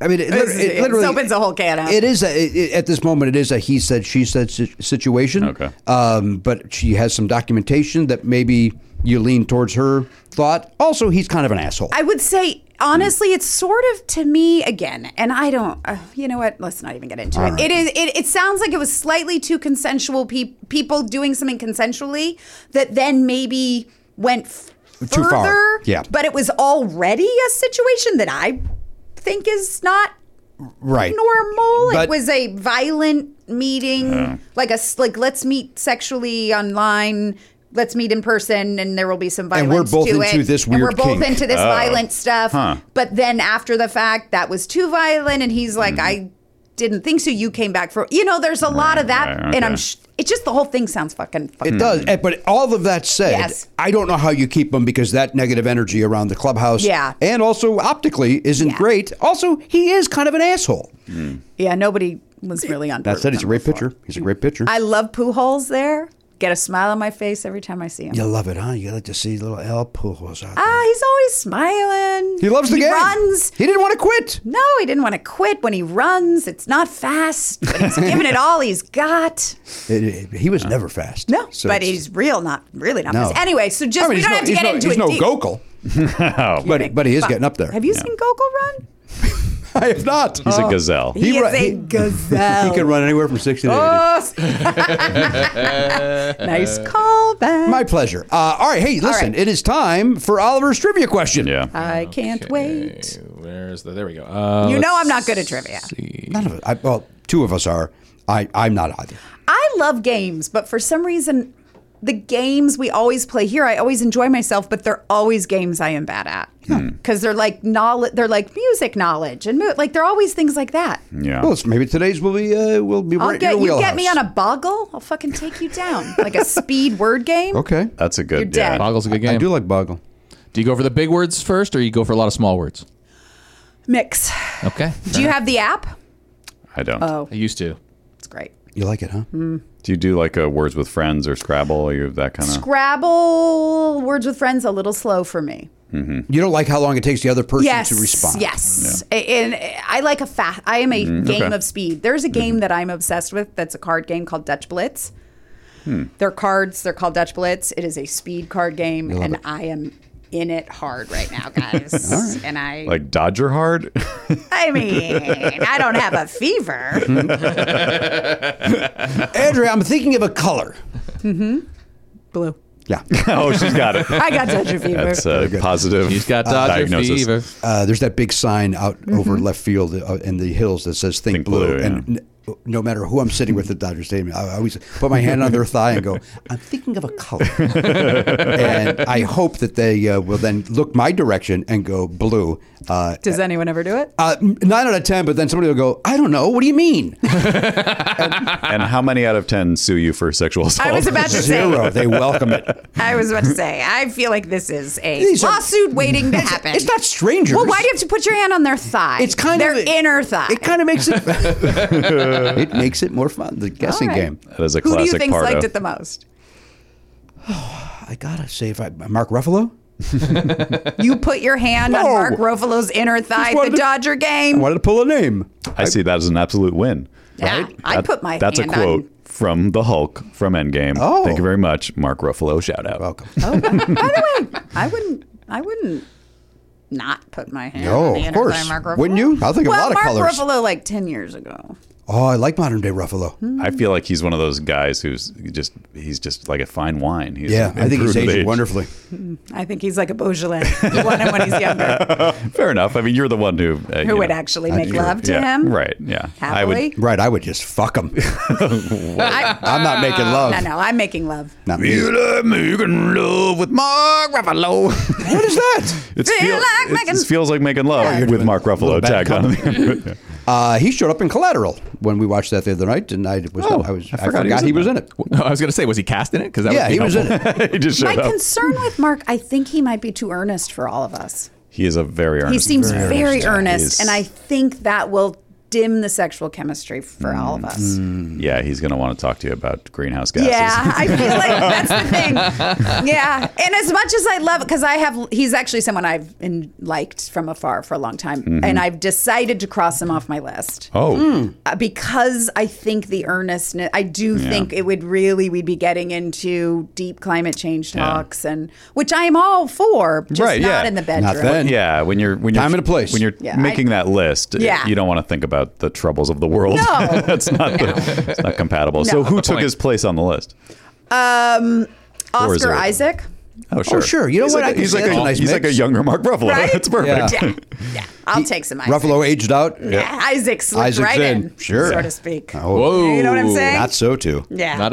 Speaker 2: I mean, it,
Speaker 9: This
Speaker 2: lit-
Speaker 9: is-
Speaker 2: it
Speaker 9: it
Speaker 2: literally
Speaker 9: opens a whole can of-
Speaker 2: It is a, it- it- at this moment. It is a he said she said si- situation.
Speaker 1: Okay.
Speaker 2: Um, but she has some documentation that maybe you lean towards her thought. Also, he's kind of an asshole.
Speaker 9: I would say honestly, it's sort of to me again, and I don't. Uh, you know what? Let's not even get into it. It is. It, it sounds like it was slightly too consensual. Pe- people doing something consensually that then maybe went f-
Speaker 2: Too
Speaker 9: further.
Speaker 2: far. Yeah.
Speaker 9: But it was already a situation that I think is not
Speaker 2: right.
Speaker 9: normal.
Speaker 2: But-
Speaker 9: it was a violent meeting, like a s- like let's meet sexually online. Let's meet in person, and there will be some violence.
Speaker 2: And we're both
Speaker 9: to
Speaker 2: into
Speaker 9: it.
Speaker 2: this
Speaker 9: And we're
Speaker 2: weird
Speaker 9: both
Speaker 2: kink. Oh.
Speaker 9: into this violent stuff.
Speaker 1: Huh.
Speaker 9: But then after the fact, that was too violent, and he's
Speaker 2: Mm.
Speaker 9: like, "I didn't think so." You came back for you know. There's a lot of that,
Speaker 1: right,
Speaker 9: and I'm.
Speaker 1: okay.
Speaker 9: Sh- it's just the whole thing sounds fucking. fucking
Speaker 2: It does. eh, But all of that said,
Speaker 9: Yes.
Speaker 2: I don't know how you keep them because that negative energy around the clubhouse
Speaker 9: Yeah.
Speaker 2: and also optically isn't
Speaker 9: Yeah.
Speaker 2: great. Also, he is kind of an asshole.
Speaker 9: Yeah, nobody was really on.
Speaker 2: That
Speaker 9: board
Speaker 2: said,
Speaker 9: with
Speaker 2: he's a
Speaker 9: him
Speaker 2: great
Speaker 9: before.
Speaker 2: pitcher. He's a great pitcher.
Speaker 9: I love poo holes. There, get a smile on my face every time I see him.
Speaker 2: you love it, huh? You like to see little El Pujos out there.
Speaker 9: Ah, he's always smiling.
Speaker 2: He loves the game.
Speaker 9: He runs.
Speaker 2: He didn't want to quit.
Speaker 9: No, he didn't want to quit when he runs. It's not fast, but he's giving it all he's got.
Speaker 2: It- it- he was never fast.
Speaker 9: No,
Speaker 2: So
Speaker 9: but
Speaker 2: it's-
Speaker 9: he's real, not really not
Speaker 2: No.
Speaker 9: fast. Anyway, so just
Speaker 2: I mean,
Speaker 9: we
Speaker 2: he's
Speaker 9: don't
Speaker 2: no,
Speaker 9: have to
Speaker 2: he's
Speaker 9: get
Speaker 2: no,
Speaker 9: into
Speaker 2: he's
Speaker 9: it.
Speaker 2: no
Speaker 9: deep.
Speaker 2: Gokul,
Speaker 1: Oh,
Speaker 2: but but he is getting up there.
Speaker 9: Have you seen Gogol run?
Speaker 2: I have not.
Speaker 1: He's a gazelle.
Speaker 9: Oh, He,
Speaker 2: He
Speaker 9: is
Speaker 2: ru-
Speaker 9: a
Speaker 2: he-
Speaker 9: gazelle.
Speaker 2: He can run anywhere from sixty to eighty.
Speaker 9: Oh, s- nice call back.
Speaker 2: My pleasure. Uh, all right, hey, listen,
Speaker 9: right.
Speaker 2: it is time for Oliver's trivia question.
Speaker 1: yeah.
Speaker 9: I can't wait.
Speaker 7: Where's the? There we go. Uh,
Speaker 9: You
Speaker 7: let's
Speaker 9: know I'm not good at trivia.
Speaker 7: see.
Speaker 2: None of us. I, well, two of us are. I I'm not either.
Speaker 9: I love games, but for some reason, the games we always play here, I always enjoy myself, but they're always games I am bad at
Speaker 2: Hmm.
Speaker 9: because they're like knowledge, they're like music knowledge, and mo- like they're always things like that.
Speaker 1: yeah.
Speaker 2: Well, Oh, it's- maybe today's will be uh, will be
Speaker 9: I'll
Speaker 2: right
Speaker 9: get
Speaker 2: in
Speaker 9: you
Speaker 2: your
Speaker 9: get me on
Speaker 2: wheelhouse.
Speaker 9: a boggle, I'll fucking take you down like a speed word game.
Speaker 2: Okay,
Speaker 1: That's a good.
Speaker 9: You're
Speaker 1: yeah.
Speaker 9: dead.
Speaker 7: Boggle's a good game.
Speaker 2: I do like Boggle.
Speaker 7: Do you go for the big words first, or you go for a lot of small words?
Speaker 9: Mix.
Speaker 7: Okay.
Speaker 9: Do you have the app?
Speaker 1: I don't.
Speaker 9: Oh,
Speaker 7: I used to.
Speaker 9: it's great.
Speaker 2: You like it, huh?
Speaker 9: Mm.
Speaker 1: Do you do like a Words with Friends or Scrabble or you that
Speaker 2: Oh.
Speaker 1: kind of?
Speaker 9: Scrabble, Words with Friends, a little slow for me.
Speaker 2: You don't like how long it takes the other person
Speaker 9: yes,
Speaker 2: to respond. Mm,
Speaker 9: Yes, and I like a fast. I am a game
Speaker 1: okay.
Speaker 9: of speed. There's
Speaker 2: Mm-hmm.
Speaker 9: a game that I'm obsessed with. That's a card game called Dutch Blitz.
Speaker 2: Hmm.
Speaker 9: They're cards. They're called Dutch Blitz. It is a speed card game, and I am in it hard right now, guys. And I,
Speaker 1: Like Dodger Hard?
Speaker 9: I mean, I don't have a fever.
Speaker 2: Andrea, I'm thinking of a color.
Speaker 9: Blue.
Speaker 2: Yeah.
Speaker 1: oh, she's got it.
Speaker 9: I got Dutch fever.
Speaker 1: That's a positive.
Speaker 7: He's got Dodger
Speaker 1: diagnosis.
Speaker 7: fever.
Speaker 2: Uh, there's that big sign out
Speaker 9: Mm-hmm.
Speaker 2: over left field uh, in the hills that says "Think,
Speaker 1: Think
Speaker 2: Blue,"
Speaker 1: blue,
Speaker 2: and
Speaker 1: yeah.
Speaker 2: n- no matter who I'm sitting with at Dodger Stadium, I I always put my hand on their thigh and go, "I'm thinking of a color," and I hope that they uh, will then look my direction and go blue. Uh,
Speaker 9: Does anyone ever do it?
Speaker 2: uh, nine out of ten, but then somebody will go, "I don't know. What do you mean?"
Speaker 1: And how many out of 10 sue you for sexual assault?
Speaker 9: I was about to say.
Speaker 2: Zero. They welcome it.
Speaker 9: I was about to say. I feel like this is a
Speaker 2: These are-
Speaker 9: lawsuit waiting to happen.
Speaker 2: It's not strangers.
Speaker 9: Well, why do you have to put your hand on their thigh?
Speaker 2: It's kind
Speaker 9: their
Speaker 2: of-
Speaker 9: inner thigh.
Speaker 2: It kind of makes it. it makes it more fun. The guessing
Speaker 9: All right.
Speaker 2: game.
Speaker 1: That is a
Speaker 9: Who do
Speaker 1: classic
Speaker 9: you think
Speaker 1: Pardo.
Speaker 9: liked it the most?
Speaker 2: I gotta say, if I Mark Ruffalo.
Speaker 9: You put your hand on
Speaker 2: No.
Speaker 9: Mark Ruffalo's inner thigh at
Speaker 2: wanted
Speaker 9: the
Speaker 2: to-
Speaker 9: Dodger game.
Speaker 2: wanted to pull a name.
Speaker 1: I see that as an absolute win.
Speaker 9: Yeah, I
Speaker 1: That-
Speaker 9: put my
Speaker 1: That's
Speaker 9: hand
Speaker 1: a quote
Speaker 9: on.
Speaker 1: from the Hulk from Endgame.
Speaker 2: Oh.
Speaker 1: Thank you very much, Mark Ruffalo. Shout out.
Speaker 2: Welcome.
Speaker 9: I wouldn't. I wouldn't not put my hand.
Speaker 2: No,
Speaker 9: on the
Speaker 2: of
Speaker 9: inner
Speaker 2: course.
Speaker 9: Thigh of Mark Ruffalo.
Speaker 2: Wouldn't you? I think
Speaker 9: well,
Speaker 2: a lot of
Speaker 9: Mark
Speaker 2: colors.
Speaker 9: Ruffalo like ten years ago.
Speaker 2: Oh, I like modern day Ruffalo.
Speaker 9: Hmm.
Speaker 1: I feel like he's one of those guys who's just he's just like a fine wine. He's
Speaker 2: Yeah, I think he's
Speaker 1: improved with
Speaker 2: aged
Speaker 1: age.
Speaker 2: wonderfully.
Speaker 9: I think he's like a Beaujolais. You want him when he's younger.
Speaker 1: Fair enough. I mean, you're the one who uh, you
Speaker 9: Who would
Speaker 1: know,
Speaker 9: actually make
Speaker 1: you're-
Speaker 9: love to
Speaker 1: yeah,
Speaker 9: him?
Speaker 1: Right. Yeah. I
Speaker 9: Happily.
Speaker 1: would.
Speaker 2: Right, I would just fuck him. I'm not making love.
Speaker 9: no, no, I'm making love.
Speaker 2: Not me.
Speaker 1: love me, you can love with Mark Ruffalo.
Speaker 2: What is that?
Speaker 1: It's
Speaker 9: Feel like
Speaker 1: it's-
Speaker 9: making-
Speaker 1: it feels like making love
Speaker 9: Yeah.
Speaker 1: with Mark Ruffalo
Speaker 2: bad
Speaker 1: tagged on. there.
Speaker 2: Uh, he showed up in Collateral when we watched that the other night, and I was
Speaker 1: Oh,
Speaker 2: I was
Speaker 1: I
Speaker 2: I
Speaker 1: forgot
Speaker 2: forgot,
Speaker 1: he was
Speaker 2: he
Speaker 1: in
Speaker 2: was
Speaker 1: that.
Speaker 2: in it.
Speaker 7: No, I was gonna say, was he cast in it? Because
Speaker 2: Yeah, he was in it.
Speaker 1: he just
Speaker 9: My
Speaker 1: showed up.
Speaker 9: concern with Mark, I think he might be too earnest for all of us.
Speaker 1: He is a very earnest.
Speaker 9: He seems very, earnest,
Speaker 1: He is-
Speaker 9: and I think that will dim the sexual chemistry for all of us.
Speaker 1: yeah, he's going to want to talk to you about greenhouse gases.
Speaker 9: Yeah, I feel like that's the thing. Yeah, and as much as I love, because I have, he's actually someone I've in, liked from afar for a long time, and I've decided to cross him off my list
Speaker 1: Oh,
Speaker 2: Hmm.
Speaker 9: uh, because I think the earnestness. I do think it would really we'd be getting into deep climate change talks, and which I am all for, just
Speaker 1: Right,
Speaker 9: not
Speaker 1: yeah.
Speaker 9: in the
Speaker 1: Not
Speaker 9: bedroom.
Speaker 2: then.
Speaker 1: yeah. When you're when you're
Speaker 2: Time and a place.
Speaker 1: when you're
Speaker 9: Yeah, I-
Speaker 1: making that list,
Speaker 9: Yeah.
Speaker 1: you don't want to think about the troubles of the world.
Speaker 9: No.
Speaker 1: that's not the, it's not compatible. So who took
Speaker 7: point.
Speaker 1: his place on the list? Or is
Speaker 9: Um, Oscar
Speaker 1: there-
Speaker 9: Isaac.
Speaker 1: Oh sure,
Speaker 2: sure. You know
Speaker 1: he's
Speaker 2: what? I
Speaker 1: Like a,
Speaker 2: can
Speaker 1: he's
Speaker 2: see
Speaker 1: like
Speaker 2: that's
Speaker 1: a,
Speaker 2: a nice
Speaker 1: he's like a
Speaker 2: mix.
Speaker 1: younger Mark Ruffalo.
Speaker 9: Right?
Speaker 1: That's perfect.
Speaker 9: Yeah, yeah. I'll take some Isaac.
Speaker 2: Ruffalo aged out.
Speaker 9: Yeah, Isaac slipped
Speaker 2: Isaac's
Speaker 9: right in,
Speaker 2: in. Sure. Oh.
Speaker 9: so to speak.
Speaker 7: Whoa.
Speaker 9: You know what I'm saying?
Speaker 2: Not so too.
Speaker 9: yeah.
Speaker 7: Not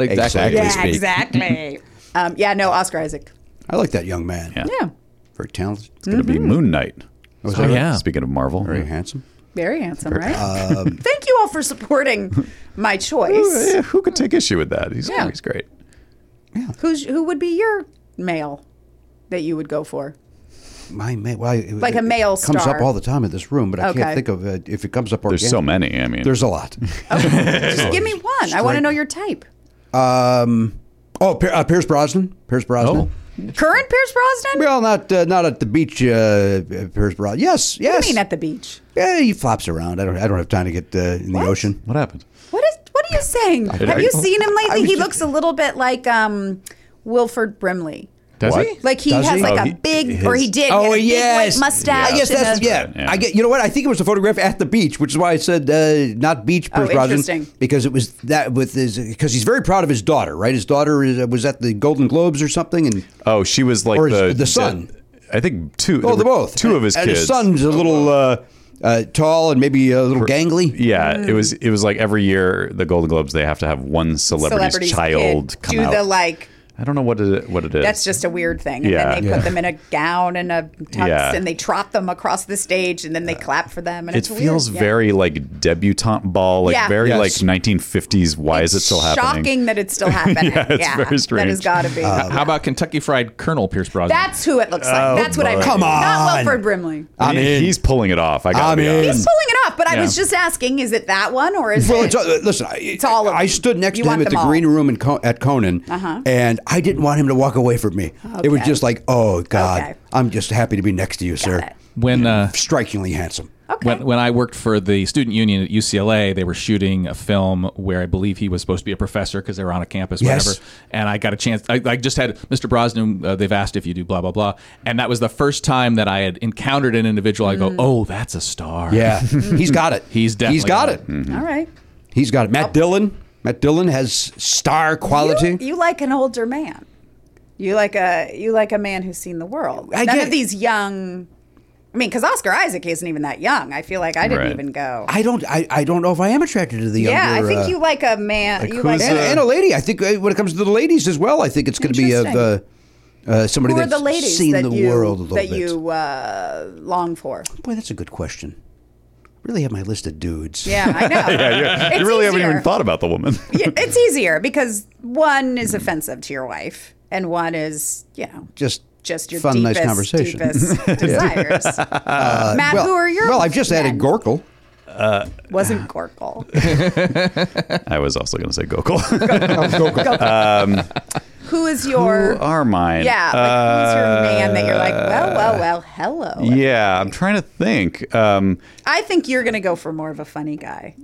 Speaker 2: Exactly.
Speaker 7: exactly.
Speaker 9: Yeah,
Speaker 2: speak.
Speaker 9: exactly. um, yeah, no, Oscar Isaac.
Speaker 2: I like that young man.
Speaker 1: Yeah.
Speaker 9: Yeah,
Speaker 2: Very talented.
Speaker 1: It'll
Speaker 9: Mm-hmm.
Speaker 1: be Moon Knight.
Speaker 2: Was
Speaker 7: Oh,
Speaker 2: that-
Speaker 7: yeah.
Speaker 1: Speaking of Marvel,
Speaker 2: Very handsome.
Speaker 9: very handsome, right?
Speaker 2: Um,
Speaker 9: Thank you all for supporting my choice.
Speaker 1: Yeah, who could take issue with that? He's,
Speaker 9: Yeah.
Speaker 1: he's great.
Speaker 9: Who's who would be your male that you would go for?
Speaker 2: My man. Well, it,
Speaker 9: Like a
Speaker 2: it
Speaker 9: male
Speaker 2: comes
Speaker 9: star.
Speaker 2: up all the time in this room, but I
Speaker 9: Okay.
Speaker 2: can't think of it. if it comes up.
Speaker 1: There's so
Speaker 2: organic-
Speaker 1: many. I mean,
Speaker 2: There's a lot.
Speaker 9: Just give me one. I want to know your type.
Speaker 2: um, oh, Pier- uh, Pierce Brosnan. Pierce Brosnan.
Speaker 9: Current Pierce Brosnan?
Speaker 2: Well, not uh, not at the beach, uh, uh, Pierce Brosnan. Yes,
Speaker 9: I
Speaker 2: yes.
Speaker 9: mean, at the beach.
Speaker 2: yeah, he flops around. I don't. I don't have time to get uh, in
Speaker 9: What?
Speaker 2: the ocean.
Speaker 1: what happened?
Speaker 9: What is? What are you saying? Have you seen him lately? He looks a little bit like um, Wilford Brimley.
Speaker 7: Does
Speaker 1: What?
Speaker 7: he?
Speaker 9: Like he
Speaker 2: Does
Speaker 9: has
Speaker 2: he?
Speaker 9: like
Speaker 1: Oh,
Speaker 9: a
Speaker 1: he-
Speaker 9: big,
Speaker 1: his-
Speaker 9: or he did. he
Speaker 2: Oh
Speaker 9: had a big
Speaker 2: yes,
Speaker 9: white mustache.
Speaker 2: Yeah. Yes,
Speaker 9: and
Speaker 2: that's
Speaker 9: a-
Speaker 2: yeah.
Speaker 1: Yeah.
Speaker 2: I get. You know what? I think it was a photograph at the beach, which is why I said uh, not beach.
Speaker 9: Oh,
Speaker 2: Pierce Brosnan,
Speaker 9: interesting.
Speaker 2: Because it was that with his because he's very proud of his daughter, right? His daughter is, uh, was at the Golden Globes or something, and
Speaker 1: Oh, she was like
Speaker 2: Or his-
Speaker 1: the
Speaker 2: the son.
Speaker 1: I think two.
Speaker 2: oh,
Speaker 1: there
Speaker 2: they
Speaker 1: were
Speaker 2: both
Speaker 1: Two of his
Speaker 2: and
Speaker 1: kids.
Speaker 2: His son's a little uh, uh, tall and maybe a little gangly.
Speaker 1: Yeah, it was. It was like every year the Golden Globes they have to have one celebrity's,
Speaker 9: Celebrity's
Speaker 1: child
Speaker 9: kid
Speaker 1: come
Speaker 9: do
Speaker 1: out.
Speaker 9: the like.
Speaker 1: I don't know what it, what it is.
Speaker 9: That's just a weird thing. And
Speaker 1: Yeah.
Speaker 9: then they
Speaker 1: Yeah.
Speaker 9: put them in a gown and a tux
Speaker 1: Yeah.
Speaker 9: and they trot them across the stage and then they clap for them. And
Speaker 1: It
Speaker 9: it's
Speaker 1: feels
Speaker 9: weird. Yeah.
Speaker 1: very like debutante ball, like
Speaker 9: Yeah.
Speaker 1: very
Speaker 2: Yes.
Speaker 1: like 1950s. Why is it
Speaker 9: It's
Speaker 1: still happening?
Speaker 9: Shocking that it's still happening.
Speaker 1: Yeah, it's very
Speaker 9: That has
Speaker 1: strange. Uh,
Speaker 9: got to be.
Speaker 7: How about Kentucky Fried Colonel Pierce Brosnan?
Speaker 9: That's who it looks like. That's what I mean.
Speaker 1: Oh, boy. Come
Speaker 9: Not
Speaker 2: on.
Speaker 9: Wilford Brimley.
Speaker 1: I mean,
Speaker 2: in.
Speaker 1: he's pulling it off. I gotta
Speaker 2: I'm
Speaker 1: be
Speaker 2: in.
Speaker 1: honest.
Speaker 9: He's pulling it off, but I
Speaker 1: Yeah.
Speaker 9: was just asking: Is it that one or is
Speaker 2: Well,
Speaker 9: it?
Speaker 2: it's, uh, listen, I, it's
Speaker 9: all of
Speaker 2: I
Speaker 9: them.
Speaker 2: stood next
Speaker 9: You
Speaker 2: to him
Speaker 9: want
Speaker 2: at the
Speaker 9: them all. Uh-huh.
Speaker 2: green room in Co- at Conan, and I didn't want him to walk away from me. It was
Speaker 9: Okay.
Speaker 2: just like, oh God,
Speaker 9: Okay.
Speaker 2: I'm just happy to be next to you, sir.
Speaker 9: it.
Speaker 7: when uh,
Speaker 2: Strikingly handsome.
Speaker 7: When, when I worked for the student union at UCLA, they were shooting a film where I believe he was supposed to be a professor because they were on a campus,
Speaker 2: Yes.
Speaker 7: whatever. And I got a chance. I, I just had Mr. Brosnan. Uh, they've asked if you do blah blah blah, and that was the first time that I had encountered an individual. I go, oh, that's a star.
Speaker 2: Yeah,
Speaker 9: Mm-hmm.
Speaker 2: he's got it.
Speaker 7: He's definitely
Speaker 2: he's got
Speaker 7: got
Speaker 2: it.
Speaker 7: it.
Speaker 9: all right.
Speaker 2: He's got it. Matt Dillon. Matt Dillon has star quality.
Speaker 9: Oh. You, you like an older man. You like a you like a man who's seen the world.
Speaker 2: I
Speaker 9: None
Speaker 2: get-
Speaker 9: of these young. I mean, because Oscar Isaac isn't even that young. I feel like I didn't
Speaker 1: Right.
Speaker 9: even go.
Speaker 2: I don't. I, I don't know if I am attracted to the
Speaker 9: yeah,
Speaker 2: younger.
Speaker 9: I think
Speaker 2: uh,
Speaker 9: you like a man. you like
Speaker 1: who's
Speaker 2: and,
Speaker 1: uh,
Speaker 2: and a lady. I think uh, when it comes to the ladies as well, I think it's going to be of uh, uh, somebody
Speaker 9: who are
Speaker 2: that's
Speaker 9: the ladies
Speaker 2: seen
Speaker 9: that
Speaker 2: the
Speaker 9: you
Speaker 2: world a little
Speaker 9: that
Speaker 2: bit.
Speaker 9: you uh, long for?
Speaker 2: Boy, that's a good question. Really have my list of dudes.
Speaker 9: Yeah, I know.
Speaker 1: Yeah,
Speaker 9: It's
Speaker 1: you really haven't
Speaker 9: easier.
Speaker 1: even thought about the woman.
Speaker 9: Yeah, it's easier because one is offensive to your wife, and one is you know
Speaker 2: Just
Speaker 9: just your
Speaker 2: fun,
Speaker 9: deepest,
Speaker 2: nice conversation. Uh,
Speaker 9: deepest desires. Matt,
Speaker 2: well,
Speaker 9: who are your
Speaker 2: well, I've just added
Speaker 9: men?
Speaker 2: Gorkle.
Speaker 9: Wasn't Gorkle.
Speaker 1: I was also gonna say Gokul.
Speaker 9: Who is your
Speaker 1: Who are mine?
Speaker 9: yeah? Like, who's your man that you're like? Well, well, well. Hello.
Speaker 2: Uh,
Speaker 1: Yeah, I'm trying to think. Um,
Speaker 9: I think you're gonna go for more of a funny guy.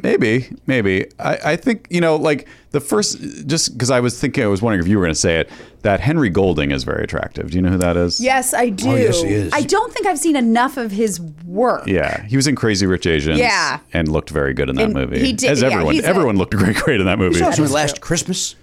Speaker 1: Maybe, maybe. I, I think you know, like the first, just because I was thinking, I was wondering if you were going to say it. That Henry Golding is very attractive. Do you know who that is?
Speaker 9: Yes, I do.
Speaker 10: yes, he is.
Speaker 9: I don't think I've seen enough of his work.
Speaker 1: Yeah, he was in Crazy Rich Asians.
Speaker 9: Yeah.
Speaker 1: and looked very good in that
Speaker 9: And
Speaker 1: movie.
Speaker 9: he did-
Speaker 1: As
Speaker 9: yeah,
Speaker 1: everyone,
Speaker 9: he's a-
Speaker 1: everyone looked great, great in that movie.
Speaker 9: also in
Speaker 2: last Christmas.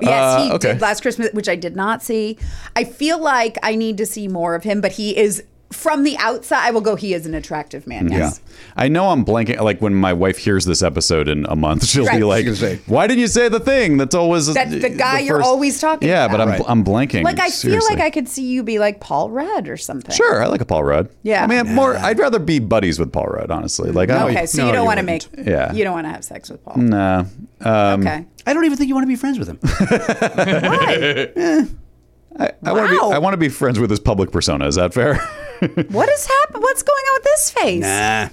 Speaker 9: Yes, he
Speaker 1: Uh, okay.
Speaker 9: did last Christmas, which I did not see. I feel like I need to see more of him, but he is from the outside. I will go. He is an attractive man. Yes.
Speaker 1: Yeah. I know I'm blanking. Like when my wife hears this episode in a month, she'll
Speaker 9: Right.
Speaker 1: be like,
Speaker 10: She's gonna say-
Speaker 1: "Why didn't you say the thing that's always
Speaker 9: That's the guy you're always talking
Speaker 1: Yeah, but
Speaker 9: about.
Speaker 1: I'm
Speaker 10: Right.
Speaker 1: I'm blanking.
Speaker 9: Like I
Speaker 1: seriously.
Speaker 9: feel like I could see you be like Paul Rudd or something.
Speaker 1: Sure, I like a Paul Rudd.
Speaker 9: Yeah.
Speaker 1: I mean, I'm more. I'd rather be buddies with Paul Rudd, honestly. Like, I don't. uh,
Speaker 9: Okay, so
Speaker 10: no,
Speaker 9: you don't
Speaker 10: you
Speaker 9: want to make.
Speaker 10: wouldn't.
Speaker 1: Yeah. Mm, um,
Speaker 9: You don't want to have sex with Paul.
Speaker 1: Nah.
Speaker 9: okay.
Speaker 2: I don't even think you want to be friends with him.
Speaker 9: Why?
Speaker 1: I want to be.
Speaker 9: Wow.
Speaker 1: I want to be friends with his public persona. Is that fair?
Speaker 9: what is happening? What's going on with this face?
Speaker 2: nah,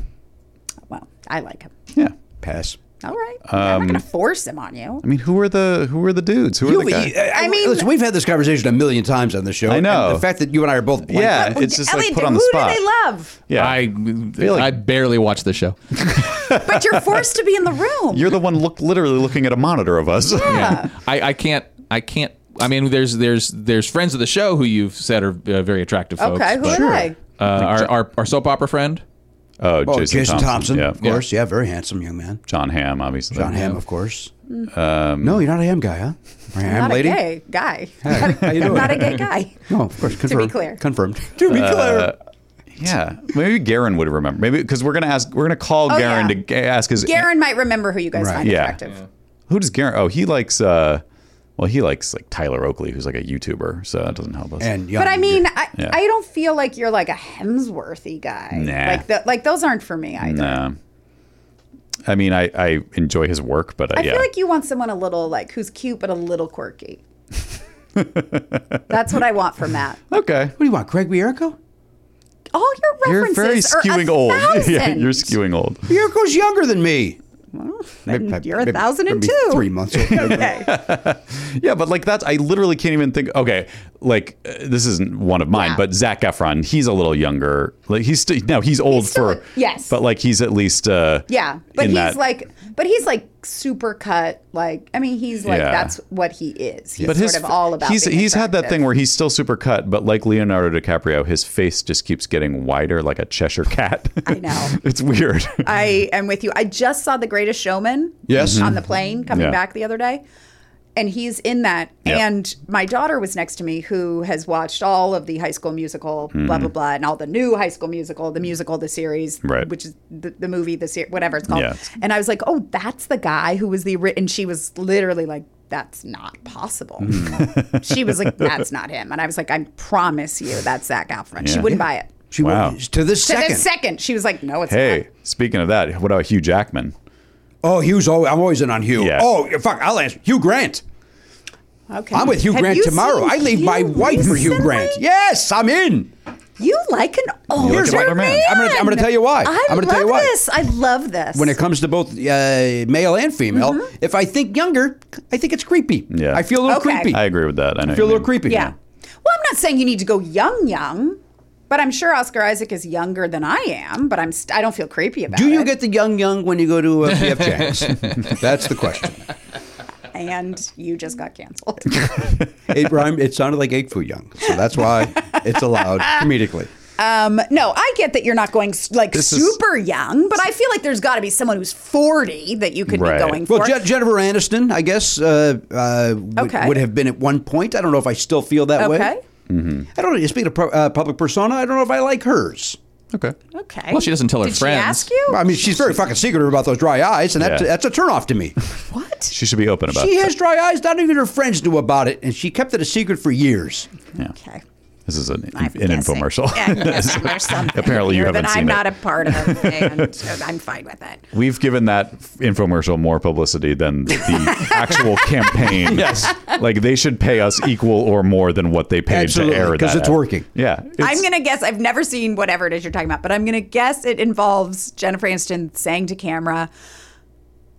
Speaker 9: Well, I like him.
Speaker 1: yeah.
Speaker 2: pass.
Speaker 9: All right. I'm
Speaker 1: Um,
Speaker 9: not going to force him on you.
Speaker 1: I mean, who are the who are the dudes? Who are the guys?
Speaker 9: I mean-
Speaker 2: listen, we've had this conversation a million times on the show.
Speaker 1: I know.
Speaker 2: and the fact that you and I are both blank-
Speaker 1: yeah, it's just like
Speaker 9: Elliot,
Speaker 1: put on the
Speaker 9: who
Speaker 1: spot.
Speaker 9: do they love?
Speaker 1: Yeah.
Speaker 7: I
Speaker 1: like-
Speaker 7: I barely watch the show.
Speaker 9: But you're forced to be in the room.
Speaker 1: You're the one look literally looking at a monitor of us.
Speaker 9: yeah.
Speaker 7: I, I can't I can't I mean there's there's there's friends of the show who you've said are uh, very attractive folks.
Speaker 9: Okay, who
Speaker 7: but,
Speaker 9: are they?
Speaker 7: Uh, our, our our soap opera friend.
Speaker 1: Oh,
Speaker 2: Oh,
Speaker 1: Jason, Thompson. Yeah.
Speaker 2: of course. Yeah. very handsome young man.
Speaker 1: John Hamm, obviously.
Speaker 2: John Ham, of course.
Speaker 1: um,
Speaker 2: no, you're not a ham guy, huh? Or a ham
Speaker 9: Not
Speaker 2: lady?
Speaker 9: a gay guy.
Speaker 2: How you doing?
Speaker 9: Not a gay guy.
Speaker 2: No, of course. Confirmed.
Speaker 9: clear.
Speaker 2: Confirmed. to be
Speaker 1: Uh,
Speaker 2: clear.
Speaker 1: Yeah, maybe Garen would remember. Maybe because we're gonna ask, we're gonna call
Speaker 9: Oh,
Speaker 1: Garen
Speaker 9: yeah.
Speaker 1: to g- ask his.
Speaker 9: Garen might remember who you guys
Speaker 2: Right.
Speaker 9: find
Speaker 1: Yeah.
Speaker 9: attractive.
Speaker 1: Who does Garen? Oh, he likes. uh Well, he likes like Tyler Oakley, who's like a YouTuber, so that doesn't help us.
Speaker 2: And young.
Speaker 9: But I mean, I,
Speaker 1: Yeah.
Speaker 9: I don't feel like you're like a Hemsworthy guy.
Speaker 1: Nah.
Speaker 9: Like the, like those aren't for me either.
Speaker 1: Nah. I mean, I I enjoy his work, but uh,
Speaker 9: I
Speaker 1: yeah,
Speaker 9: feel like you want someone a little like who's cute but a little quirky. That's what I want from that.
Speaker 1: okay.
Speaker 2: what do you want, Craig Bierko?
Speaker 9: All your
Speaker 1: You're
Speaker 9: references
Speaker 1: very
Speaker 9: are
Speaker 1: skewing
Speaker 9: a
Speaker 1: old. yeah,
Speaker 9: thousand.
Speaker 1: you're skewing old.
Speaker 2: Bierko's younger than me.
Speaker 9: And you're a
Speaker 2: Maybe-
Speaker 9: thousand and
Speaker 2: maybe
Speaker 9: two.
Speaker 2: Three months. old.
Speaker 9: Okay.
Speaker 1: Yeah, but like that's I literally can't even think. Okay, like uh, this isn't one of mine,
Speaker 9: Yeah.
Speaker 1: but Zach Efron, he's a little younger. Like he's still no, he's old
Speaker 9: still-
Speaker 1: for
Speaker 9: yes.
Speaker 1: but like he's at least uh
Speaker 9: Yeah, but
Speaker 1: in
Speaker 9: he's
Speaker 1: that-
Speaker 9: like, but he's like super cut. Like, I mean, he's like
Speaker 1: Yeah.
Speaker 9: that's what he is. He's
Speaker 1: But his,
Speaker 9: sort of all about.
Speaker 1: he's
Speaker 9: being
Speaker 1: he's had that
Speaker 9: attractive.
Speaker 1: thing where he's still super cut, but like Leonardo DiCaprio, his face just keeps getting wider like a Cheshire cat.
Speaker 9: I know.
Speaker 1: it's weird.
Speaker 9: I
Speaker 1: Mm-hmm.
Speaker 9: am with you. I just saw The Greatest Showman.
Speaker 2: Yes.
Speaker 9: On the plane coming
Speaker 1: Yeah.
Speaker 9: back the other day. And he's in that.
Speaker 1: Yeah.
Speaker 9: And my daughter was next to me who has watched all of the high school musical, blah, blah, blah, and all the new high school musical, the musical, the series,
Speaker 1: Mm-hmm. Right.
Speaker 9: which is the, the movie, the series, whatever it's called.
Speaker 1: Yeah.
Speaker 9: And I was like, oh, that's the guy who was the, ri-" and she was literally like, that's not possible.
Speaker 1: Mm.
Speaker 9: she was like, that's not him. And I was like, I promise you that's Zach Alfred. She
Speaker 1: Yeah.
Speaker 9: wouldn't buy it.
Speaker 2: She
Speaker 1: Wow.
Speaker 2: went to the
Speaker 9: To
Speaker 2: second.
Speaker 9: the second, she was like, no, it's not.
Speaker 1: hey, speaking of that, what about Hugh Jackman?
Speaker 2: Oh, Hugh's always. I'm always in on Hugh.
Speaker 1: Yeah.
Speaker 2: Oh, fuck. I'll answer. Hugh Grant.
Speaker 9: Okay.
Speaker 2: I'm with Hugh
Speaker 9: Have
Speaker 2: Grant
Speaker 9: you
Speaker 2: tomorrow.
Speaker 9: seen
Speaker 2: I leave my
Speaker 9: Hugh
Speaker 2: wife for Hugh
Speaker 9: recently?
Speaker 2: Grant. Yes, I'm in.
Speaker 9: You like an older
Speaker 1: like an older man.
Speaker 9: man.
Speaker 1: I'm
Speaker 2: gonna- I'm gonna tell you why.
Speaker 9: I
Speaker 2: I'm gonna
Speaker 9: love
Speaker 2: tell you why.
Speaker 9: this. I love this.
Speaker 2: When it comes to both uh, male and female,
Speaker 9: Mm-hmm.
Speaker 2: if I think younger, I think it's creepy.
Speaker 1: Yeah.
Speaker 2: I feel a little
Speaker 9: Okay.
Speaker 2: creepy.
Speaker 1: I agree with that. I know
Speaker 2: I feel a
Speaker 1: you
Speaker 2: little
Speaker 1: mean.
Speaker 2: creepy.
Speaker 9: yeah. Well, I'm not saying you need to go young, young, but I'm sure Oscar Isaac is younger than I am. But I'm st- I don't feel creepy about
Speaker 2: Do
Speaker 9: it.
Speaker 2: you get the young young when you go to uh, PF Chang's? That's the question.
Speaker 9: And you just got canceled.
Speaker 2: It rhymed. It sounded like egg foo young, so that's why it's allowed comedically.
Speaker 9: um, no, I get that you're not going s- like
Speaker 1: This is-
Speaker 9: super young, but I feel like there's got to be someone who's 40 that you could
Speaker 1: Right.
Speaker 9: be going
Speaker 2: Well,
Speaker 9: for.
Speaker 2: Je- Jennifer Aniston, I guess, uh, uh, would,
Speaker 9: Okay.
Speaker 2: would have been at one point. I don't know if I still feel that way. Mm-hmm.
Speaker 9: okay.
Speaker 2: I don't know. Speaking of pro- uh, public persona, I don't know if I like hers.
Speaker 1: Okay.
Speaker 9: Okay.
Speaker 7: Well, she doesn't tell her
Speaker 9: Did
Speaker 7: friends.
Speaker 9: She ask you
Speaker 2: I mean, she's very fucking secretive about those dry eyes, and that,
Speaker 1: Yeah.
Speaker 2: that's a turnoff to me.
Speaker 9: what?
Speaker 1: She should be open about
Speaker 2: she
Speaker 1: it.
Speaker 2: has dry eyes. Not even her friends knew about it, and she kept it a secret for years.
Speaker 9: Okay.
Speaker 1: This is an,
Speaker 9: I'm
Speaker 1: an
Speaker 9: guessing.
Speaker 1: infomercial.
Speaker 9: Yeah, I'm guessing there's something
Speaker 1: Apparently you
Speaker 9: here that
Speaker 1: haven't seen
Speaker 9: I'm not
Speaker 1: it.
Speaker 9: a part of, and I'm fine with it.
Speaker 1: We've given that infomercial more publicity than the actual campaign. Yes. Like they should pay us equal or more than what they paid
Speaker 2: Absolutely,
Speaker 1: to air that.
Speaker 2: 'cause it's
Speaker 1: ad.
Speaker 2: working.
Speaker 1: Yeah.
Speaker 9: I'm going to guess, I've never seen whatever it is you're talking about, but I'm going to guess it involves Jennifer Aniston saying to camera,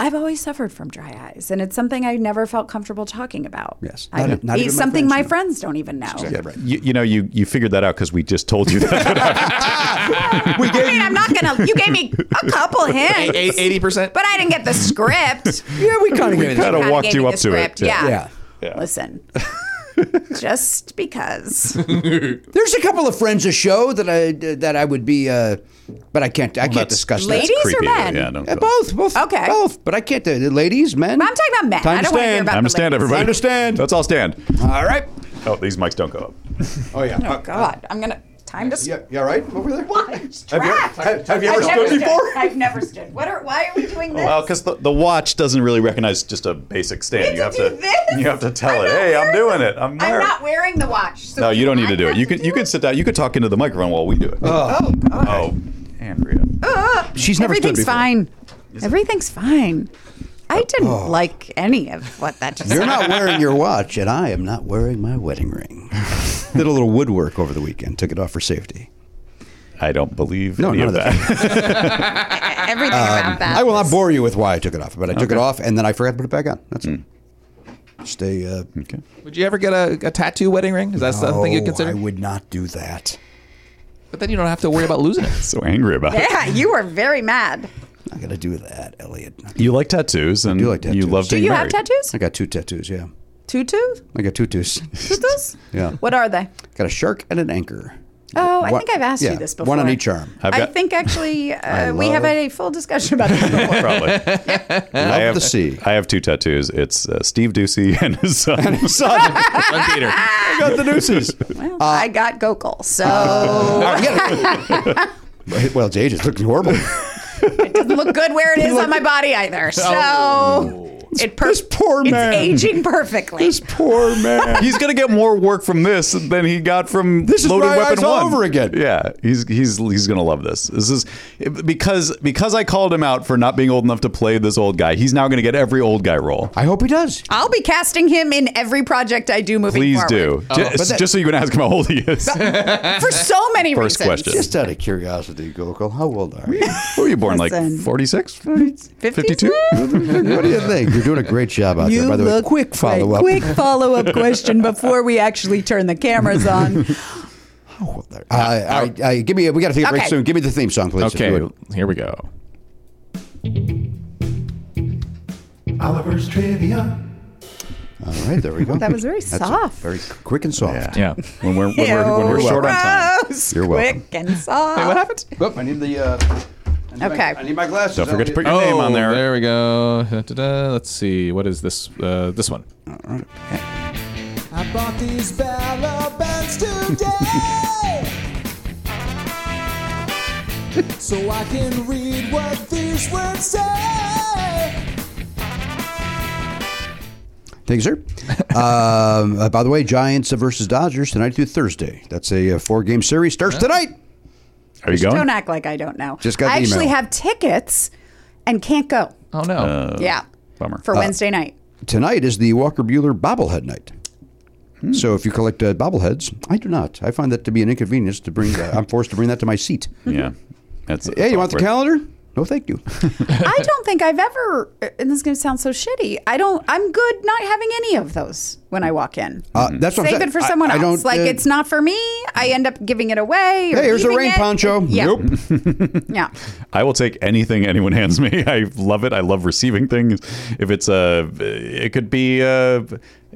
Speaker 9: I've always suffered from dry eyes, and it's something I never felt comfortable talking about.
Speaker 2: Yes.
Speaker 9: I,
Speaker 2: Not- not
Speaker 9: it's
Speaker 2: even my
Speaker 9: something
Speaker 2: friends
Speaker 9: my
Speaker 2: know.
Speaker 9: friends don't even know.
Speaker 1: You, you know, you you figured that out because we just told you that.
Speaker 9: I mean, I'm not gonna. You gave me a couple hints,
Speaker 7: Eighty percent.
Speaker 9: but I didn't get the script.
Speaker 2: Yeah, we kind of get
Speaker 1: kinda
Speaker 2: it.
Speaker 9: Kinda
Speaker 1: walked
Speaker 9: gave
Speaker 1: you
Speaker 9: me
Speaker 1: up
Speaker 9: the
Speaker 1: to it.
Speaker 9: script,
Speaker 1: Yeah.
Speaker 9: Yeah.
Speaker 2: Yeah.
Speaker 9: Listen, just because.
Speaker 2: There's a couple of friends of show that I that I would be, uh, but I can't. I can't discuss that.
Speaker 9: Ladies or men?
Speaker 1: Yeah, don't
Speaker 2: Uh,
Speaker 1: go.
Speaker 2: both, both,
Speaker 9: Okay.
Speaker 2: both. But I can't. Uh, ladies, men.
Speaker 9: I'm talking about men.
Speaker 2: Time
Speaker 9: I
Speaker 2: to
Speaker 9: don't want to hear
Speaker 2: stand.
Speaker 9: about
Speaker 1: I understand,
Speaker 9: the ladies.
Speaker 1: everybody.
Speaker 2: Understand.
Speaker 1: Let's all stand.
Speaker 2: All right.
Speaker 1: Oh, these mics don't go up.
Speaker 2: Oh yeah.
Speaker 9: Oh God, I'm gonna time to.
Speaker 2: Yeah, you all right over there?
Speaker 9: What?
Speaker 2: Have you,
Speaker 9: Trapped.
Speaker 2: have, have you
Speaker 9: I've
Speaker 2: ever
Speaker 9: never
Speaker 2: stood before?
Speaker 9: I've never stood. What are? Why are we doing this?
Speaker 1: Oh, Well, because the, the watch doesn't really recognize just a basic stand.
Speaker 9: Did
Speaker 1: You have
Speaker 9: you
Speaker 1: to
Speaker 9: do this?
Speaker 1: you have to tell
Speaker 9: I'm
Speaker 1: it.
Speaker 9: not
Speaker 1: Hey, I'm
Speaker 9: wearing
Speaker 1: doing
Speaker 9: this.
Speaker 1: it. I'm
Speaker 9: I'm
Speaker 1: wearing.
Speaker 9: not wearing the watch. so
Speaker 1: No, you don't need to
Speaker 9: I
Speaker 1: do it.
Speaker 9: have
Speaker 1: You can you can sit down. You could talk into the microphone while we do it. Oh, Andrea.
Speaker 9: Oh.
Speaker 2: She's never stood
Speaker 9: Everything's
Speaker 2: before.
Speaker 9: fine. Everything's fine. I didn't
Speaker 2: Oh.
Speaker 9: like any of what that just.
Speaker 2: You're not wearing your watch, and I am not wearing my wedding ring. Did a little woodwork over the weekend. Took it off for safety.
Speaker 1: I don't believe
Speaker 2: No,
Speaker 1: any
Speaker 2: none
Speaker 1: of
Speaker 2: of
Speaker 1: that.
Speaker 2: that.
Speaker 9: everything about that.
Speaker 2: Um, I will not bore you with why I took it off, but I took it off and then I forgot to put it back on. That's it. Just a. Uh,
Speaker 1: okay.
Speaker 7: Would you ever get a, a tattoo wedding ring? Is that something you
Speaker 2: oh,
Speaker 7: consider?
Speaker 2: I would not do that.
Speaker 7: But then you don't have to worry about losing it.
Speaker 1: So angry about it.
Speaker 9: Yeah, you were very mad.
Speaker 2: Not gonna do that, Elliot.
Speaker 1: You like tattoos and
Speaker 2: do like
Speaker 1: you
Speaker 2: tattoos.
Speaker 1: love
Speaker 9: Do
Speaker 1: being
Speaker 9: you have
Speaker 1: married.
Speaker 9: tattoos?
Speaker 2: I got two tattoos. Yeah,
Speaker 9: Tutus?
Speaker 2: I got two tattoos.
Speaker 9: Tutus?
Speaker 2: Yeah.
Speaker 9: What are they?
Speaker 2: Got a shark and an anchor.
Speaker 9: Oh, I
Speaker 2: One-
Speaker 9: think I've asked
Speaker 2: yeah,
Speaker 9: you this before.
Speaker 2: one on each arm.
Speaker 1: I've
Speaker 9: I
Speaker 1: got-
Speaker 9: think actually uh, we have
Speaker 2: love-
Speaker 9: had a full discussion about this before.
Speaker 1: Probably. I
Speaker 2: Love
Speaker 1: have
Speaker 2: the sea.
Speaker 1: I have two tattoos. It's uh, Steve Ducey and his son.
Speaker 7: One Peter.
Speaker 2: I got the nooses.
Speaker 9: Well, I got Gokul, so
Speaker 2: uh, well, Jay just looked horrible.
Speaker 9: it doesn't look Oh. good where it is on my body either. So it per-
Speaker 2: This poor man.
Speaker 9: It's aging perfectly.
Speaker 2: this poor man.
Speaker 1: he's gonna get more work from this than he got from
Speaker 2: This is
Speaker 1: Loaded
Speaker 2: Dry
Speaker 1: Weapon
Speaker 2: Eyes all
Speaker 1: One
Speaker 2: over again.
Speaker 1: Yeah, he's he's he's gonna love this. This is because because I called him out for not being old enough to play this old guy. He's now gonna get every old guy role.
Speaker 2: I hope he does.
Speaker 9: I'll be casting him in every project I do moving
Speaker 1: Please
Speaker 9: forward. Oh.
Speaker 1: do. Ju- just,
Speaker 2: that-
Speaker 1: so you can ask him how old he is.
Speaker 9: For so many
Speaker 1: First
Speaker 9: reasons.
Speaker 1: question.
Speaker 2: Just out of curiosity, Gokul, how old are you?
Speaker 1: Who were you born
Speaker 9: Listen.
Speaker 1: like 46?
Speaker 9: 52?
Speaker 2: what do you think? You're doing a great job out there. By the way,
Speaker 9: look
Speaker 2: quick
Speaker 9: great.
Speaker 2: follow up.
Speaker 9: Quick follow up question before we actually turn the cameras on.
Speaker 2: Uh, I, I, give me. A, we got to take a break
Speaker 9: Okay.
Speaker 2: soon. Give me the theme song, please.
Speaker 7: Okay,
Speaker 2: Do it.
Speaker 7: here we go.
Speaker 11: Oliver's Trivia.
Speaker 2: All right, there we go.
Speaker 9: That was very
Speaker 2: That's
Speaker 9: soft.
Speaker 2: Very quick and soft.
Speaker 7: Yeah.
Speaker 1: When we're, when we're, when we're
Speaker 9: Ew,
Speaker 1: short on time.
Speaker 9: gross.
Speaker 2: You're welcome.
Speaker 9: Quick and soft. what happened?
Speaker 2: Oop, I need the. Uh, I need
Speaker 9: Okay.
Speaker 2: My, I need my glasses.
Speaker 1: Don't forget to put your
Speaker 7: Oh,
Speaker 1: name on there.
Speaker 7: There we go. Da-da-da. Let's see. What is this? Uh, this one.
Speaker 11: I bought these Bella Bands today. so I can read what these words say.
Speaker 2: Thank you, sir. um, uh, by the way, Giants versus Dodgers tonight through Thursday. That's a, uh four-game series. Starts tonight.
Speaker 1: Are you
Speaker 9: Don't
Speaker 1: going?
Speaker 9: act like I don't know.
Speaker 2: Just got
Speaker 9: I
Speaker 2: the
Speaker 9: actually
Speaker 2: email.
Speaker 9: have tickets and can't go.
Speaker 7: Oh no.
Speaker 2: Uh,
Speaker 9: yeah.
Speaker 1: Uh, bummer.
Speaker 9: For Wednesday night.
Speaker 2: Tonight is the Walker Bueller bobblehead night.
Speaker 1: Hmm.
Speaker 2: So if you collect uh, bobbleheads, I do not. I find that to be an inconvenience to bring. Uh, I'm forced to bring that to my seat.
Speaker 1: Yeah. That's
Speaker 2: Hey, you want the
Speaker 1: awkward.
Speaker 2: calendar? No, thank you.
Speaker 9: I don't think I've ever, and this is going to sound so shitty. I don't, I'm good not having any of those when I walk in.
Speaker 2: Uh,
Speaker 1: Hmm.
Speaker 2: that's what I'm
Speaker 9: Save
Speaker 2: saying.
Speaker 9: it for
Speaker 2: I-
Speaker 9: someone
Speaker 2: I
Speaker 9: else.
Speaker 2: don't,
Speaker 9: like
Speaker 2: uh,
Speaker 9: it's not for me. I end up giving it away. or
Speaker 2: Hey, here's a
Speaker 9: leaving
Speaker 2: rain
Speaker 9: it.
Speaker 2: poncho.
Speaker 9: Yeah,
Speaker 2: Nope.
Speaker 9: yeah.
Speaker 1: I will take anything anyone hands me. I love it. I love receiving things. If it's a, it could be a,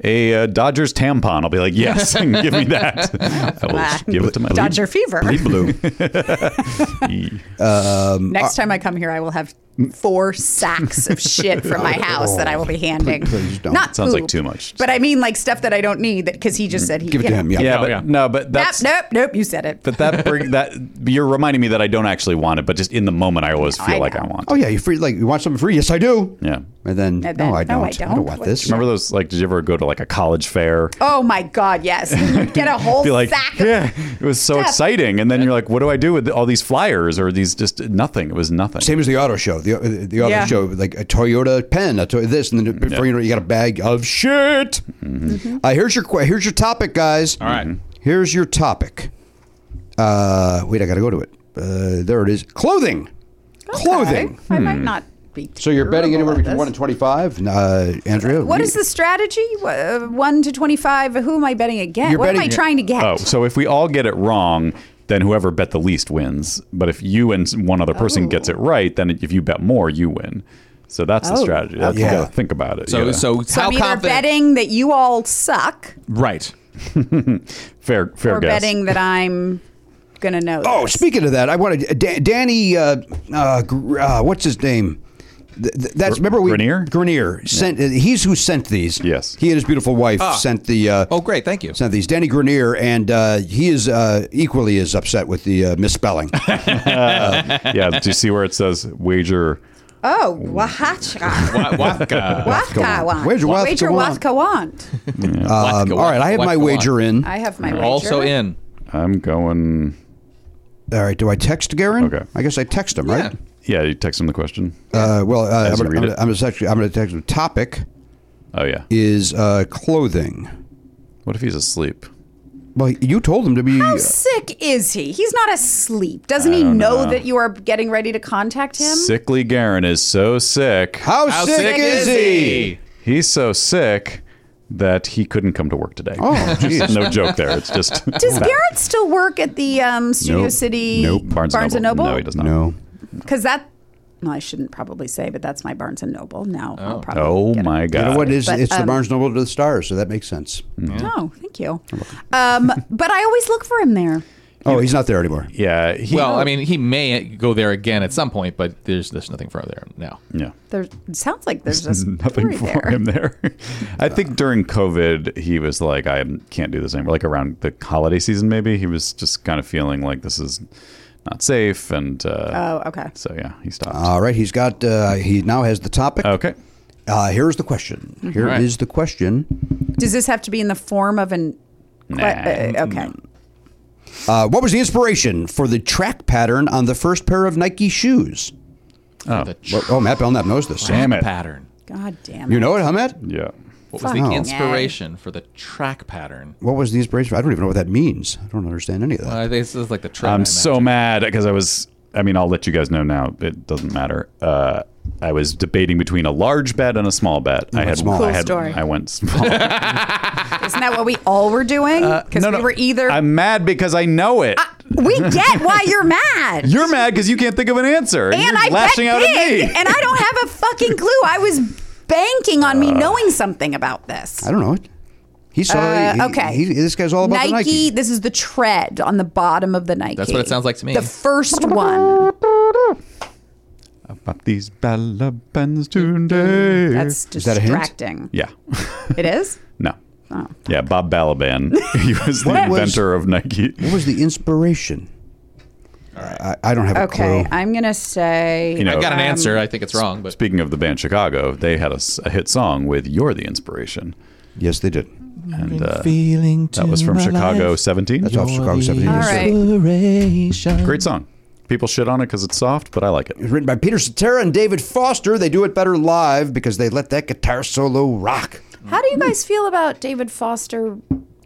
Speaker 1: a, uh Dodgers tampon. I'll be like, yes, give me that. I will just give it to my lead-
Speaker 9: Dodger Uh, fever.
Speaker 1: lead blue.
Speaker 9: Next
Speaker 2: Uh,
Speaker 9: time I come here, I will have four sacks of shit from my house that I will be handing.
Speaker 2: please don't.
Speaker 9: Not
Speaker 1: Sounds like
Speaker 9: poop,
Speaker 1: too much.
Speaker 9: but I mean like stuff that I don't need because he just said he
Speaker 2: Give it
Speaker 9: you
Speaker 2: to
Speaker 9: know.
Speaker 2: him. Yeah.
Speaker 1: yeah,
Speaker 7: No,
Speaker 1: but
Speaker 7: yeah.
Speaker 1: no, but
Speaker 9: Nope,
Speaker 1: that's.
Speaker 9: nope, nope. You said it.
Speaker 1: But that bring that you're reminding me that I don't actually want it, but just in the moment I always feel
Speaker 9: I
Speaker 1: like I
Speaker 9: know.
Speaker 1: want.
Speaker 2: Oh
Speaker 1: it.
Speaker 2: yeah, you free? Like you want something free? Yes, I do.
Speaker 1: Yeah.
Speaker 2: And then,
Speaker 9: And
Speaker 2: no,
Speaker 9: then,
Speaker 2: I don't.
Speaker 9: no, I
Speaker 2: I
Speaker 9: don't.
Speaker 2: don't want
Speaker 9: What
Speaker 2: this.
Speaker 9: you-
Speaker 1: Remember those? Like, did you ever go to like a college fair?
Speaker 9: Oh my God, yes. Get a whole
Speaker 1: Be like,
Speaker 9: sack. of-
Speaker 1: yeah, it was so
Speaker 9: stuff.
Speaker 1: exciting, and then you're like, what do I do with all these flyers or these just nothing? It was nothing.
Speaker 2: Same as the auto show. The the, the auto
Speaker 9: Yeah.
Speaker 2: show, like a Toyota pen, a to- this, and then before you know, it, you got a bag of shit.
Speaker 9: Mm-hmm.
Speaker 2: Uh, here's your que- here's your topic, guys. All
Speaker 7: right. Mhm.
Speaker 2: Here's your topic. Uh, wait, I got to go to it. Uh, there it is. Clothing.
Speaker 9: Okay.
Speaker 2: Clothing.
Speaker 9: I might not be.
Speaker 4: So you're betting
Speaker 9: terrible
Speaker 4: anywhere
Speaker 9: at
Speaker 4: between
Speaker 9: this.
Speaker 4: one and twenty-five, uh, Andrea.
Speaker 9: What
Speaker 4: we-
Speaker 9: is the strategy? Wha- uh, One to twenty-five. Who am I betting against?
Speaker 4: You're
Speaker 9: what am I
Speaker 4: betting-
Speaker 9: trying to get?
Speaker 1: Oh, so if we all get it wrong, then whoever bet the least wins. But if you and one other person gets it right, then if you bet more, you win. So that's the
Speaker 9: Oh.
Speaker 1: strategy. That's,
Speaker 4: Yeah.
Speaker 1: You got to think about it.
Speaker 7: So,
Speaker 1: You gotta-
Speaker 7: so,
Speaker 9: So
Speaker 7: how
Speaker 9: I'm either
Speaker 7: confident?
Speaker 9: betting that you all suck,
Speaker 7: Right.
Speaker 1: fair, fair
Speaker 9: or
Speaker 1: guess.
Speaker 9: betting that I'm gonna know.
Speaker 2: Oh,
Speaker 9: this.
Speaker 2: speaking of that, I wanted Da- Danny. Uh, uh, Gr- uh, what's his name? Th- th- That's remember we
Speaker 1: Grenier?
Speaker 2: Grenier sent. uh, He's who sent these.
Speaker 1: Yes.
Speaker 2: he and his beautiful wife
Speaker 7: Ah.
Speaker 2: sent the. Uh,
Speaker 7: Oh, great. Thank you.
Speaker 2: Sent these. Danny Grenier, and uh, he is uh, equally as upset with the uh, misspelling.
Speaker 1: yeah. Do you see where it says wager?
Speaker 9: Oh, Wahacha.
Speaker 2: uh,
Speaker 7: Wa- Wafka.
Speaker 9: Wathkawant.
Speaker 2: Wager Wathkawant.
Speaker 9: Wager Wathkawant.
Speaker 2: Um,
Speaker 7: Wafka,
Speaker 2: all right, I have
Speaker 7: Wafka
Speaker 2: my
Speaker 7: Wafka.
Speaker 2: wager in.
Speaker 9: I have my wager.
Speaker 7: Also in.
Speaker 1: I'm going.
Speaker 2: All right, do I text Garen?
Speaker 1: Okay.
Speaker 2: I guess I text him, right?
Speaker 1: Yeah, you text him the question.
Speaker 2: Uh, well, uh, I'm,
Speaker 1: As you
Speaker 2: gonna, I'm,
Speaker 1: read
Speaker 2: gonna,
Speaker 1: it.
Speaker 2: I'm gonna text. I'm gonna text him. Topic
Speaker 1: Oh yeah.
Speaker 2: is uh, clothing.
Speaker 1: What if he's asleep?
Speaker 2: Well, you told him to be. uh,
Speaker 9: How sick is he? He's not asleep. Doesn't he know, that you are getting ready to contact him?
Speaker 1: Sickly Garen is so sick.
Speaker 2: How, sick, is he?
Speaker 1: He's so sick that he couldn't come to work today.
Speaker 2: Oh,
Speaker 1: geez. no joke there. It's just.
Speaker 9: Does Garrett still work at the um, Studio
Speaker 1: Nope.
Speaker 9: City
Speaker 1: Nope. Barnes, and Noble. No, he does not.
Speaker 2: No.
Speaker 9: Because that, well, I shouldn't probably say, but that's my Barnes and Noble now. I'll probably
Speaker 1: Oh
Speaker 9: get it.
Speaker 1: my God.
Speaker 2: You know what it is?
Speaker 9: But,
Speaker 2: it's the
Speaker 9: um,
Speaker 2: Barnes Noble to the stars, so that makes sense.
Speaker 9: No, thank you. Um, but I always look for him there.
Speaker 2: Oh, he's not there anymore.
Speaker 1: Yeah. He,
Speaker 7: Well, I mean, he may go there again at some point, but there's there's nothing further there now.
Speaker 1: yeah.
Speaker 9: There it sounds like there's just
Speaker 1: Nothing for
Speaker 9: there.
Speaker 1: him there. I think during COVID, he was like, I can't do this anymore. Like around the holiday season, maybe he was just kind of feeling like this is not safe. And uh,
Speaker 9: Oh, okay.
Speaker 1: so, yeah, he stopped.
Speaker 2: All right, he's got. Uh, he now has the topic.
Speaker 1: okay.
Speaker 2: Uh, here's the question.
Speaker 9: Mm-hmm.
Speaker 2: Here is
Speaker 7: Right.
Speaker 2: the question.
Speaker 9: Does this have to be in the form of an? que-
Speaker 1: Nah.
Speaker 9: uh, okay.
Speaker 2: Uh, what was the inspiration for the track pattern on the first pair of Nike shoes?
Speaker 7: Oh, the tr-
Speaker 2: Well, oh, Matt Belknap knows this.
Speaker 1: Damn it.
Speaker 7: pattern.
Speaker 9: God damn.
Speaker 2: You
Speaker 9: it.
Speaker 2: know it, huh, Matt?
Speaker 1: Yeah.
Speaker 7: What was
Speaker 2: Fuck.
Speaker 7: the inspiration for the track pattern?
Speaker 2: What was the inspiration? I don't even know what that means. I don't understand any of that.
Speaker 7: I think this is like the track.
Speaker 1: I'm so mad because I was. I mean, I'll let you guys know now. It doesn't matter. Uh, I was debating between a large bet and a small bet. I had
Speaker 2: small.
Speaker 1: I
Speaker 2: Cool
Speaker 1: had,
Speaker 9: story.
Speaker 1: I went small.
Speaker 9: Isn't that what we all were doing? Because we were either.
Speaker 1: Uh, I'm mad because I know it.
Speaker 9: we get why you're mad.
Speaker 1: You're mad because you can't think of an answer.
Speaker 9: and
Speaker 1: you're
Speaker 9: I
Speaker 1: lashing
Speaker 9: bet
Speaker 1: out
Speaker 9: big,
Speaker 1: at me.
Speaker 9: and I don't have a fucking clue. I was banking on
Speaker 1: Uh.
Speaker 9: me knowing something about this.
Speaker 2: I don't know it. He saw.
Speaker 9: Uh,
Speaker 2: he-
Speaker 9: okay.
Speaker 2: he- this guy's all about
Speaker 9: Nike,
Speaker 2: the Nike.
Speaker 9: This is the tread on the bottom of the Nike.
Speaker 7: That's what it sounds like to me.
Speaker 9: The first one.
Speaker 1: About these balabans today.
Speaker 9: That's
Speaker 2: that a hint?
Speaker 9: distracting.
Speaker 1: yeah.
Speaker 9: It is.
Speaker 1: no.
Speaker 9: Oh.
Speaker 1: Yeah, Bob Balaban. he was the
Speaker 2: What was-
Speaker 1: inventor of Nike.
Speaker 2: What was the inspiration? I, I don't have a
Speaker 9: Okay,
Speaker 2: clue.
Speaker 9: I'm gonna say.
Speaker 1: You know,
Speaker 7: I got an answer. I think it's wrong, but
Speaker 1: speaking of the band Chicago, they had a, s- a hit song with "You're the Inspiration,"
Speaker 2: yes, they did.
Speaker 1: and uh,
Speaker 7: feeling
Speaker 1: that was from Chicago '17.
Speaker 2: That's off Chicago 17.
Speaker 9: All
Speaker 2: yes, sir.
Speaker 9: right.
Speaker 1: Great song. People shit on it because it's soft, but I like it.
Speaker 2: It's written by Peter Cetera and David Foster. They do it better live because they let that guitar solo rock.
Speaker 9: How do you guys feel about David Foster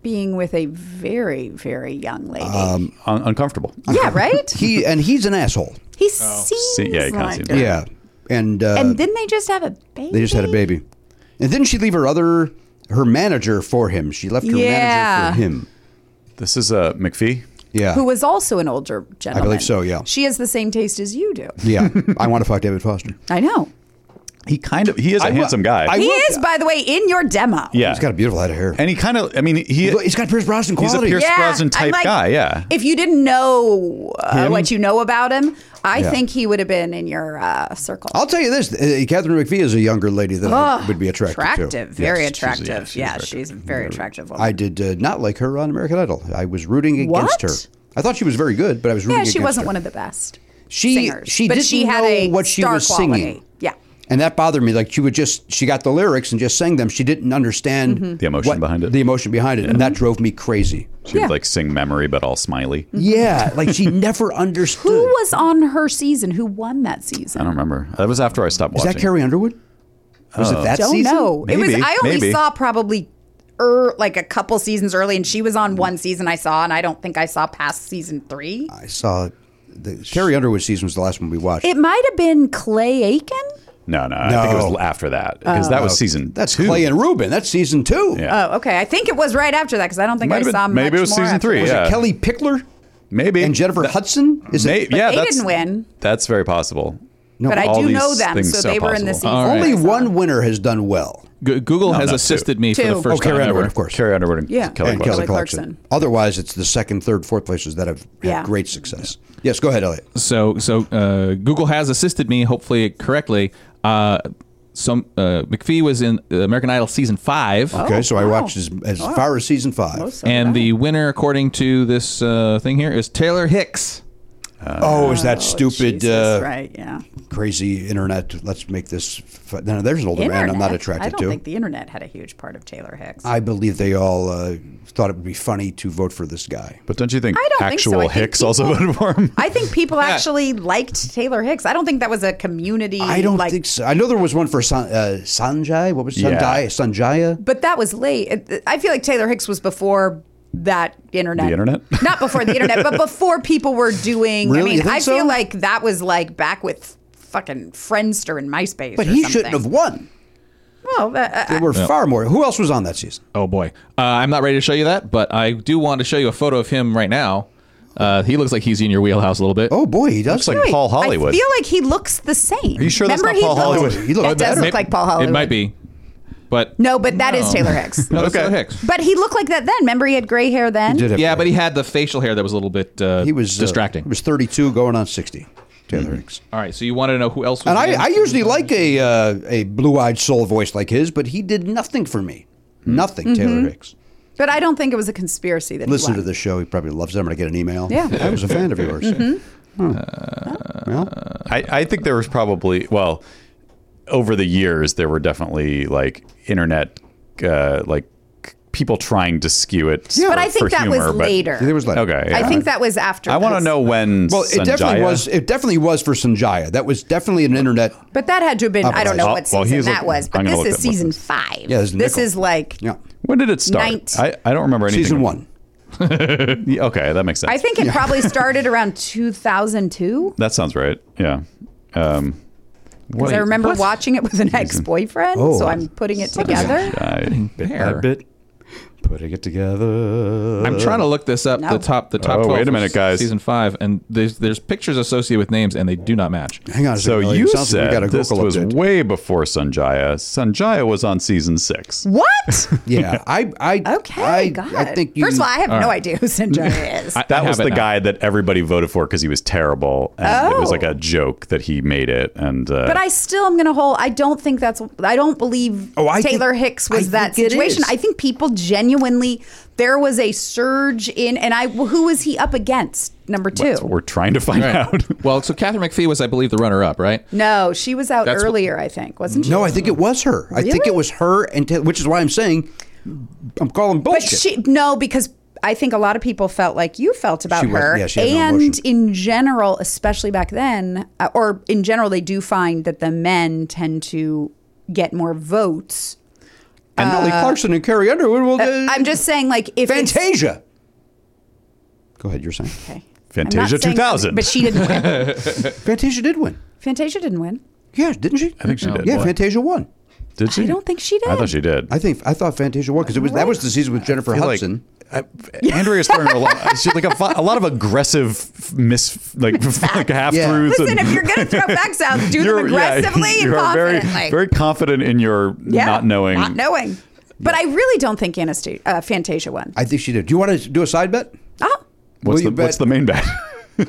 Speaker 9: being with a very, very young lady?
Speaker 1: Un- uncomfortable.
Speaker 9: yeah, right.
Speaker 2: Um, He and he's an asshole.
Speaker 9: He
Speaker 7: Oh.
Speaker 9: seems
Speaker 1: See- yeah, you kinda
Speaker 9: like.
Speaker 1: see that.
Speaker 9: it.
Speaker 2: Yeah, and uh,
Speaker 9: And didn't they just have a baby?
Speaker 2: they just had a baby. And didn't she leave her other her manager for him? She left her
Speaker 9: Yeah.
Speaker 2: manager for him.
Speaker 1: This is uh, McPhee.
Speaker 2: Yeah,
Speaker 9: who was also an older gentleman.
Speaker 2: so, yeah.
Speaker 9: She has the same taste as you do.
Speaker 2: yeah. I want to fuck David Foster.
Speaker 9: I know.
Speaker 1: He kind of he is a
Speaker 2: wa-
Speaker 1: handsome guy.
Speaker 2: I
Speaker 9: He
Speaker 2: will-
Speaker 9: is, by the way, in your demo.
Speaker 1: yeah,
Speaker 2: He's got a beautiful head of hair.
Speaker 1: and he kind of I mean he
Speaker 2: Look, he's got Pierce Brosnan
Speaker 1: he's a
Speaker 2: quality.
Speaker 1: Pierce
Speaker 9: Yeah,
Speaker 1: Brosnan
Speaker 9: I'm
Speaker 1: type
Speaker 9: like-
Speaker 1: guy. Yeah,
Speaker 9: If you didn't know uh,
Speaker 1: Him?
Speaker 9: what you know about him, I
Speaker 2: Yeah.
Speaker 9: think he would have been in your uh, circle.
Speaker 2: I'll tell you this: uh, Catherine McPhee is a younger lady that I
Speaker 9: Ugh,
Speaker 2: would be attracted to.
Speaker 9: Attractive, very
Speaker 1: Yes, she's- yeah,
Speaker 9: attractive.
Speaker 1: she's
Speaker 9: yeah,
Speaker 1: attractive.
Speaker 9: she's a very attractive woman.
Speaker 2: I did uh, not like her on American Idol. I was rooting against
Speaker 9: What?
Speaker 2: her. I thought she was very good, but I was rooting
Speaker 9: yeah,
Speaker 2: against
Speaker 9: she wasn't
Speaker 2: her.
Speaker 9: one of the best
Speaker 2: She-
Speaker 9: singers.
Speaker 2: she
Speaker 9: but
Speaker 2: didn't
Speaker 9: she had
Speaker 2: know
Speaker 9: a
Speaker 2: what she
Speaker 9: star
Speaker 2: was
Speaker 9: quality.
Speaker 2: singing.
Speaker 9: Yeah.
Speaker 2: And that bothered me. Like she would just, she got the lyrics and just sang them. She didn't understand
Speaker 1: Mm-hmm. The emotion behind it.
Speaker 2: The emotion behind it, and that drove me crazy.
Speaker 1: she
Speaker 9: Yeah.
Speaker 1: would like sing memory, but all smiley.
Speaker 2: Yeah, like she never understood.
Speaker 9: Who was on her season? Who won that season?
Speaker 1: I don't remember. That was after I stopped
Speaker 2: Is
Speaker 1: watching.
Speaker 2: that Carrie Underwood? Was
Speaker 1: Uh,
Speaker 2: it that
Speaker 9: don't
Speaker 2: season?
Speaker 9: know. it was
Speaker 1: Maybe,
Speaker 9: I only
Speaker 1: maybe.
Speaker 9: saw probably er, like a couple seasons early, and she was on one season I saw, and I don't think I saw past season three.
Speaker 2: I saw the Carrie Underwood season was the last one we watched.
Speaker 9: It might have been Clay Aiken.
Speaker 1: No, no, I think it was
Speaker 2: No. Oh.
Speaker 1: after that because that was season.
Speaker 2: That's
Speaker 1: two.
Speaker 2: Clay and Ruben. That's season two.
Speaker 1: Yeah.
Speaker 9: Oh, okay. I think it was right after that because I don't think
Speaker 1: Might
Speaker 9: I
Speaker 1: have been-
Speaker 9: saw
Speaker 1: maybe
Speaker 9: much
Speaker 1: it was
Speaker 9: more
Speaker 1: season
Speaker 9: after
Speaker 1: three,
Speaker 9: that.
Speaker 2: Was
Speaker 1: Yeah.
Speaker 2: it Kelly Pickler
Speaker 1: maybe
Speaker 2: and Jennifer Hudson? Is
Speaker 1: May-
Speaker 2: it
Speaker 1: yeah,
Speaker 9: they
Speaker 1: that's-
Speaker 9: didn't win.
Speaker 1: That's very possible.
Speaker 9: but I
Speaker 1: all
Speaker 9: do
Speaker 1: these
Speaker 9: know them,
Speaker 1: things
Speaker 9: so,
Speaker 1: so
Speaker 9: they were in the season.
Speaker 1: possible.
Speaker 7: All
Speaker 2: only
Speaker 7: right.
Speaker 2: one winner has done well?
Speaker 7: G- Google has
Speaker 1: no,
Speaker 7: assisted me for
Speaker 9: Two.
Speaker 7: the first
Speaker 2: Oh, Carrie
Speaker 7: time
Speaker 2: Underwood,
Speaker 7: ever.
Speaker 2: of course.
Speaker 1: Carrie Underwood and
Speaker 9: Yeah.
Speaker 1: Kelly
Speaker 9: And
Speaker 1: Clarkson.
Speaker 9: Kelly Clarkson.
Speaker 2: Otherwise, it's the second, third, fourth places that have had
Speaker 9: Yeah.
Speaker 2: great success. Yes, go ahead, Elliot.
Speaker 7: So so uh, Google has assisted me, hopefully correctly. Uh, some uh, McPhee was in uh, American Idol season five.
Speaker 2: Okay, Oh, so I
Speaker 9: Oh, wow.
Speaker 2: watched as, as far as season five.
Speaker 9: Most of
Speaker 7: And
Speaker 9: them.
Speaker 7: the winner, according to this uh, thing here, is Taylor Hicks.
Speaker 2: oh, is that
Speaker 9: Oh,
Speaker 2: stupid,
Speaker 9: Jesus,
Speaker 2: uh,
Speaker 9: right? Yeah.
Speaker 2: crazy internet? Let's make this. F- no, there's an older man I'm not
Speaker 9: Internet.
Speaker 2: attracted
Speaker 9: I don't
Speaker 2: to.
Speaker 9: think the internet had a huge part of Taylor Hicks.
Speaker 2: I believe they all uh, thought it would be funny to vote for this guy.
Speaker 1: But don't you think
Speaker 9: I don't think so.
Speaker 1: actual
Speaker 9: I think
Speaker 1: Hicks also
Speaker 9: people-
Speaker 1: voted for him?
Speaker 9: I think people actually liked Taylor Hicks. I don't think that was a community.
Speaker 2: I don't
Speaker 9: like,
Speaker 2: think so. I know there was one for San, uh, Sanjay. What was Sanjay?
Speaker 1: Yeah.
Speaker 2: Sanjaya?
Speaker 9: But that was late. It- I feel like Taylor Hicks was before that internet.
Speaker 1: The internet?
Speaker 9: Not before the internet, but before people were doing.
Speaker 2: Really?
Speaker 9: I
Speaker 2: You
Speaker 9: mean,
Speaker 2: think
Speaker 9: I
Speaker 2: so?
Speaker 9: feel like that was like back with fucking Friendster and MySpace.
Speaker 2: But
Speaker 9: or
Speaker 2: he
Speaker 9: something.
Speaker 2: shouldn't have won.
Speaker 9: Well, uh,
Speaker 2: There were far more. Who else was on that season?
Speaker 7: Oh boy, uh, I'm not ready to show you that, but I do want to show you a photo of him right now. Uh, he looks like he's in your wheelhouse a little bit.
Speaker 2: Oh boy, he does.
Speaker 1: Looks like Paul Hollywood.
Speaker 9: I feel like he looks the same. Are
Speaker 1: you sure that's
Speaker 9: Remember
Speaker 1: not Paul
Speaker 9: he
Speaker 1: Hollywood?
Speaker 9: Looked,
Speaker 2: He looked
Speaker 9: that does
Speaker 2: better.
Speaker 9: look like Paul Hollywood.
Speaker 7: It might be, but
Speaker 9: No, but that is Taylor Hicks.
Speaker 7: no, that's
Speaker 1: Okay.
Speaker 7: Taylor Hicks.
Speaker 9: But he looked like that then. Remember, he had gray hair then.
Speaker 2: did have
Speaker 7: Yeah, but he had the facial hair that was a little bit uh,
Speaker 2: he was uh,
Speaker 7: distracting.
Speaker 2: he was 32, going on 60. Taylor Hicks.
Speaker 7: All right, so you wanted to know who else? Was
Speaker 2: And
Speaker 7: in?
Speaker 2: I, I usually like a uh, a blue eyed soul voice like his, but he did nothing for me.
Speaker 9: Hmm.
Speaker 2: Nothing, Taylor
Speaker 9: Mm-hmm.
Speaker 2: Hicks.
Speaker 9: But I don't think it was a conspiracy that. he
Speaker 2: Listen
Speaker 9: won.
Speaker 2: to this show. He probably loves it. I'm going to get an email.
Speaker 9: Yeah. Mm-hmm.
Speaker 2: I was a fan of yours. Hmm. Well,
Speaker 1: I, I think there was probably well over the years there were definitely like internet uh, like people trying to skew it.
Speaker 9: But
Speaker 1: for-
Speaker 9: I
Speaker 1: for
Speaker 9: think that
Speaker 1: humor,
Speaker 9: was
Speaker 1: but-
Speaker 9: later.
Speaker 2: There was later.
Speaker 1: Okay,
Speaker 9: I
Speaker 1: yeah.
Speaker 9: think that was after.
Speaker 1: I want to
Speaker 9: this.
Speaker 1: know when.
Speaker 2: well, it definitely
Speaker 1: Sanjaya-
Speaker 2: was. It definitely was for Sanjaya. That was definitely an internet.
Speaker 9: But that had to have been, I don't know
Speaker 1: Well,
Speaker 9: what
Speaker 1: well,
Speaker 9: season
Speaker 1: he's
Speaker 9: that
Speaker 1: looking-
Speaker 9: was, but
Speaker 1: I'm gonna
Speaker 9: this
Speaker 1: look
Speaker 9: is
Speaker 1: up what
Speaker 9: season
Speaker 1: this-
Speaker 9: five.
Speaker 2: Yeah, this is
Speaker 9: this
Speaker 2: Nickel.
Speaker 9: is like,
Speaker 2: Yeah,
Speaker 1: When did it start?
Speaker 9: Night.
Speaker 1: I, I don't remember anything.
Speaker 2: season one.
Speaker 1: Yeah, Okay, that makes sense.
Speaker 9: I think it probably started around 2002
Speaker 1: that sounds right. Yeah. Um,
Speaker 9: because I remember watching it with an ex boyfriend. So I'm putting it together.
Speaker 1: I,
Speaker 7: Hair.
Speaker 1: bit, putting it together.
Speaker 7: I'm trying to look this up. The
Speaker 9: No.
Speaker 7: top, the top.
Speaker 1: Oh,
Speaker 7: 12
Speaker 1: wait a minute,
Speaker 7: was
Speaker 1: guys.
Speaker 7: Season five, and there's there's pictures associated with names, and they do not match.
Speaker 2: Hang on. A
Speaker 1: So
Speaker 2: second. Elliot.
Speaker 1: you
Speaker 2: Sounds like we
Speaker 1: said
Speaker 2: got a
Speaker 1: this
Speaker 2: Google
Speaker 1: was
Speaker 2: update.
Speaker 1: way before Sanjaya. Sanjaya was on season six.
Speaker 9: What?
Speaker 2: yeah. I. I
Speaker 9: Okay,
Speaker 2: I,
Speaker 9: God.
Speaker 2: I think you.
Speaker 9: First of all, I have no idea who Sanjay is.
Speaker 7: I-
Speaker 1: That
Speaker 7: I
Speaker 1: was
Speaker 7: have
Speaker 1: the
Speaker 7: it now.
Speaker 1: guy that everybody voted for because he was terrible, and it was
Speaker 9: Oh.
Speaker 1: like a joke that he made it. And uh,
Speaker 9: but I still am going to hold. I don't think that's. I don't believe
Speaker 2: Oh, I think-
Speaker 9: Taylor Hicks
Speaker 2: I
Speaker 9: was that
Speaker 2: think it
Speaker 9: situation.
Speaker 2: is.
Speaker 9: I think people genuinely there was a surge in, and I who was he up against? Number two.
Speaker 1: that's what we're trying to find
Speaker 7: Right.
Speaker 1: out.
Speaker 7: well, so Catherine McPhee was, I believe, the runner-up, right?
Speaker 9: no, she was out
Speaker 7: That's what-
Speaker 9: earlier. I think wasn't she?
Speaker 2: No, I think it was her. I think
Speaker 9: Really?
Speaker 2: it was her, and Taylor, which is why I'm saying I'm calling
Speaker 9: But
Speaker 2: bullshit.
Speaker 9: she no, because I think a lot of people felt like you felt about
Speaker 2: She was-
Speaker 9: her,
Speaker 2: yeah, she had no
Speaker 9: and
Speaker 2: emotion.
Speaker 9: in general, especially back then, uh, or in general, they do find that the men tend to get more votes.
Speaker 2: and Nellie Clarkson and Carrie Underwood will. do-
Speaker 9: I'm just saying, like if it's-
Speaker 2: Fantasia. Go ahead. You're saying
Speaker 9: Okay. I'm not
Speaker 1: Fantasia
Speaker 9: saying-
Speaker 1: 2000.
Speaker 9: but she didn't win.
Speaker 2: Fantasia did win.
Speaker 9: Fantasia didn't win.
Speaker 2: Yeah, didn't she?
Speaker 1: I think she did.
Speaker 2: Yeah,
Speaker 1: What?
Speaker 2: Fantasia won.
Speaker 1: did she?
Speaker 9: I don't think she did.
Speaker 1: I thought she did.
Speaker 2: I think I thought Fantasia won because it was that was the season with Jennifer
Speaker 1: feel like-
Speaker 2: Hudson.
Speaker 1: I, Andrea's throwing a lot, she, like a, fi- a lot of aggressive miss, like like half
Speaker 2: Yeah.
Speaker 1: truths.
Speaker 9: Listen, if you're gonna throw facts out, do them aggressively and confidently.
Speaker 1: Very, very confident in your
Speaker 9: Yeah,
Speaker 1: not knowing.
Speaker 9: Not knowing. But I really don't think Anastasia, uh, Fantasia won.
Speaker 2: I think she did. Do you want to do a side bet?
Speaker 9: oh,
Speaker 1: What's
Speaker 2: Will you
Speaker 1: the, what's the
Speaker 2: bet-
Speaker 1: main bet?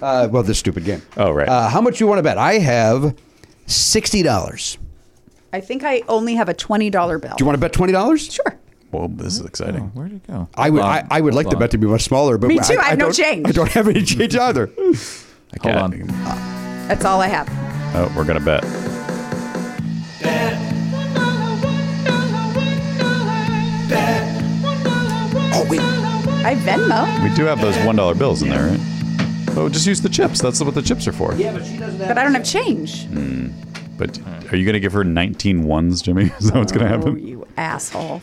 Speaker 2: Uh, well, this stupid game.
Speaker 1: Oh, right.
Speaker 2: Uh, how much you want to bet? I have sixty dollars.
Speaker 9: I think I only have a twenty dollar bill.
Speaker 2: Do you want to bet twenty dollars?
Speaker 9: sure.
Speaker 1: well, this is exciting.
Speaker 7: Where'd it go?
Speaker 2: I would.
Speaker 7: Hold on.
Speaker 2: I, I would like
Speaker 7: Hold
Speaker 2: the bet to be much smaller, but
Speaker 9: Me too, I have no
Speaker 2: don't-
Speaker 9: change.
Speaker 2: I don't have any change either.
Speaker 7: on.
Speaker 1: Yeah.
Speaker 7: Hold on.
Speaker 9: That's all I have.
Speaker 1: Oh, we're gonna bet.
Speaker 2: Oh wait.
Speaker 9: I Venmo,
Speaker 1: We do have those one dollar bills in there, right? Oh, just use the chips. That's what the chips are for.
Speaker 9: but I don't have change.
Speaker 1: But are you gonna give her 19 ones, Jimmy? Is that what's gonna
Speaker 9: Oh,
Speaker 1: happen?
Speaker 9: you asshole!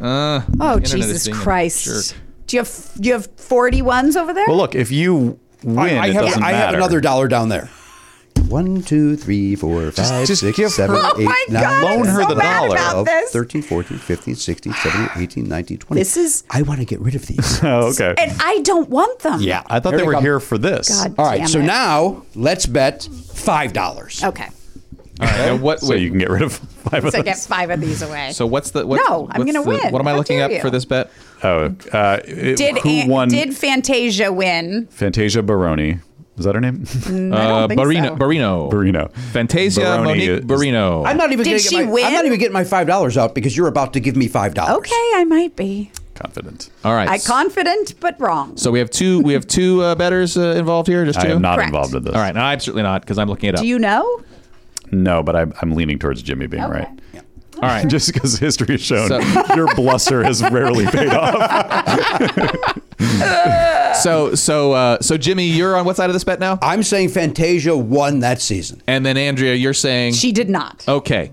Speaker 9: oh
Speaker 7: Uh, is
Speaker 9: Jesus
Speaker 7: being a
Speaker 9: Christ!
Speaker 7: jerk.
Speaker 9: Do you have do you have forty ones over there?
Speaker 1: Well, look, if you win,
Speaker 2: I
Speaker 1: it
Speaker 2: have,
Speaker 1: doesn't
Speaker 2: I have
Speaker 1: matter.
Speaker 2: another dollar down there.
Speaker 4: One, two, three, four, five,
Speaker 1: just
Speaker 4: six,
Speaker 1: give
Speaker 4: seven,
Speaker 1: her-
Speaker 9: Oh
Speaker 4: eight,
Speaker 9: my
Speaker 4: nine,
Speaker 9: God,
Speaker 1: I'm Loan her so the mad dollar. about
Speaker 4: 12,
Speaker 9: this.
Speaker 4: 13, 14, 15, 16, 17, 18, 19, 20.
Speaker 9: This is-
Speaker 4: I want to get rid of these.
Speaker 1: Oh, okay.
Speaker 9: And I don't want them.
Speaker 4: Yeah.
Speaker 1: I thought
Speaker 4: Here
Speaker 1: they
Speaker 4: they
Speaker 1: were
Speaker 4: come.
Speaker 1: here for this.
Speaker 9: God
Speaker 4: All right.
Speaker 9: damn
Speaker 4: So
Speaker 9: it. Oh.
Speaker 4: now let's bet five dollars.
Speaker 9: Okay.
Speaker 7: All right. Now what?
Speaker 1: So
Speaker 7: wait,
Speaker 1: you can get rid of five of
Speaker 9: So
Speaker 1: them.
Speaker 9: get five of these away.
Speaker 7: So what's the what,
Speaker 9: No, I'm
Speaker 7: what's
Speaker 9: gonna
Speaker 7: the-
Speaker 9: win.
Speaker 7: What am I
Speaker 9: How
Speaker 7: looking
Speaker 9: dare
Speaker 7: up
Speaker 9: you.
Speaker 7: for this bet?
Speaker 1: Oh, uh, it-
Speaker 9: did
Speaker 1: who
Speaker 9: An-
Speaker 1: won?
Speaker 9: did Fantasia win?
Speaker 1: Fantasia Baroni. Is that her name?
Speaker 9: I don't think
Speaker 7: Uh, Barino,
Speaker 9: so.
Speaker 7: Barino,
Speaker 1: Barino.
Speaker 7: Fantasia
Speaker 1: Baroni
Speaker 7: Monique
Speaker 1: is-
Speaker 7: Barino.
Speaker 4: I'm not even
Speaker 9: Did
Speaker 4: gonna get
Speaker 9: she
Speaker 4: my,
Speaker 9: win?
Speaker 4: I'm not even getting my five dollars out because you're about to give me five dollars.
Speaker 9: Okay, I might be.
Speaker 1: Confident.
Speaker 7: All right.
Speaker 9: I confident but wrong.
Speaker 7: so we have two. We have two uh, betters uh, involved here. Just two.
Speaker 1: I am not
Speaker 9: Correct.
Speaker 1: involved in this.
Speaker 7: All right. No, I'm certainly not because I'm looking it up.
Speaker 9: Do you know?
Speaker 1: No, but I'm, I'm leaning towards Jimmy being
Speaker 9: Okay.
Speaker 1: right.
Speaker 7: All right.
Speaker 1: Just because history has shown
Speaker 7: So-
Speaker 1: your bluster has rarely paid off.
Speaker 7: so so uh, so Jimmy, you're on what side of this bet now?
Speaker 4: I'm saying Fantasia won that season.
Speaker 7: And then Andrea, you're saying
Speaker 9: She did not.
Speaker 4: Oh,
Speaker 7: Okay.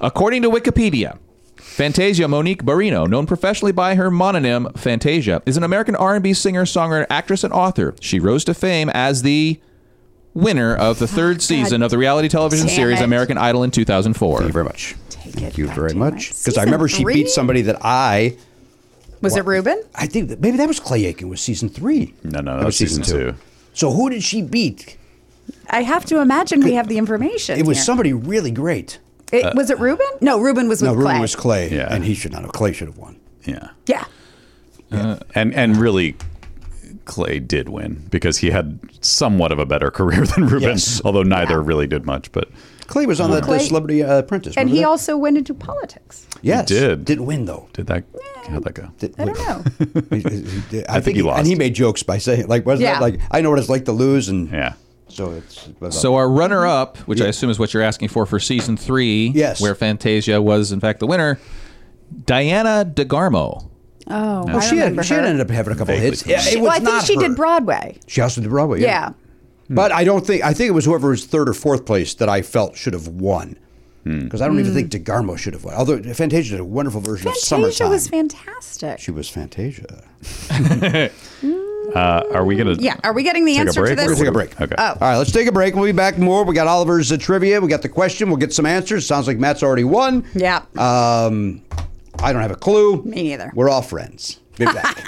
Speaker 7: According to Wikipedia, Fantasia Monique Barino, known professionally by her mononym Fantasia, is an American R&B singer, songwriter, actress, and author. She rose to fame as the winner of the third season of the reality television
Speaker 9: damn
Speaker 7: series
Speaker 9: it.
Speaker 7: American Idol in 2004.
Speaker 4: Thank you very much.
Speaker 9: Take
Speaker 4: Thank
Speaker 9: it
Speaker 4: you
Speaker 9: back
Speaker 4: very
Speaker 9: to
Speaker 4: much.
Speaker 9: my-
Speaker 4: Because I remember
Speaker 9: Season
Speaker 4: she
Speaker 9: three?
Speaker 4: beat somebody that I
Speaker 9: Was it Ruben?
Speaker 4: I think that maybe that was Clay Aiken was season three.
Speaker 1: No, no, that was season two.
Speaker 4: So who did she beat?
Speaker 9: I have to imagine we have the information.
Speaker 4: It was
Speaker 9: here.
Speaker 4: somebody really great.
Speaker 9: It- was it Ruben? No, Ruben was with
Speaker 4: No,
Speaker 9: Clay.
Speaker 4: Ruben was Clay,
Speaker 1: Yeah.
Speaker 4: and he should not have. Clay should have won.
Speaker 1: Yeah.
Speaker 9: Yeah.
Speaker 1: And and really, Clay did win because he had somewhat of a better career than Ruben,
Speaker 4: Yes.
Speaker 1: although neither really did much. But
Speaker 4: Clay was on that
Speaker 9: Clay-
Speaker 4: uh, Celebrity uh, Apprentice,
Speaker 9: And
Speaker 4: remember
Speaker 9: he
Speaker 4: that?
Speaker 9: also went into politics.
Speaker 4: yes,
Speaker 1: did.
Speaker 4: did win though.
Speaker 1: did that? How'd that go?
Speaker 4: Did-
Speaker 9: I don't know.
Speaker 4: He- he- he did- I,
Speaker 1: think he lost.
Speaker 4: and he made jokes by saying like, "Wasn't
Speaker 9: Yeah.
Speaker 4: that like I know what it's like to lose?" And
Speaker 1: Yeah.
Speaker 4: so it's
Speaker 7: So our runner-up, which I assume is what you're asking for for season 3,
Speaker 4: Yes.
Speaker 7: where Fantasia was in fact the winner, Diana DeGarmo.
Speaker 9: Oh, I
Speaker 4: she
Speaker 9: remember
Speaker 4: had, she
Speaker 9: her.
Speaker 4: had ended up having a couple of
Speaker 1: Vaguely
Speaker 4: hits. Yeah,
Speaker 9: She-
Speaker 4: it was
Speaker 9: well, I think
Speaker 4: not
Speaker 9: she
Speaker 4: her.
Speaker 9: did Broadway.
Speaker 4: She also did Broadway. Yeah.
Speaker 9: Yeah.
Speaker 4: Hmm. But I don't think I think it was whoever was third or fourth place that I felt should have won. Because I don't even think DeGarmo should have won. Although Fantasia did a wonderful version of
Speaker 9: Hmm. Fantasia
Speaker 4: Summertime.
Speaker 9: was fantastic.
Speaker 4: she was Fantasia.
Speaker 1: Uh, are we gonna?
Speaker 9: Yeah, are we getting the
Speaker 1: take a
Speaker 9: answer to
Speaker 1: break?
Speaker 9: this?
Speaker 4: We're gonna take a break.
Speaker 1: Okay.
Speaker 9: Oh.
Speaker 4: All right, let's take a break. We'll be back more. We got Oliver's uh, trivia. We got the question. We'll get some answers. Sounds like Matt's already won.
Speaker 9: Yeah.
Speaker 4: Um, I don't have a clue.
Speaker 9: Me neither.
Speaker 4: We're all friends. Be back.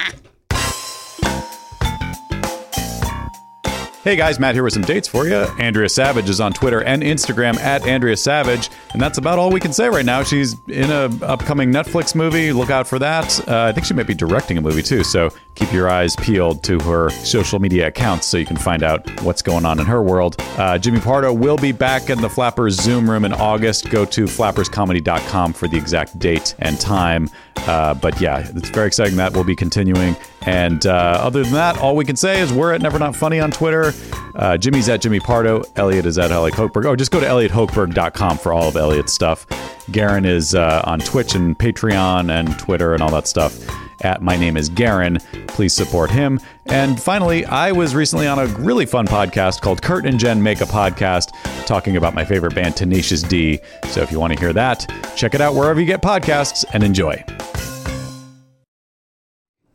Speaker 1: Hey guys, Matt here with some dates for you. Andrea Savage is on Twitter and Instagram at Andrea Savage, and that's about all we can say right now. She's in a upcoming Netflix movie. Look out for that. Uh, I think she might be directing a movie too, so keep your eyes peeled to her social media accounts so you can find out what's going on in her world. Uh, Jimmy Pardo will be back in the Flappers Zoom room in August. Go to flapperscomedy.com for the exact date and time. Uh, but yeah, it's very exciting that we'll be continuing. And uh, other than that, all we can say is we're at Never Not Funny on Twitter. Uh, Jimmy's at Jimmy Pardo. Elliot is at Elliot Hochberg. Or just go to ElliotHochberg.com for all of Elliot's stuff. Garen is uh, on Twitch and Patreon and Twitter and all that stuff. At my name is Garen. Please support him. And finally, I was recently on a really fun podcast called Kurt and Jen Make a Podcast, talking about my favorite band, Tenacious D. So if you want to hear that, check it out wherever you get podcasts and enjoy.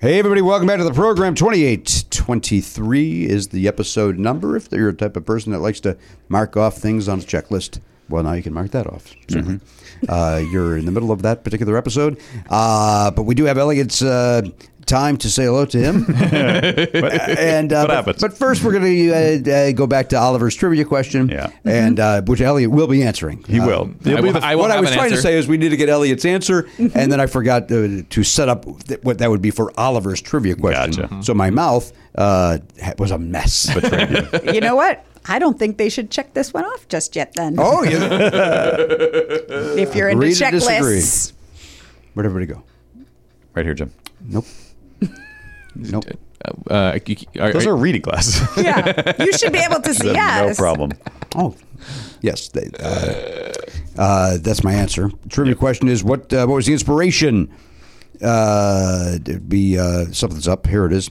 Speaker 4: Hey, everybody, welcome back to the program. 2823 is the episode number. If you're a type of person that likes to mark off things on a checklist, well, now you can mark that off. Certainly.
Speaker 1: Mm-hmm.
Speaker 4: Uh, you're in the middle of that particular episode. Uh, but we do have Elliot's uh, time to say hello to him. and, uh,
Speaker 1: What
Speaker 4: but,
Speaker 1: happens?
Speaker 4: but first, we're going to uh, uh, go back to Oliver's trivia question,
Speaker 1: Yeah.
Speaker 4: and uh, which Elliot will be answering.
Speaker 1: He will. He'll
Speaker 7: I
Speaker 1: be
Speaker 7: will-
Speaker 1: the-
Speaker 7: I will
Speaker 4: what I
Speaker 7: have
Speaker 4: was
Speaker 7: an
Speaker 4: trying to
Speaker 7: answer.
Speaker 4: say is we need to get Elliot's answer, and then I forgot uh, to set up th- what that would be for Oliver's trivia question.
Speaker 1: Gotcha.
Speaker 4: So my mouth uh, ha- was a mess.
Speaker 9: you know what? I don't think they should check this one off just yet. Then,
Speaker 4: oh, yeah.
Speaker 9: if you're into
Speaker 4: agree to disagree.
Speaker 9: checklists,
Speaker 4: Where'd everybody go?
Speaker 1: Right here, Jim.
Speaker 4: Nope. Nope.
Speaker 7: Uh, uh, you- are-
Speaker 1: Those
Speaker 7: are-
Speaker 1: are reading glasses.
Speaker 9: yeah, you should be able to see.
Speaker 1: no
Speaker 9: yes,
Speaker 1: problem.
Speaker 4: Oh, yes. They, uh, uh, that's my answer. Trivia question is what? Uh, what was the inspiration? Uh, it'd be uh, something's up. Here it is.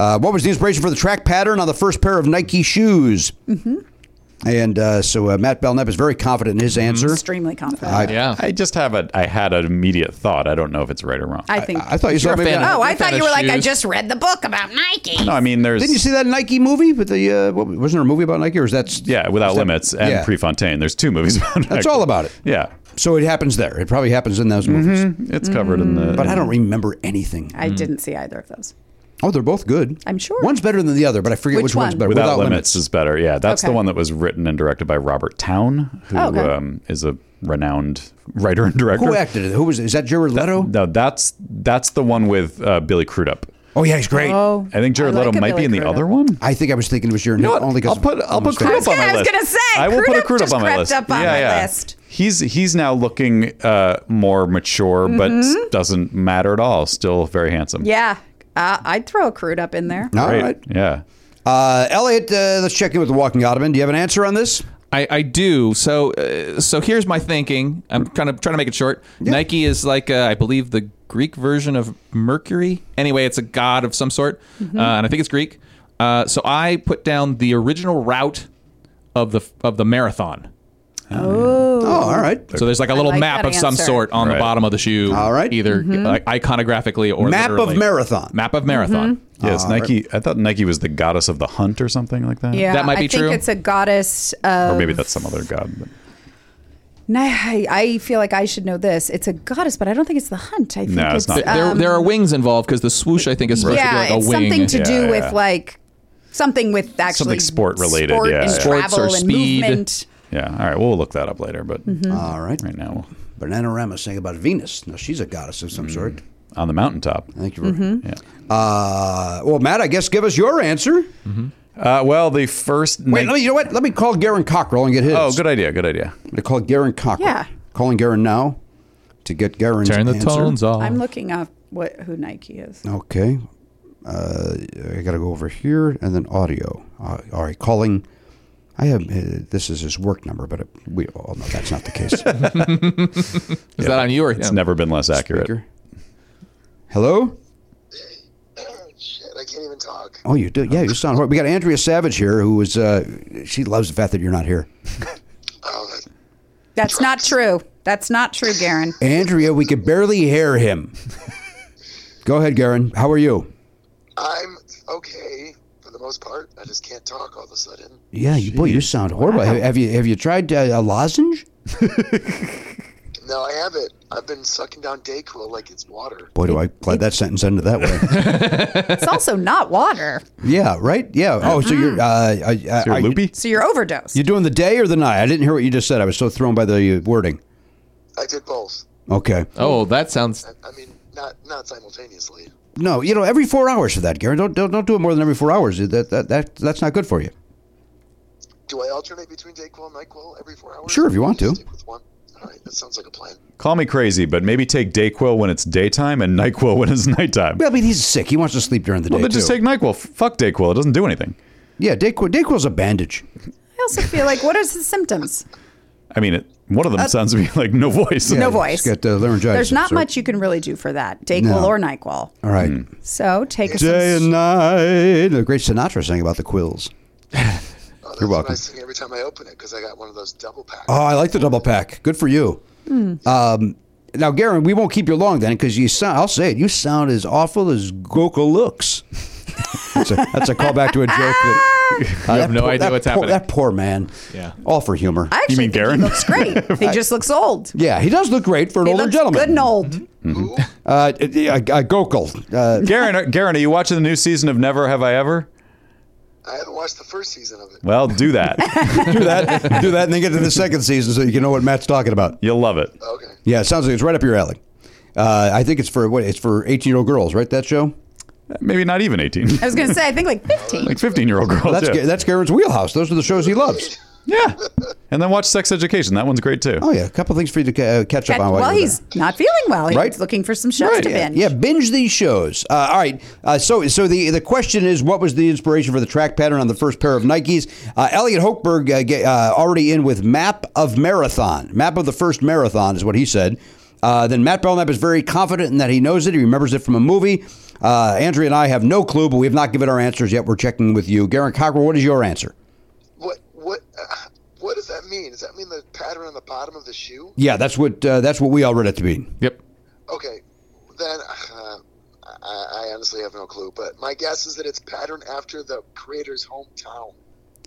Speaker 4: Uh, what was the inspiration for the track pattern on the first pair of Nike shoes? Mm-hmm. And uh, so uh, Matt Belknap is very confident in his
Speaker 9: Mm-hmm.
Speaker 4: answer.
Speaker 9: Extremely confident.
Speaker 4: I-
Speaker 7: yeah.
Speaker 1: I just have a. I had an immediate thought. I don't know if it's right or wrong.
Speaker 9: I think.
Speaker 4: I thought you
Speaker 7: You're
Speaker 4: saw
Speaker 7: a
Speaker 4: maybe.
Speaker 7: fan
Speaker 4: on-
Speaker 9: oh, I
Speaker 7: What kind
Speaker 9: thought
Speaker 7: of
Speaker 9: you were like, I
Speaker 7: shoes?
Speaker 9: just read the book about Nike.
Speaker 1: no, I mean, there's.
Speaker 4: Didn't you see that Nike movie with the uh, what, wasn't there a movie about Nike or is that
Speaker 1: Yeah, without limits and
Speaker 4: yeah.
Speaker 1: Prefontaine. There's two movies. About
Speaker 4: That's all about it.
Speaker 1: Yeah,
Speaker 4: So it happens there. It probably happens in those movies.
Speaker 9: Mm-hmm.
Speaker 1: it's covered in the.
Speaker 2: Mm.
Speaker 4: But I don't remember anything.
Speaker 9: I
Speaker 7: Hmm.
Speaker 9: didn't see either of those.
Speaker 4: Oh, they're both good.
Speaker 9: I'm sure.
Speaker 4: One's better than the other, but I forget which,
Speaker 9: Which
Speaker 4: one's
Speaker 9: one?
Speaker 4: better.
Speaker 1: Without, limits. is better. Yeah, that's the
Speaker 9: Okay.
Speaker 1: one that was written and directed by Robert Town, who
Speaker 9: Oh, okay.
Speaker 1: um, is a renowned writer and director.
Speaker 4: Who acted it? Who was it? Is that Jared Leto?
Speaker 1: No, that's that's the one with uh, Billy Crudup.
Speaker 4: oh yeah, he's great.
Speaker 9: Oh,
Speaker 1: I think Jared
Speaker 9: like
Speaker 1: Leto
Speaker 9: a
Speaker 1: might
Speaker 9: Billy
Speaker 1: be in the
Speaker 9: Crudup.
Speaker 1: other one.
Speaker 4: I think I was thinking it was Jared.
Speaker 1: You know what?
Speaker 4: only 'cause
Speaker 1: I'll put
Speaker 4: I'm
Speaker 1: I'll
Speaker 4: almost
Speaker 1: put
Speaker 4: there.
Speaker 1: Crudup
Speaker 9: was
Speaker 1: on
Speaker 9: gonna-
Speaker 1: my
Speaker 9: I was
Speaker 1: list.
Speaker 9: gonna say,
Speaker 1: I will put a
Speaker 9: Crudup
Speaker 1: Crudup
Speaker 9: just
Speaker 1: on my
Speaker 9: crept
Speaker 1: list.
Speaker 9: up on
Speaker 1: yeah,
Speaker 9: my
Speaker 1: yeah.
Speaker 9: list.
Speaker 1: He's he's now looking uh, more mature, but s- doesn't matter at all. Still very handsome.
Speaker 9: Mm-hmm. Yeah, Uh, I'd throw a crude up in there.
Speaker 2: All right.
Speaker 1: Yeah.
Speaker 2: Uh, Elliot, uh, let's check in with the Walking Ottoman. Do you have an answer on this?
Speaker 7: I, I do. So uh, so here's my thinking. I'm kind of trying to make it short. Nike is like uh, I believe the Greek version of Mercury. Anyway, it's a god of some sort,
Speaker 9: Mm-hmm.
Speaker 7: uh, and I think it's Greek. Uh, so I put down the original route of the of the marathon.
Speaker 2: Oh, all right.
Speaker 7: So there's like a little
Speaker 9: like
Speaker 7: map
Speaker 9: that
Speaker 7: of some
Speaker 9: answer. Mm-hmm.
Speaker 7: sort on
Speaker 1: Right.
Speaker 7: the bottom of the shoe.
Speaker 2: All right.
Speaker 7: Either like iconographically or
Speaker 2: Map of
Speaker 7: literally.
Speaker 2: marathon.
Speaker 7: Map of marathon.
Speaker 9: Mm-hmm.
Speaker 1: Yes, Nike. I thought Nike was the goddess of the hunt or something like that.
Speaker 9: Yeah,
Speaker 7: That might be
Speaker 9: I think
Speaker 7: true.
Speaker 9: it's a goddess of.
Speaker 1: Or maybe that's some other god. but-
Speaker 9: Nah, I, I feel like I should know this. It's a goddess, but I don't think it's the hunt. I think
Speaker 1: No, it's
Speaker 9: it's,
Speaker 1: not.
Speaker 7: There,
Speaker 9: um,
Speaker 7: there are wings involved because the swoosh I think is supposed
Speaker 9: yeah,
Speaker 7: to be like a
Speaker 9: it's
Speaker 7: wing.
Speaker 9: something to do
Speaker 1: Yeah,
Speaker 9: with
Speaker 1: yeah.
Speaker 9: like something with actually
Speaker 1: Something sport-related,
Speaker 9: sport
Speaker 1: yeah,
Speaker 9: and
Speaker 1: yeah.
Speaker 7: Sports
Speaker 9: travel
Speaker 7: or
Speaker 9: and
Speaker 7: speed.
Speaker 9: movement.
Speaker 1: Yeah. All right. We'll look that up later. But
Speaker 9: Mm-hmm.
Speaker 2: All right.
Speaker 1: right now,
Speaker 2: Banana Rama saying about Venus. Now, she's a goddess of some
Speaker 1: Mm-hmm.
Speaker 2: sort.
Speaker 1: on the mountaintop.
Speaker 2: I think you were.
Speaker 9: Mm-hmm.
Speaker 2: Uh, well, Matt, I guess give us your answer.
Speaker 1: Uh, well, the first.
Speaker 2: Wait,
Speaker 1: Nike-
Speaker 2: let me, you know what? Let me call Garen Cockrell and get his.
Speaker 1: oh, good idea. Good idea.
Speaker 2: I'm going to call Garen Cockrell.
Speaker 9: Yeah.
Speaker 2: Calling Garen now to get Garen's
Speaker 7: Turn the
Speaker 2: answer.
Speaker 7: tones off.
Speaker 9: I'm looking up what who Nike is.
Speaker 2: Okay. Uh, I got to go over here and then audio. Uh, all right, calling. I have uh, this is his work number, but it, we all know that's not the case.
Speaker 7: Is that on you or
Speaker 1: It's
Speaker 7: him?
Speaker 1: never been less accurate.
Speaker 2: Speaker. Hello.
Speaker 12: Shit, I can't even talk.
Speaker 2: Oh, you do. Yeah, you sound. hor- We got Andrea Savage here, who is. Uh, she loves the fact that you're not here.
Speaker 12: Oh, that,
Speaker 9: That's not true. That's not true, Garen.
Speaker 2: Andrea, we could barely hear him. go ahead, Garen. How are you?
Speaker 12: I'm okay for the most part. I just can't talk all of a sudden.
Speaker 2: Yeah, you, boy, you sound horrible. Have, have you have you tried uh, a lozenge?
Speaker 12: No, I haven't. I've been sucking down Dayquil like it's water.
Speaker 2: Boy, do I glad that sentence ended that way.
Speaker 9: It's also not water.
Speaker 2: Yeah, right. Yeah. Oh, so you're uh, I, I,
Speaker 1: You're
Speaker 2: I-
Speaker 1: loopy.
Speaker 9: So you're overdosed.
Speaker 2: You're doing the day or the night? I didn't hear what you just said. I was so thrown by the uh, wording.
Speaker 12: I did both.
Speaker 2: Okay.
Speaker 7: Oh, that sounds.
Speaker 12: I, I mean, not not simultaneously.
Speaker 2: No, you know, every four hours for that, Garen. Don't don't, don't do it more than every four hours. That, that that that's not good for you.
Speaker 12: Do I alternate between Dayquil and Nyquil every four hours?
Speaker 2: Sure, if you want to.
Speaker 12: Just Stick with one. All right, that sounds like a plan.
Speaker 1: Call me crazy, but maybe take Dayquil when it's daytime and Nyquil when it's nighttime.
Speaker 2: Well, I mean, he's sick. He wants to sleep during the
Speaker 1: Well,
Speaker 2: day
Speaker 1: then just
Speaker 2: too.
Speaker 1: take Nyquil. F- Fuck Dayquil. It doesn't do anything.
Speaker 2: yeah, Dayquil, Dayquil's a bandage.
Speaker 9: I also feel like what are the symptoms?
Speaker 1: I mean, it, one of them sounds to me like no voice.
Speaker 9: No
Speaker 2: Yeah,
Speaker 9: voice.
Speaker 2: He's got uh, laryngitis.
Speaker 9: There's not
Speaker 2: sir.
Speaker 9: much you can really do for that, Dayquil
Speaker 2: No.
Speaker 9: or Nyquil.
Speaker 2: All right.
Speaker 1: Hmm.
Speaker 9: So take a
Speaker 2: Day and night. The great Sinatra sang about the quills.
Speaker 12: Oh, that's
Speaker 2: You're
Speaker 12: what
Speaker 2: welcome.
Speaker 12: I sing every time I open it because I got one of those double packs.
Speaker 2: Oh, I like the double pack. Good for you.
Speaker 9: Hmm.
Speaker 2: Um, now, Garen, we won't keep you long then, because you sound—I'll say it—you sound as awful as Goka looks. that's, a, that's a callback to a joke. That, you
Speaker 7: have no idea what's happening.
Speaker 2: That poor man.
Speaker 7: Yeah.
Speaker 2: All for humor.
Speaker 9: I actually
Speaker 1: mean
Speaker 9: think
Speaker 1: Garen?
Speaker 9: He looks great. He just looks old.
Speaker 2: yeah, he does look great for an
Speaker 9: He
Speaker 2: older
Speaker 9: looks
Speaker 2: gentleman. Mm-hmm.
Speaker 9: good and old.
Speaker 2: Uh, yeah, uh, Gokul. Uh,
Speaker 1: Garen, are, Garen, are you watching the new season of Never Have I Ever?
Speaker 12: I haven't watched the first season of it.
Speaker 1: Well, do that.
Speaker 2: do that. Do that, and then get to the second season so you can know what Matt's talking about.
Speaker 1: You'll love it.
Speaker 12: Okay.
Speaker 2: Yeah, it sounds like it's right up your alley. Uh, I think it's for what? It's for eighteen-year-old girls, right? That show.
Speaker 1: Maybe not even 18.
Speaker 9: I was going to say, I think like 15.
Speaker 1: like 15 year old girls.
Speaker 2: Well, that's
Speaker 1: yeah.
Speaker 2: Ga- that's Garen's wheelhouse. Those are the shows he loves.
Speaker 1: Yeah. And then watch Sex Education. That one's great too.
Speaker 2: Oh yeah, a couple things for you to ca- uh, catch up on. while
Speaker 9: well,
Speaker 2: you're
Speaker 9: he's
Speaker 2: there.
Speaker 9: not feeling well. He's
Speaker 2: Right?
Speaker 9: looking for some shows to
Speaker 2: yeah,
Speaker 9: binge.
Speaker 2: yeah, binge these shows. Uh, all right. Uh, so, so the the question is, what was the inspiration for the track pattern on the first pair of Nikes? Uh, Elliot Hochberg uh, ga- uh, already in with map of marathon, map of the first marathon is what he said. Uh, then Matt Belknap is very confident in that he knows it. He remembers it from a movie. Uh, Andrea and I have no clue, but we have not given our answers yet. We're checking with you, Garen Cockrell. What is your answer?
Speaker 12: What what uh, what does that mean? Does that mean the pattern on the bottom of the shoe?
Speaker 2: Yeah, that's what uh, that's what we all read it to be.
Speaker 7: Yep.
Speaker 12: Okay, then uh, I, I honestly have no clue, but my guess is that it's patterned after the creator's hometown,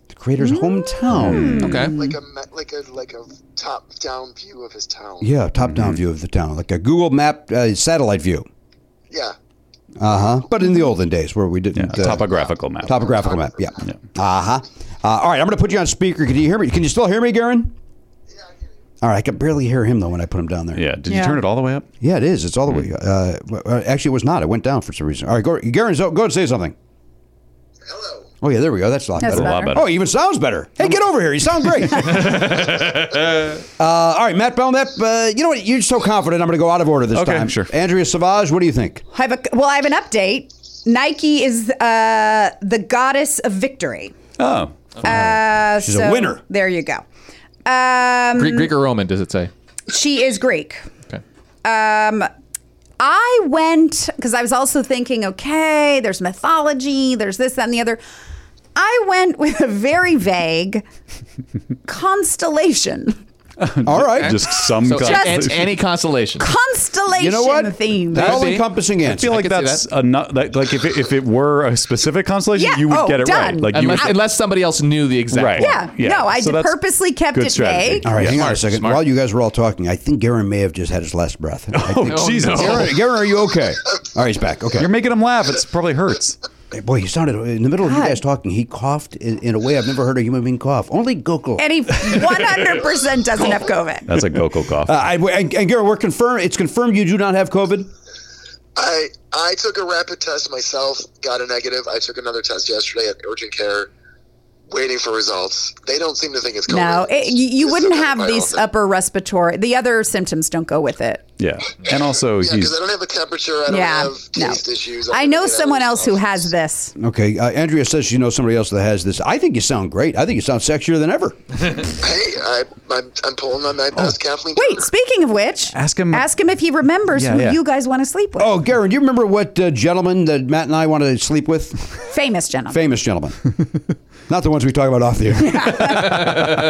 Speaker 2: The creator's hometown.
Speaker 7: Okay.
Speaker 12: like a ma- like a like a top-down view of his town.
Speaker 2: Yeah, top down
Speaker 1: Mm-hmm.
Speaker 2: view of the town, like a Google Map uh, satellite view.
Speaker 12: Yeah.
Speaker 2: Uh huh. But in the olden days where we
Speaker 1: Mm-hmm. Yeah,
Speaker 2: didn't.
Speaker 1: a
Speaker 2: uh,
Speaker 1: topographical map.
Speaker 2: topographical map, yeah. Uh huh. Uh, all right, I'm going to put you on speaker. Can you hear me? Can you still hear me, Garen? All right, I can barely hear him though when I put him down there.
Speaker 1: yeah. Did you turn it all the way up?
Speaker 2: Yeah, it is. It's all the
Speaker 1: Hmm.
Speaker 2: way. Uh, w- uh, actually, it was not. It went down for some reason. All right, go, Garen, so- go and say something.
Speaker 12: Hello.
Speaker 2: Oh, yeah, there we go. That's a lot
Speaker 9: That's
Speaker 2: better.
Speaker 1: A lot better.
Speaker 2: Oh, he even sounds better. Hey, get over here. You sound great. uh, all right, Matt Belknap, uh, you know what? You're so confident I'm going to go out of order this
Speaker 1: Okay,
Speaker 2: time.
Speaker 1: sure.
Speaker 2: Andrea Savage, what do you think?
Speaker 9: I have a, well, I have an update. Nike is uh, the goddess of victory.
Speaker 1: Oh.
Speaker 9: Uh,
Speaker 7: She's a winner.
Speaker 9: There you go. Um,
Speaker 7: Greek, Greek or Roman? Does it say?
Speaker 9: She is Greek.
Speaker 7: Okay.
Speaker 9: Um, I went because I was also thinking, okay, there's mythology, there's this, that, and the other. I went with a very vague constellation.
Speaker 2: All right.
Speaker 1: Just some
Speaker 7: So, uh,
Speaker 1: constellation.
Speaker 7: an- any constellation.
Speaker 9: Constellation
Speaker 2: You know what?
Speaker 9: theme.
Speaker 2: That
Speaker 7: Could be.
Speaker 2: all-encompassing
Speaker 1: I
Speaker 2: answer.
Speaker 1: feel like
Speaker 7: I could see
Speaker 1: that's a not, like, like if, it, if it were a specific constellation,
Speaker 9: Yeah,
Speaker 1: you would
Speaker 9: oh,
Speaker 1: get it
Speaker 9: done.
Speaker 1: right. Like you would,
Speaker 7: Unless, unless somebody else knew the exact
Speaker 1: right.
Speaker 7: one.
Speaker 9: Yeah, no, I
Speaker 1: that's
Speaker 9: purposely kept
Speaker 1: good
Speaker 9: it
Speaker 1: strategy.
Speaker 9: vague.
Speaker 2: All right, hang on a
Speaker 7: Smart,
Speaker 2: second.
Speaker 7: smart.
Speaker 2: While you guys were all talking, I think Garen may have just had his last breath. I think-
Speaker 1: Oh, Jesus.
Speaker 2: Garen, Garen, are you okay? All right, he's back. Okay.
Speaker 1: You're making him laugh. It's probably hurts.
Speaker 2: Boy, he sounded in the middle of you
Speaker 9: God.
Speaker 2: guys talking. He coughed in, in a way I've never heard a human being cough. Only Gokul.
Speaker 9: And he 100% doesn't have COVID.
Speaker 1: That's a Gokul cough.
Speaker 2: Uh, I, and, and Garen, we're confirmed. It's confirmed you do not have COVID.
Speaker 12: I I took a rapid test myself, got a negative. I took another test yesterday at urgent care, waiting for results. They don't seem to think it's COVID.
Speaker 9: No, it, you, you
Speaker 12: It's
Speaker 9: wouldn't
Speaker 12: something
Speaker 9: have
Speaker 12: viral
Speaker 9: these
Speaker 12: thing.
Speaker 9: upper respiratory. The other symptoms don't go with it.
Speaker 1: yeah. And also,
Speaker 12: Yeah, because I
Speaker 1: he's.
Speaker 12: don't have a temperature. I don't
Speaker 9: yeah,
Speaker 12: have
Speaker 9: no.
Speaker 12: taste issues.
Speaker 9: I
Speaker 12: don't
Speaker 9: know
Speaker 12: have any
Speaker 9: someone
Speaker 12: other
Speaker 9: else who
Speaker 12: stuff.
Speaker 9: has this.
Speaker 2: Okay. Uh, Andrea says she knows somebody else that has this. I think you sound great. I think you sound sexier than ever.
Speaker 12: Hey, I, I'm, I'm pulling on my best Kathleen.
Speaker 9: Wait,
Speaker 12: Turner.
Speaker 9: speaking of which,
Speaker 1: Ask him-
Speaker 9: Ask him if he remembers
Speaker 1: Yeah,
Speaker 9: who
Speaker 1: yeah.
Speaker 9: you guys want to sleep with.
Speaker 2: Oh, Garen, do you remember what uh, gentleman that Matt and I wanted to sleep with?
Speaker 9: famous gentleman.
Speaker 2: Famous gentleman. Not the ones we talk about off the air.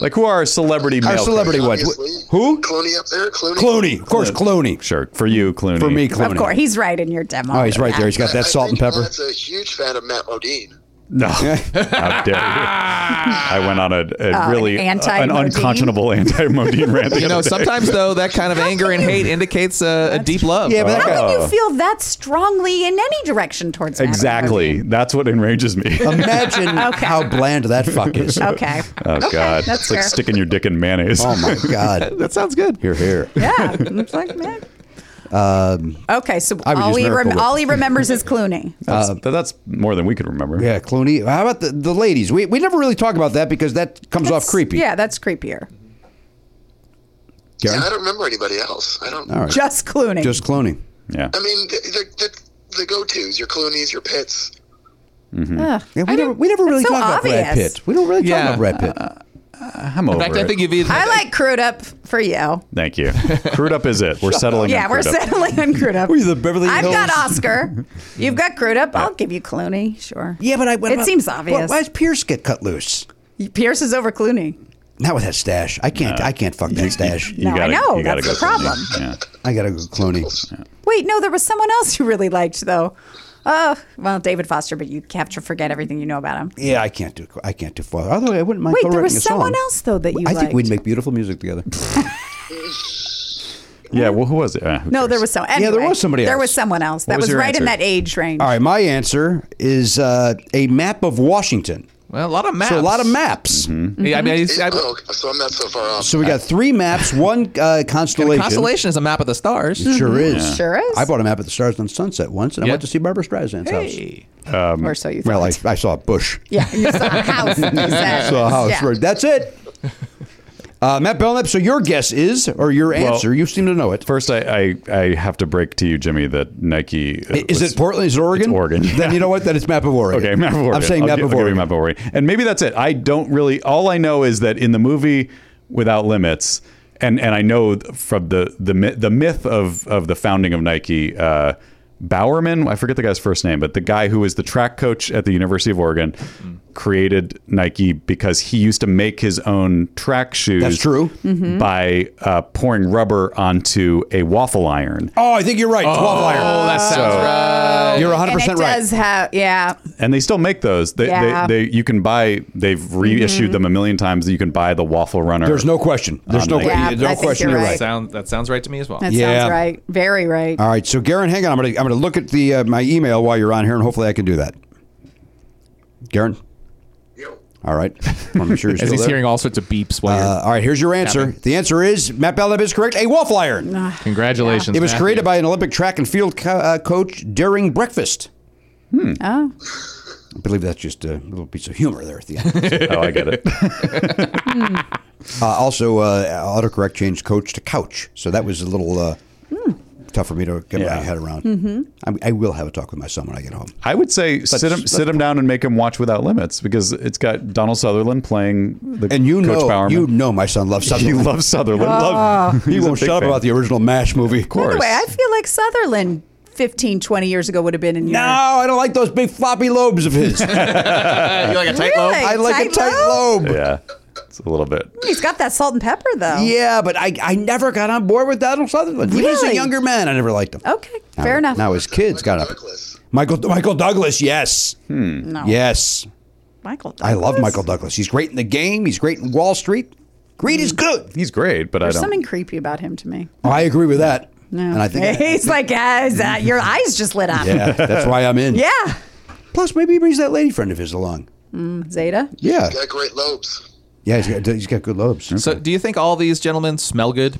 Speaker 1: Like, who are our celebrity
Speaker 2: Our
Speaker 1: male
Speaker 2: celebrity one.
Speaker 12: Obviously.
Speaker 2: Who?
Speaker 12: Clooney up there. Clooney.
Speaker 2: Clooney. Of course, Clooney.
Speaker 1: Sure. For you, Clooney.
Speaker 2: For me, Clooney.
Speaker 9: of course, he's right in your demo.
Speaker 2: Oh, he's right there. He's got that
Speaker 12: I
Speaker 2: salt and
Speaker 12: think
Speaker 2: pepper.
Speaker 12: Matt's a huge fan of Matt Modine.
Speaker 1: No. How dare you? I went on a, a really
Speaker 9: Uh,
Speaker 1: uh,
Speaker 9: anti-Modine.
Speaker 1: an unconscionable anti Modine rant. the
Speaker 7: You know,
Speaker 1: other day.
Speaker 7: sometimes though, that kind of anger and hate indicates a, a deep love.
Speaker 2: Yeah, but that
Speaker 9: How
Speaker 2: guy,
Speaker 9: can you feel that strongly in any direction towards Matt
Speaker 1: Exactly. That's what enrages me.
Speaker 2: imagine
Speaker 9: Okay.
Speaker 2: how bland that fuck is.
Speaker 9: Damon? Okay.
Speaker 1: Oh God!
Speaker 9: that's
Speaker 1: it's like
Speaker 9: fair.
Speaker 1: sticking your dick in mayonnaise.
Speaker 2: Oh my god.
Speaker 7: that sounds good.
Speaker 2: Here, here.
Speaker 9: Yeah. It's like, man. okay, so
Speaker 2: Um, I would
Speaker 9: all
Speaker 2: use
Speaker 9: he,
Speaker 2: Miracle
Speaker 9: rem-
Speaker 2: Whip.
Speaker 9: all he remembers is Clooney.
Speaker 1: That's, but that's more than we could remember.
Speaker 2: Yeah, Clooney. How about the, the ladies? We, we never really talk about that because that comes off
Speaker 9: That's-
Speaker 2: creepy.
Speaker 9: Yeah, that's creepier.
Speaker 2: Garen?
Speaker 12: Yeah, I don't remember anybody else. I don't.
Speaker 2: All right.
Speaker 9: Just Clooney.
Speaker 2: Just Clooney.
Speaker 1: Yeah.
Speaker 12: I mean, the, the, the, the go-tos, your Clooney's, your Pitts.
Speaker 9: Ugh.
Speaker 2: Yeah,
Speaker 9: I
Speaker 2: we never,
Speaker 9: don't-
Speaker 2: we never
Speaker 9: that's
Speaker 2: really
Speaker 9: so
Speaker 2: talk about Brad
Speaker 9: obvious.
Speaker 2: Pitt. We don't really talk
Speaker 7: Yeah.
Speaker 2: about Brad Pitt.
Speaker 1: I'm over
Speaker 7: In fact,
Speaker 1: it.
Speaker 7: I think you've either.
Speaker 9: I like Crudup for
Speaker 2: Oh,
Speaker 9: you.
Speaker 1: Thank you. Crude up is it. We're settling.
Speaker 9: Yeah,
Speaker 1: on
Speaker 9: we're
Speaker 1: crude up.
Speaker 9: settling on Crudup.
Speaker 2: Were you the Beverly
Speaker 9: I've got
Speaker 2: Hills-
Speaker 9: Oscar. You've got Crudup. I'll give you Clooney. Sure.
Speaker 2: Yeah, but I. What
Speaker 9: It
Speaker 2: about-
Speaker 9: seems
Speaker 2: why-
Speaker 9: obvious.
Speaker 2: Why does Pierce get cut loose?
Speaker 9: Pierce is over Clooney.
Speaker 2: Not with that stash. I can't. I can't fuck that stash.
Speaker 1: You
Speaker 9: No, I
Speaker 1: gotta,
Speaker 9: know,
Speaker 1: You gotta
Speaker 9: that's
Speaker 1: go
Speaker 9: the
Speaker 1: Clooney.
Speaker 9: problem.
Speaker 1: Yeah.
Speaker 2: I gotta go Clooney.
Speaker 9: Wait, no, there was someone else you really liked though. Oh, well, David Foster, but you have to forget everything you know about him.
Speaker 2: Yeah, I can't do. I can't do far. Although I wouldn't mind.
Speaker 9: Wait,
Speaker 2: co-writing
Speaker 9: there
Speaker 2: a
Speaker 9: was someone
Speaker 2: song.
Speaker 9: else though that you
Speaker 2: I
Speaker 9: liked.
Speaker 2: think we'd make beautiful music together.
Speaker 1: Yeah. Well, who was it? Uh, who
Speaker 9: No,
Speaker 1: cares?
Speaker 9: there was so. Anyway,
Speaker 2: there was somebody
Speaker 9: There
Speaker 2: else.
Speaker 9: was someone else. that
Speaker 1: was
Speaker 9: was
Speaker 1: your
Speaker 9: right in
Speaker 1: answer?
Speaker 9: that age range.
Speaker 2: All right, my answer is uh, a map of Washington.
Speaker 7: well, a lot of maps. Mm-hmm.
Speaker 2: So a lot of maps. Mm-hmm.
Speaker 7: Yeah, I mean, I, I,
Speaker 12: Oh, so I'm not so far off.
Speaker 2: So we got three maps, one uh, constellation.
Speaker 7: constellation is a map of the stars.
Speaker 2: Sure is.
Speaker 9: Sure is.
Speaker 2: I bought a map at the Stars on Sunset once, and I
Speaker 7: Yeah.
Speaker 2: went to see Barbara Straisand's house.
Speaker 7: Hey.
Speaker 9: or so you thought.
Speaker 2: Um, Well, I, I saw a bush.
Speaker 9: yeah, you saw a house. you said.
Speaker 2: So how it's
Speaker 9: Yeah.
Speaker 2: right. That's it. Uh, Matt Belknap, so your guess is, or your answer, you seem to know it.
Speaker 1: First, I, I I have to break to you, Jimmy, that Nike uh,
Speaker 2: Is
Speaker 1: was-
Speaker 2: it Portland? Is it Oregon?
Speaker 1: It's Oregon.
Speaker 2: Then you know what? That it's map of Oregon.
Speaker 1: Okay, map of Oregon.
Speaker 2: I'm saying
Speaker 1: I'll
Speaker 2: map
Speaker 1: gi- I'll
Speaker 2: of
Speaker 1: give you
Speaker 2: Oregon.
Speaker 1: map of Oregon. And maybe that's it. I don't really. All I know is that in the movie Without Limits, and and I know th- from the the mi- the myth of of the founding of Nike. Uh, Bowerman, I forget the guy's first name, but the guy who was the track coach at the University of Oregon created Nike because he used to make his own track shoes.
Speaker 2: That's true.
Speaker 1: By uh, pouring rubber onto a waffle iron.
Speaker 2: Oh, I think you're right. 12 iron.
Speaker 7: Oh, that sounds right.
Speaker 2: You're 100%
Speaker 9: And it
Speaker 2: right.
Speaker 9: does have, yeah.
Speaker 1: and they still make those. They,
Speaker 9: Yeah. Mm-hmm.
Speaker 1: they, they you can buy. They've reissued them a million times. You can buy the waffle runner.
Speaker 2: There's no question. There's no,
Speaker 1: Nike.
Speaker 2: que-
Speaker 1: Yeah,
Speaker 9: I
Speaker 2: no
Speaker 9: think
Speaker 2: question.
Speaker 9: you're
Speaker 2: You're
Speaker 9: right.
Speaker 2: right.
Speaker 7: Sound that sounds right to me as well.
Speaker 9: That
Speaker 2: Yeah. Um,
Speaker 9: sounds right. Very right.
Speaker 2: All right. So, Garen, hang on. I'm going to I'm gonna look at the uh, my email while you're on here, and hopefully I can do that. Garen?
Speaker 12: Yo.
Speaker 2: All right. Want to make sure you're
Speaker 7: As
Speaker 2: still
Speaker 7: he's
Speaker 2: there.
Speaker 7: hearing all sorts of beeps while
Speaker 2: Uh, all right. Here's your answer. The answer is Matt Belknap is correct. A waffle iron.
Speaker 7: you're. Congratulations.
Speaker 2: It was
Speaker 7: Matthew.
Speaker 2: created by an Olympic track and field co- uh, coach during breakfast.
Speaker 9: Oh,
Speaker 2: I believe that's just a little piece of humor there at the end.
Speaker 1: Oh, I get it.
Speaker 2: uh, also, uh, autocorrect changed coach to couch, so that was a little uh, tough for me to get
Speaker 1: Yeah.
Speaker 2: my head around.
Speaker 1: Mhm.
Speaker 2: I, I will have a talk with my son when I get home.
Speaker 1: I would say
Speaker 2: But
Speaker 1: sit him
Speaker 2: s-
Speaker 1: sit him down and make him watch Without Limits because it's got Donald Sutherland playing the
Speaker 2: And you
Speaker 1: Coach
Speaker 2: know,
Speaker 1: Bowerman.
Speaker 2: you know, my son loves Sutherland.
Speaker 1: He loves Sutherland.
Speaker 9: Ah.
Speaker 1: Love-
Speaker 2: he
Speaker 1: He's a
Speaker 2: won't
Speaker 1: big
Speaker 2: shut up
Speaker 1: fan.
Speaker 2: about the original Mash movie. Of
Speaker 9: By the way, I feel like Sutherland 15, 20 years ago would have been in
Speaker 2: No, I don't like those big floppy lobes of his.
Speaker 7: you like a tight
Speaker 9: Really?
Speaker 7: lobe?
Speaker 2: I like a
Speaker 9: Tight
Speaker 2: tight lobe.
Speaker 1: Yeah, it's a little bit.
Speaker 9: your... He's got that salt and pepper, though.
Speaker 2: Yeah, but I, I never got on board with Donald Sutherland. When he was a
Speaker 9: Really?
Speaker 2: younger man, I never liked him.
Speaker 9: Okay, fair enough.
Speaker 2: Now his kids got up. Michael Michael Douglas, yes.
Speaker 9: Hmm. No.
Speaker 2: Yes.
Speaker 9: Michael
Speaker 2: I love Michael Douglas. He's great in the game. He's great in Wall Street. Greed
Speaker 9: Hmm.
Speaker 2: is good. Oh,
Speaker 1: He's great, but
Speaker 9: There's
Speaker 1: I don't.
Speaker 9: something creepy about him to me.
Speaker 2: I agree with that.
Speaker 9: No.
Speaker 2: And I think
Speaker 9: he's like, guys, uh, your eyes just lit up.
Speaker 2: Yeah, that's why I'm in.
Speaker 9: Yeah.
Speaker 2: Plus, maybe he brings that lady friend of his along.
Speaker 9: Mm, Zeta.
Speaker 2: Yeah.
Speaker 12: Got great lobes.
Speaker 2: Yeah, he's got, he's got good lobes.
Speaker 7: So, do you think all these gentlemen smell good?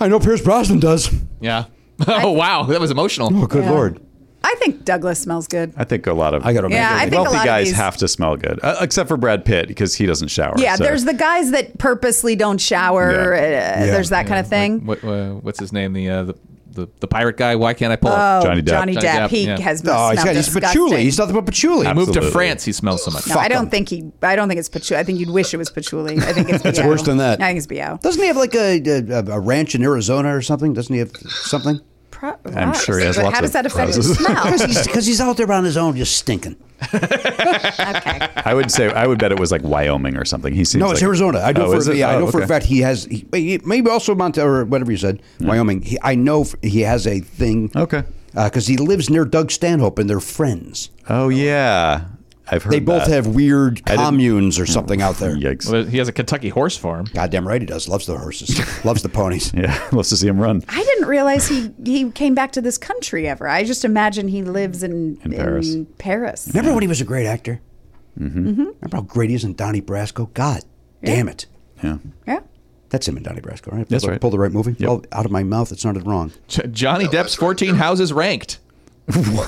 Speaker 2: I know Pierce Brosnan does.
Speaker 7: Yeah. Oh wow, that was emotional.
Speaker 2: Oh, good
Speaker 9: Yeah.
Speaker 2: lord.
Speaker 9: I think Douglas smells good.
Speaker 1: I think a lot of
Speaker 2: I gotta
Speaker 9: Yeah, I think a
Speaker 1: wealthy
Speaker 9: lot of
Speaker 1: guys
Speaker 9: these-
Speaker 1: have to smell good, uh, except for Brad Pitt because he doesn't shower.
Speaker 9: Yeah,
Speaker 1: so-
Speaker 9: there's the guys that purposely don't shower.
Speaker 1: Yeah.
Speaker 9: Uh, There's that kind of thing.
Speaker 7: What, uh, what's his name? The, uh, the the the pirate guy. Why can't I pull?
Speaker 9: Oh,
Speaker 7: it?
Speaker 1: Johnny Depp.
Speaker 9: Johnny Depp.
Speaker 7: Johnny Depp,
Speaker 9: he
Speaker 7: yeah.
Speaker 9: has
Speaker 2: No, Oh, he's
Speaker 9: smelled
Speaker 2: got, he's
Speaker 9: disgusting.
Speaker 2: patchouli. He's nothing but patchouli.
Speaker 7: I moved to
Speaker 1: Absolutely.
Speaker 7: France. He smells so much.
Speaker 9: No, I don't think he. I don't think it's patchouli. I think you'd wish it was patchouli. I think it's.
Speaker 2: It's
Speaker 9: Biao.
Speaker 2: worse than that.
Speaker 9: I think it's Biao.
Speaker 2: Doesn't he have like a, a, a ranch in Arizona or something? Doesn't he have something?
Speaker 9: Pro-
Speaker 1: I'm sure he has
Speaker 9: But
Speaker 1: lots
Speaker 9: How does
Speaker 1: of
Speaker 9: that affect the
Speaker 1: roses.
Speaker 9: smell?
Speaker 2: Because he's, 'cause he's out there on his own just stinking.
Speaker 9: okay.
Speaker 1: I would say I would bet it was like Wyoming or something. He seems
Speaker 2: No, it's
Speaker 1: like-
Speaker 2: Arizona. I know,
Speaker 1: Oh, is
Speaker 2: for,
Speaker 1: it?
Speaker 2: yeah, I
Speaker 1: Oh,
Speaker 2: know for a
Speaker 1: okay. Hmm.
Speaker 2: fact he has, he, he- maybe also Montana or whatever you said, Wyoming. He, I know f- he has a thing.
Speaker 1: Okay.
Speaker 2: Because he lives near Doug Stanhope and they're friends.
Speaker 1: Oh yeah, I've heard
Speaker 2: They both
Speaker 1: that.
Speaker 2: have weird
Speaker 1: didn't-
Speaker 2: communes or something out there.
Speaker 1: Yikes!
Speaker 7: Well, he has a Kentucky horse farm.
Speaker 2: Goddamn right he does. Loves the horses, loves the ponies.
Speaker 1: Yeah, loves to see him run.
Speaker 9: I didn't realize he he came back to this country ever. I just imagine he lives in
Speaker 1: In Paris.
Speaker 9: Paris.
Speaker 2: Remember when he was a great actor? Mm-hmm. Remember how great he is in Donnie Brasco? God damn it.
Speaker 1: Yeah,
Speaker 9: Yeah.
Speaker 2: That's him in Donnie Brasco, right?
Speaker 1: That's
Speaker 2: Pull the-
Speaker 1: right.
Speaker 2: Pull the right movie.
Speaker 1: Yep.
Speaker 2: Well, out of my mouth, it sounded wrong.
Speaker 7: J- Johnny Depp's 14 houses ranked.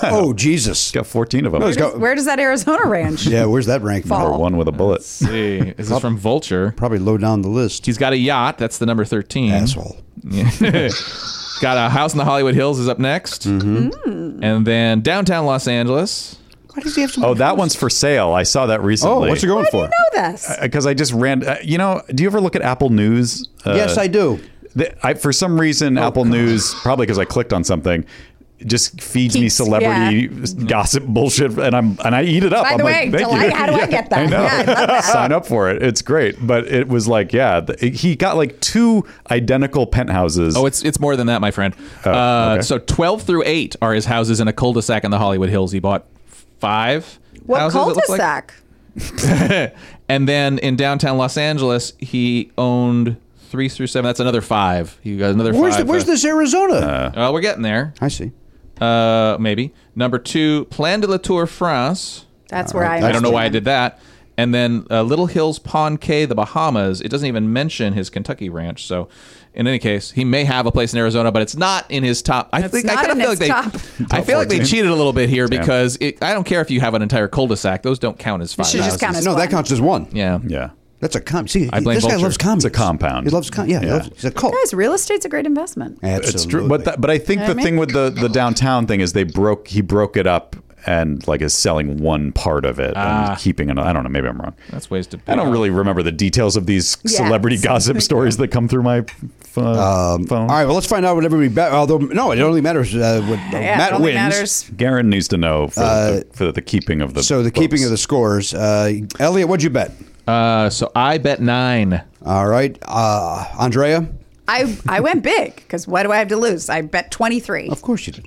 Speaker 2: Oh Jesus!
Speaker 1: got 14 of
Speaker 9: Oh,
Speaker 1: them.
Speaker 2: he's got-
Speaker 9: Where does that Arizona ranch?
Speaker 2: Yeah, where's that rank?
Speaker 9: Fall.
Speaker 1: Number one with a bullet.
Speaker 7: See, this is from Vulture.
Speaker 2: Probably low down the list.
Speaker 7: He's got a yacht. That's the number 13.
Speaker 2: asshole.
Speaker 7: Got a house in the Hollywood Hills is up next.
Speaker 1: Mm-hmm.
Speaker 9: Mm.
Speaker 7: And then downtown Los Angeles.
Speaker 2: Why does he have some?
Speaker 1: Oh, that one's for sale. I saw
Speaker 9: Oh,
Speaker 1: that recently.
Speaker 2: Oh, going for?
Speaker 9: Know this.
Speaker 1: Because I just ran. Uh, you know, do you ever look at Apple News? Uh,
Speaker 2: yes, I do.
Speaker 1: The, I, for some reason,
Speaker 9: Oh,
Speaker 1: Apple News, probably because I clicked on something, just feeds me
Speaker 9: Keeps-
Speaker 1: celebrity gossip bullshit, and I'm and I eat it up.
Speaker 9: By
Speaker 1: I'm
Speaker 9: the
Speaker 1: like,
Speaker 9: way,
Speaker 1: Thank
Speaker 9: Delight,
Speaker 1: you.
Speaker 9: how do I get that?
Speaker 1: I know.
Speaker 9: Yeah, I love that.
Speaker 1: Sign up for it. It's great, but it was like, yeah, th- he got like two identical penthouses.
Speaker 7: Oh, it's it's more than that, my friend. uh,
Speaker 1: Oh, okay.
Speaker 7: So 12 through 8 are his houses in a cul-de-sac in the Hollywood Hills. He bought five
Speaker 9: What
Speaker 7: houses, it looks like.
Speaker 9: cul-de-sac?
Speaker 7: And then in downtown Los Angeles, he owned three through seven. That's another five. He got another
Speaker 2: Where's the,
Speaker 7: five.
Speaker 2: Where's this Arizona?
Speaker 7: Uh, we're getting there.
Speaker 2: I see.
Speaker 7: Uh, maybe number two, Plan de la Tour France.
Speaker 9: That's where I.
Speaker 7: I don't know why I did that. And then uh, Little Hills Pond Cay, the Bahamas. It doesn't even mention his Kentucky ranch. So, in any case, he may have a place in Arizona, but it's not in his top. I think I
Speaker 9: not
Speaker 7: kind of
Speaker 9: in
Speaker 7: feel like
Speaker 9: his
Speaker 7: they.
Speaker 9: top.
Speaker 7: I feel like they
Speaker 1: 14.
Speaker 7: cheated a little bit here because it, I don't care if you have an entire cul-de-sac; those don't count as five.
Speaker 9: should just
Speaker 7: houses.
Speaker 9: count as
Speaker 2: no,
Speaker 9: one.
Speaker 2: that counts as one.
Speaker 7: yeah.
Speaker 1: yeah.
Speaker 2: That's a com. See,
Speaker 7: I blame
Speaker 2: this guy
Speaker 7: Vulture.
Speaker 2: loves comedy.
Speaker 1: It's a compound.
Speaker 2: He loves com. Yeah, he
Speaker 1: Yeah.
Speaker 2: loves, he's a cult.
Speaker 9: Guys, real estate's a great investment.
Speaker 2: Absolutely.
Speaker 1: It's true, but that, but I think
Speaker 9: know
Speaker 1: the
Speaker 9: what I
Speaker 1: thing with the the downtown thing is they broke he broke it up and like is selling one part of it
Speaker 2: Ah.
Speaker 1: and keeping another. I don't know. Maybe I'm wrong.
Speaker 7: That's ways to.
Speaker 1: I don't really remember the details of these
Speaker 9: Yeah.
Speaker 1: celebrity gossip stories that come through my f- phone.
Speaker 2: Um, Mm. all right, well, let's find out what everybody. bet- Although no, it only matters uh, what
Speaker 9: Yeah,
Speaker 2: Matt
Speaker 9: it only
Speaker 2: wins.
Speaker 9: matters.
Speaker 1: Garen needs to know for, the, for the keeping of the
Speaker 2: Uh, So the keeping of the scores. Uh, Elliot, what'd you bet?
Speaker 7: Uh, so I bet nine.
Speaker 2: All right, uh, Andrea.
Speaker 9: I I went big because what do I have to lose? I bet twenty three.
Speaker 2: Of course you did.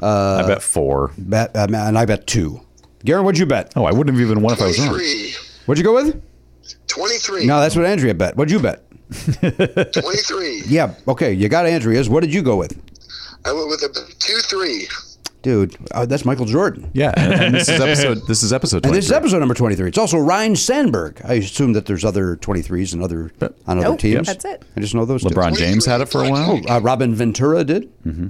Speaker 1: I bet four.
Speaker 2: Bet, uh, and I bet two. Garen, what'd you bet?
Speaker 1: Oh, I wouldn't have even won if I was wrong.
Speaker 12: 23.
Speaker 2: What'd you go with?
Speaker 12: 23.
Speaker 2: No, that's what Andrea bet. What'd you bet?
Speaker 12: 23.
Speaker 2: Yeah, okay, you got Andrea's. What did you go with?
Speaker 12: I went with a 2 3.
Speaker 2: Dude, uh, that's Michael Jordan.
Speaker 1: Yeah, and, and this is episode. This is episode.
Speaker 2: And this is
Speaker 1: 23.
Speaker 2: episode number 23. It's also Ryan Sandberg. I assume that there's other 23s and other on other
Speaker 9: Nope,
Speaker 2: teams.
Speaker 9: that's it.
Speaker 2: I just know those two.
Speaker 1: LeBron James had it for a while.
Speaker 2: Uh, Robin Ventura did. Mm-hmm.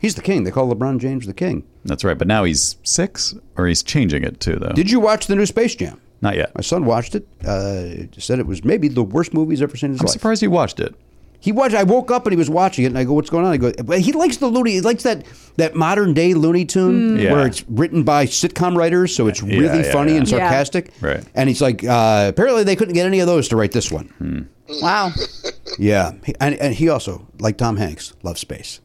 Speaker 2: He's the king. They call LeBron James the king.
Speaker 1: That's right. But now he's six, or he's changing it too, though.
Speaker 2: Did you watch the new Space Jam?
Speaker 1: Not yet.
Speaker 2: My son watched it. Uh, said it was maybe the worst movie he's ever seen in his
Speaker 1: I'm
Speaker 2: life.
Speaker 1: surprised you watched it.
Speaker 2: He watched. I woke up and he was watching it, and I go, "What's going on?" I go, "Well, "He likes the Looney. He likes that that modern day Looney Tune
Speaker 1: Mm. Yeah.
Speaker 2: where it's written by sitcom writers, so it's really
Speaker 1: yeah,
Speaker 2: funny
Speaker 1: yeah.
Speaker 2: and
Speaker 1: Yeah.
Speaker 2: sarcastic."
Speaker 1: Right.
Speaker 2: And he's like, uh, "Apparently, they couldn't get any of those to write this one."
Speaker 1: Hmm.
Speaker 9: Wow.
Speaker 2: Yeah, He- and, and he also, like Tom Hanks, loves space.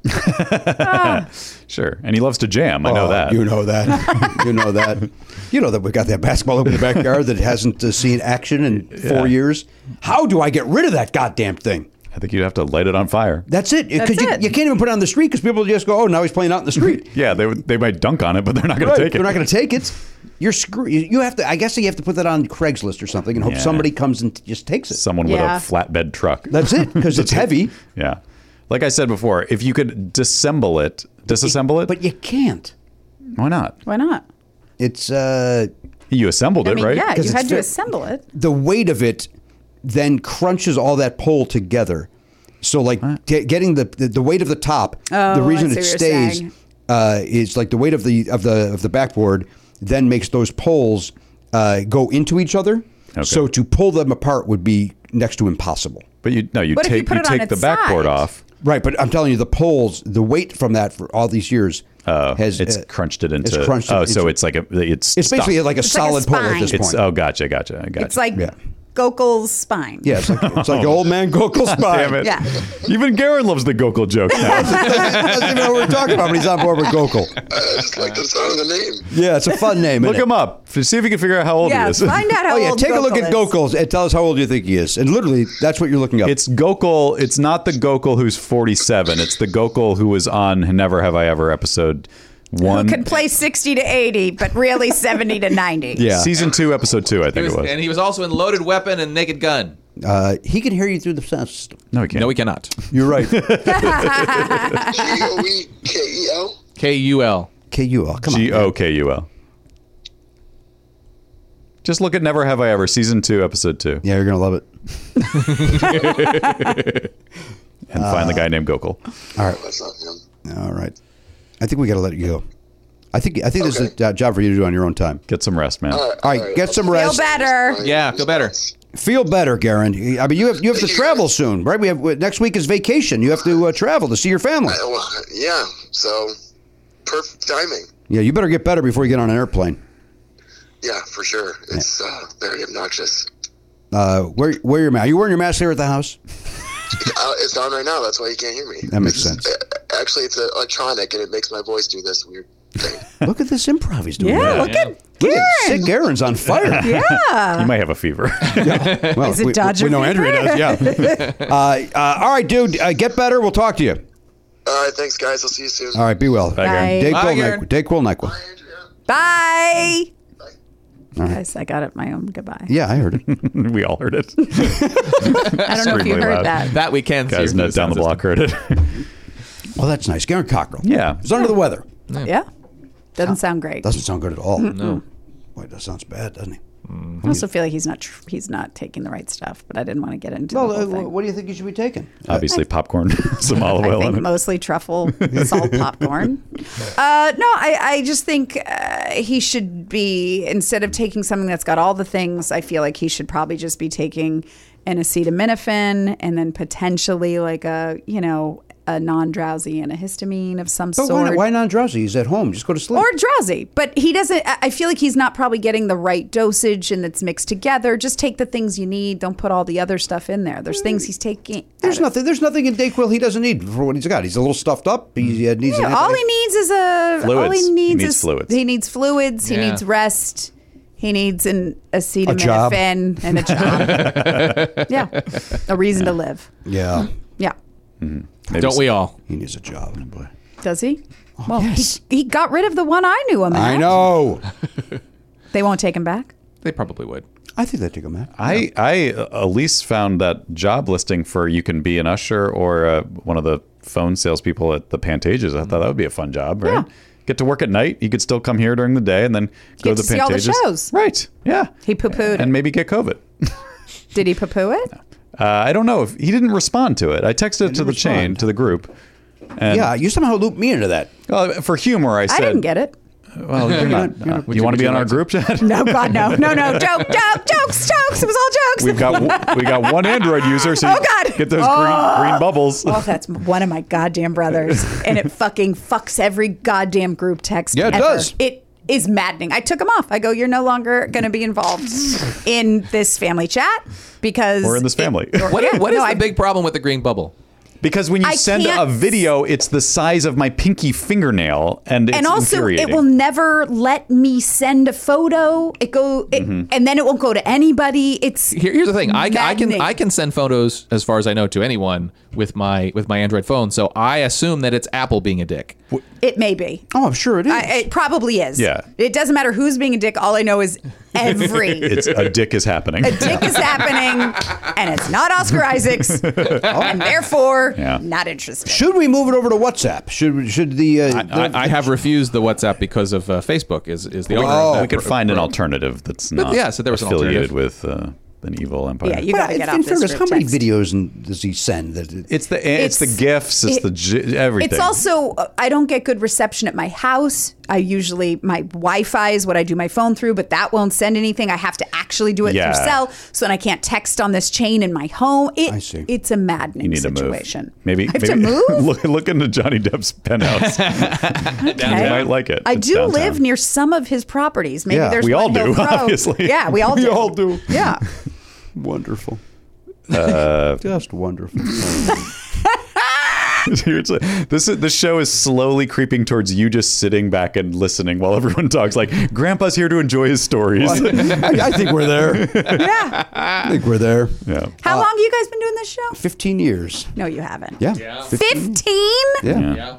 Speaker 1: Sure. And he loves to jam. I know
Speaker 2: Oh,
Speaker 1: that.
Speaker 2: You know that. you know that. You know that we've got that basketball hoop in the backyard that hasn't uh, seen action in four years. How do I get rid of that goddamn thing?
Speaker 1: I think you'd have to light it on fire.
Speaker 2: That's it. Because
Speaker 9: That's
Speaker 2: you,
Speaker 9: it.
Speaker 2: you can't even put it on the street because people just go, oh, now he's playing out in the street.
Speaker 1: Yeah, they would- they might dunk on it, but they're not going
Speaker 2: Right.
Speaker 1: to take it.
Speaker 2: They're not going to take it. You're screwed. You you have to. I guess you have to put that on Craigslist or something and hope
Speaker 1: Yeah.
Speaker 2: somebody comes and just takes it.
Speaker 1: Someone
Speaker 9: Yeah.
Speaker 1: with a flatbed truck.
Speaker 2: That's it because it's heavy.
Speaker 1: Yeah. Like I said before, if you could dissemble it, disassemble it,
Speaker 2: But you can't.
Speaker 1: why not?
Speaker 9: Why not?
Speaker 2: It's uh,
Speaker 1: You assembled
Speaker 9: I
Speaker 1: it,
Speaker 9: mean,
Speaker 1: right?
Speaker 9: yeah,
Speaker 2: 'Cause
Speaker 9: you
Speaker 2: it's
Speaker 9: had to
Speaker 2: fair-
Speaker 9: assemble it.
Speaker 2: the weight of it then crunches all that pole together. So like ge- getting the, the the weight of the top,
Speaker 9: Oh,
Speaker 2: the
Speaker 9: I
Speaker 2: reason
Speaker 9: see
Speaker 2: it
Speaker 9: what you're
Speaker 2: stays
Speaker 9: saying.
Speaker 2: uh, is like the weight of the of the of the backboard then makes those poles uh, go into each other.
Speaker 1: Okay.
Speaker 2: So to pull them apart would be next to impossible.
Speaker 1: But you no, you
Speaker 9: What if you
Speaker 1: take
Speaker 9: put
Speaker 1: you,
Speaker 9: it on
Speaker 1: take the
Speaker 9: its
Speaker 1: backboard
Speaker 9: side?
Speaker 1: off.
Speaker 2: Right, but I'm telling you, the poles, the weight from that for all these years
Speaker 1: Oh,
Speaker 2: has
Speaker 1: it's
Speaker 2: uh,
Speaker 1: crunched it into.
Speaker 2: It's crunched
Speaker 1: oh,
Speaker 2: it
Speaker 1: so
Speaker 2: into-
Speaker 1: it's like a it's
Speaker 2: It's basically
Speaker 1: stuck.
Speaker 2: like a
Speaker 9: It's like a
Speaker 2: solid pole at this
Speaker 9: spine.
Speaker 2: point.
Speaker 1: it's oh gotcha gotcha gotcha.
Speaker 9: It's like
Speaker 2: Yeah.
Speaker 9: Gokul's spine.
Speaker 2: yeah, it's like, it's like old man Gokul's spine.
Speaker 1: oh. Damn it.
Speaker 9: Yeah.
Speaker 1: Even Garen loves the Gokul joke. now.
Speaker 2: doesn't even know what we're talking about, but he's on board with Gokul.
Speaker 12: Uh, I just like the sound of the name.
Speaker 2: Yeah, it's a fun name.
Speaker 1: Look
Speaker 2: isn't it?
Speaker 1: him up. F- See if you can figure out how old
Speaker 9: Yeah,
Speaker 1: he is.
Speaker 9: find out how
Speaker 2: Oh yeah,
Speaker 9: old
Speaker 2: take a look
Speaker 9: Gokul
Speaker 2: at
Speaker 9: is.
Speaker 2: Gokul and tell us how old you think he is. And literally, that's what you're looking up.
Speaker 1: It's Gokul. It's not the Gokul who's 47. It's the Gokul who was on Never Have I Ever episode one,
Speaker 9: Who can play 60 to 80, but really 70 to 90.
Speaker 2: Yeah.
Speaker 1: season two, episode two. I
Speaker 7: He
Speaker 1: think
Speaker 7: was-
Speaker 1: it was.
Speaker 7: and he was also in Loaded Weapon and Naked Gun.
Speaker 2: uh, he can hear you through the sound system.
Speaker 1: no, he can't.
Speaker 7: No, we cannot.
Speaker 2: You're right.
Speaker 12: G O E K E L.
Speaker 7: K U L.
Speaker 2: K U L. Come on.
Speaker 1: G O K U L. Just look at Never Have I Ever, season two, episode two,
Speaker 2: Yeah, you're gonna love it.
Speaker 1: and find the guy named Gokul.
Speaker 12: No, that's not him.
Speaker 2: All right. I think we gotta let you go. I think I think this is
Speaker 12: Okay.
Speaker 2: a uh, job for you to do on your own time.
Speaker 1: Get some rest, man.
Speaker 12: All right,
Speaker 2: All right, get some
Speaker 9: Feel
Speaker 2: rest.
Speaker 9: better.
Speaker 7: Yeah, feel better.
Speaker 2: Feel better, Garen. I mean, you have you have to travel soon, right? We have next week is vacation. You have to uh, travel to see your family.
Speaker 12: Uh, well, yeah. So perfect timing.
Speaker 2: Yeah, you better get better before you get on an airplane.
Speaker 12: Yeah, for sure. It's uh, very obnoxious.
Speaker 2: Uh, wear, wear your mask. Are you wearing your mask here at the house?
Speaker 12: Uh, it's on right now. That's why you can't hear me.
Speaker 2: That makes
Speaker 12: It's-
Speaker 2: sense.
Speaker 12: uh, Actually, it's electronic, and it makes my voice do this weird thing.
Speaker 2: Look at this improv he's doing.
Speaker 9: Yeah,
Speaker 2: there.
Speaker 9: look at
Speaker 2: Look
Speaker 9: Garen.
Speaker 2: at Sick Garen's on fire.
Speaker 1: You might have a fever.
Speaker 2: Well,
Speaker 9: Is it
Speaker 2: we,
Speaker 9: Dodger
Speaker 2: we know
Speaker 9: fever?
Speaker 2: Andrea does. Yeah. uh, uh, all right, dude. Uh, get better. We'll talk to you.
Speaker 12: All right, thanks, guys. I'll see you soon.
Speaker 2: All right. Be well.
Speaker 9: Bye, Garen.
Speaker 2: Day
Speaker 9: Bye,
Speaker 2: quill,
Speaker 7: Garen.
Speaker 2: nyquil. Day quill, nyquil.
Speaker 12: Bye, Andrea.
Speaker 9: Bye. Guys, I got it my own goodbye.
Speaker 2: Yeah, I heard it.
Speaker 1: we all heard it.
Speaker 9: I don't know if you
Speaker 1: Extremely
Speaker 9: heard
Speaker 1: loud.
Speaker 9: that.
Speaker 7: That we can
Speaker 1: Guys,
Speaker 7: see.
Speaker 1: net down the block heard it.
Speaker 2: Well, Oh, that's nice. Garen Cockrell.
Speaker 1: Yeah.
Speaker 2: He's under the weather.
Speaker 9: Yeah. Doesn't sound great.
Speaker 2: Doesn't sound good at all. No. Boy, that sounds bad, doesn't he?
Speaker 9: I also feel like he's not tr- he's not taking the right stuff, but I didn't want to get into the whole thing.
Speaker 2: do you think you should be taking?
Speaker 1: Obviously, popcorn, some olive
Speaker 9: I
Speaker 1: oil
Speaker 9: think
Speaker 1: on it.
Speaker 9: mostly truffle, salt, popcorn. Uh, no, I, I just think uh, he should be instead of taking something that's got all the things. I feel like he should probably just be taking an acetaminophen and then potentially like a you know a non-drowsy antihistamine of some
Speaker 2: But
Speaker 9: sort.
Speaker 2: why, why not drowsy? He's at home. Just go to sleep.
Speaker 9: or drowsy, but he doesn't. I I feel like he's not probably getting the right dosage and it's mixed together. Just take the things you need. Don't put all the other stuff in there. There's things he's taking.
Speaker 2: Mm. there's nothing. There's nothing in Dayquil he doesn't need for what he's got. He's a little stuffed up. He uh, needs. an
Speaker 9: Yeah,
Speaker 2: anti-
Speaker 9: all he needs is a all
Speaker 1: Fluids.
Speaker 9: he
Speaker 1: He
Speaker 9: needs,
Speaker 1: needs
Speaker 9: is
Speaker 1: fluids.
Speaker 9: He needs fluids. He
Speaker 7: Yeah.
Speaker 9: needs rest. He needs an
Speaker 2: job.
Speaker 9: acetaminophen and a job. yeah, a reason to live.
Speaker 2: Yeah.
Speaker 9: Yeah,
Speaker 7: Don't we all?
Speaker 2: He needs a job. Boy.
Speaker 9: does he? well, he, he got rid of the one I knew him.
Speaker 2: I
Speaker 9: at.
Speaker 2: know.
Speaker 9: They won't take him back.
Speaker 7: They probably would.
Speaker 2: I think that took him out.
Speaker 1: I, I uh, at least found that job listing for you can be an usher or uh, one of the phone salespeople at the Pantages. I thought that would be a fun job, right?
Speaker 9: Yeah.
Speaker 1: Get to work at night. You could still come here during the day and then go to
Speaker 9: get to
Speaker 1: the
Speaker 9: see all the
Speaker 1: Pantages.
Speaker 9: shows.
Speaker 1: Right. Yeah.
Speaker 9: He poo-pooed it.
Speaker 1: And maybe get COVID.
Speaker 9: Did he poo-poo it?
Speaker 1: Uh, I don't know if he didn't respond to it. I texted it to the chain
Speaker 2: respond.
Speaker 1: to the group. And
Speaker 2: Yeah, you somehow looped me into that.
Speaker 1: well, for humor, I
Speaker 9: I
Speaker 1: said
Speaker 9: didn't get it.
Speaker 1: Well, you're not.
Speaker 9: You're not-
Speaker 1: uh, you want to be on our group chat?
Speaker 9: No, God, no, no, no. Joke, joke, jokes, jokes. It was all jokes.
Speaker 1: We've got w- we got one Android user, so
Speaker 9: Oh,
Speaker 1: you
Speaker 9: God.
Speaker 1: get those
Speaker 9: Oh.
Speaker 1: green green bubbles.
Speaker 9: Oh, that's one of my goddamn brothers, and it fucking fucks every goddamn group text.
Speaker 1: Yeah, it
Speaker 9: ever.
Speaker 1: does.
Speaker 9: It is maddening. I took him off. I go, you're no longer going to be involved in this family chat because
Speaker 1: We're in this family.
Speaker 7: What,
Speaker 9: Yeah,
Speaker 7: what is
Speaker 9: no,
Speaker 7: the
Speaker 9: I-
Speaker 7: big problem with the green bubble?
Speaker 1: Because when you
Speaker 9: I
Speaker 1: send
Speaker 9: can't-
Speaker 1: a video, it's the size of my pinky fingernail, and it's
Speaker 9: and also it
Speaker 1: infuriating.
Speaker 9: will never let me send a photo. It go it,
Speaker 1: Mm-hmm.
Speaker 7: Mhm.
Speaker 9: and then it won't go to anybody. It's
Speaker 7: Here, here's the thing. I, I can
Speaker 9: maddening.
Speaker 7: I can send photos as far as I know to anyone with my with my Android phone. So I assume that it's Apple being a dick.
Speaker 9: It may be.
Speaker 2: Oh, I'm sure it
Speaker 9: is. it probably is.
Speaker 7: Yeah.
Speaker 9: It doesn't matter who's being a dick. All I know is every
Speaker 1: it's a dick is happening.
Speaker 9: a dick is happening, and it's not Oscar Isaacs, and therefore
Speaker 7: Yeah.
Speaker 9: not interested.
Speaker 2: Should we move it over to WhatsApp? Should should the, uh, the-
Speaker 7: I, I have refused the WhatsApp because of uh, Facebook is is the owner.
Speaker 2: Oh.
Speaker 7: of that
Speaker 2: We could
Speaker 7: pro-
Speaker 1: Find an
Speaker 7: pro-
Speaker 1: alternative that's
Speaker 7: But
Speaker 1: not
Speaker 7: yeah, so there was an
Speaker 1: affiliated with uh, an evil empire.
Speaker 9: you gotta
Speaker 2: But in
Speaker 9: get off this
Speaker 2: fairness,
Speaker 9: group
Speaker 2: How many
Speaker 9: text.
Speaker 2: videos and does he send? That
Speaker 1: It's the it's,
Speaker 9: It's-
Speaker 1: the gifts, it's
Speaker 9: it-
Speaker 1: the j- everything.
Speaker 9: It's also uh, I don't get good reception at my house. I usually my Wi-Fi is what I do my phone through, but that won't send anything. I have to actually do it
Speaker 1: Yeah.
Speaker 9: through cell, so then I can't text on this chain in my home. It,
Speaker 1: I see.
Speaker 9: It's a maddening
Speaker 1: you need
Speaker 9: situation.
Speaker 1: to move. Maybe
Speaker 9: I have to
Speaker 1: maybe
Speaker 9: move?
Speaker 1: look look into Johnny Depp's penthouse. You might like it.
Speaker 9: I
Speaker 1: It's
Speaker 9: do
Speaker 1: downtown.
Speaker 9: live near some of his properties. Maybe
Speaker 1: Yeah.
Speaker 9: there's
Speaker 1: We all
Speaker 9: one he'll
Speaker 1: do,
Speaker 9: throw.
Speaker 1: obviously.
Speaker 9: Yeah, we all
Speaker 1: We
Speaker 9: do.
Speaker 1: all do.
Speaker 9: Yeah.
Speaker 2: Wonderful.
Speaker 1: Uh,
Speaker 2: Just wonderful.
Speaker 1: Seriously, this is, this show is slowly creeping towards you just sitting back and listening while everyone talks. Like Grandpa's here to enjoy his stories.
Speaker 2: Well, I- I think we're there.
Speaker 9: Yeah.
Speaker 2: I think we're there.
Speaker 1: Yeah.
Speaker 2: Uh,
Speaker 9: How long have you guys been doing this show?
Speaker 2: Fifteen years.
Speaker 9: No, you haven't.
Speaker 2: Yeah. Yeah.
Speaker 9: 15?
Speaker 2: Yeah.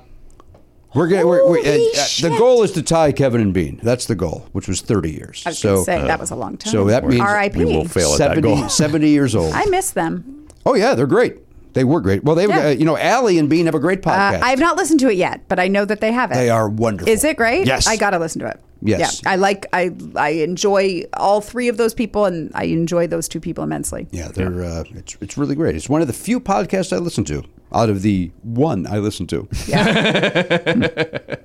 Speaker 2: We're gonna. We're, we're, uh, uh, the goal is to tie Kevin and Bean. That's the goal, which was 30 years.
Speaker 9: I was
Speaker 2: so uh,
Speaker 9: gonna say, that was a long time.
Speaker 2: So that means
Speaker 9: R.I.P.. We will fail at that
Speaker 2: 70,
Speaker 9: goal.
Speaker 2: 70 years old.
Speaker 9: I miss them.
Speaker 2: oh yeah, they're great. They were great. Well, they were.
Speaker 9: Yeah.
Speaker 2: Uh, you know, Allie and Bean have a great
Speaker 9: Uh,
Speaker 2: podcast.
Speaker 9: I have not listened to it yet, but I know that they have it.
Speaker 2: they are wonderful.
Speaker 9: Is it great?
Speaker 2: Yes.
Speaker 9: I gotta listen to it.
Speaker 2: Yes.
Speaker 9: Yeah. I like I I enjoy all three of those people and I enjoy those two people immensely.
Speaker 2: Yeah, they're Uh, it's it's really great. It's one of the few podcasts I listen to out of the one I listen to.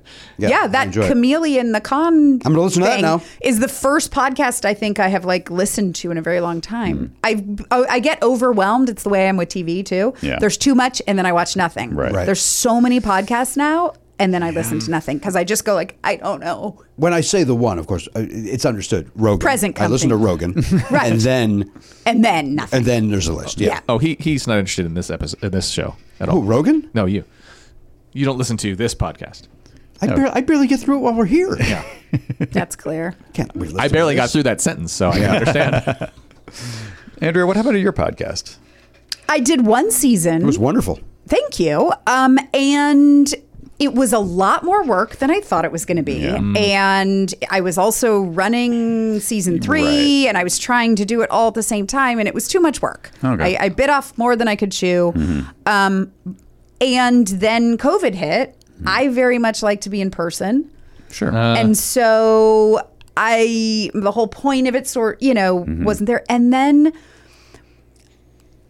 Speaker 2: Yeah,
Speaker 9: Yeah,
Speaker 2: I
Speaker 9: that
Speaker 2: enjoy it.
Speaker 9: chameleon the con
Speaker 2: I'm gonna listen to that
Speaker 9: thing
Speaker 2: now.
Speaker 9: is the first podcast I think I have like listened to in a very long time.
Speaker 2: Mm.
Speaker 9: I oh, I get overwhelmed. It's the way I am with TV too.
Speaker 1: Yeah.
Speaker 9: There's too much and then I watch nothing.
Speaker 1: Right. Right.
Speaker 9: There's so many podcasts now and then I listen to nothing because I just go like I don't know.
Speaker 2: When I say the one, of course, uh, it's understood. Rogan.
Speaker 9: Present
Speaker 2: I listen to Rogan,
Speaker 9: Right.
Speaker 2: and then
Speaker 9: And then nothing.
Speaker 2: and then there's a list. Yeah.
Speaker 7: Oh, he he's not interested in this episode in this show at all.
Speaker 2: Who, Rogan?
Speaker 7: No, you. You don't listen to this podcast.
Speaker 2: I, barely, I barely get through it while we're here. Yeah.
Speaker 9: That's clear.
Speaker 7: I barely got through that sentence, so I can understand.
Speaker 1: Andrea, what happened to your podcast?
Speaker 9: I did one season.
Speaker 2: It was wonderful.
Speaker 9: Thank you. Um, and it was a lot more work than I thought it was going to be.
Speaker 1: Yeah. Mm.
Speaker 9: And I was also running season three, and I was trying to do it all at the same time, and it was too much work.
Speaker 1: Okay. Mm-hmm.
Speaker 9: I, I bit off more than I could chew. Um, and then COVID hit.
Speaker 1: Mm-hmm.
Speaker 9: I very much like to be in person.
Speaker 1: Sure.
Speaker 2: Uh.
Speaker 9: and so I, the whole point of it, sort you know,
Speaker 2: Mm-hmm.
Speaker 1: Mhm.
Speaker 9: wasn't there. And then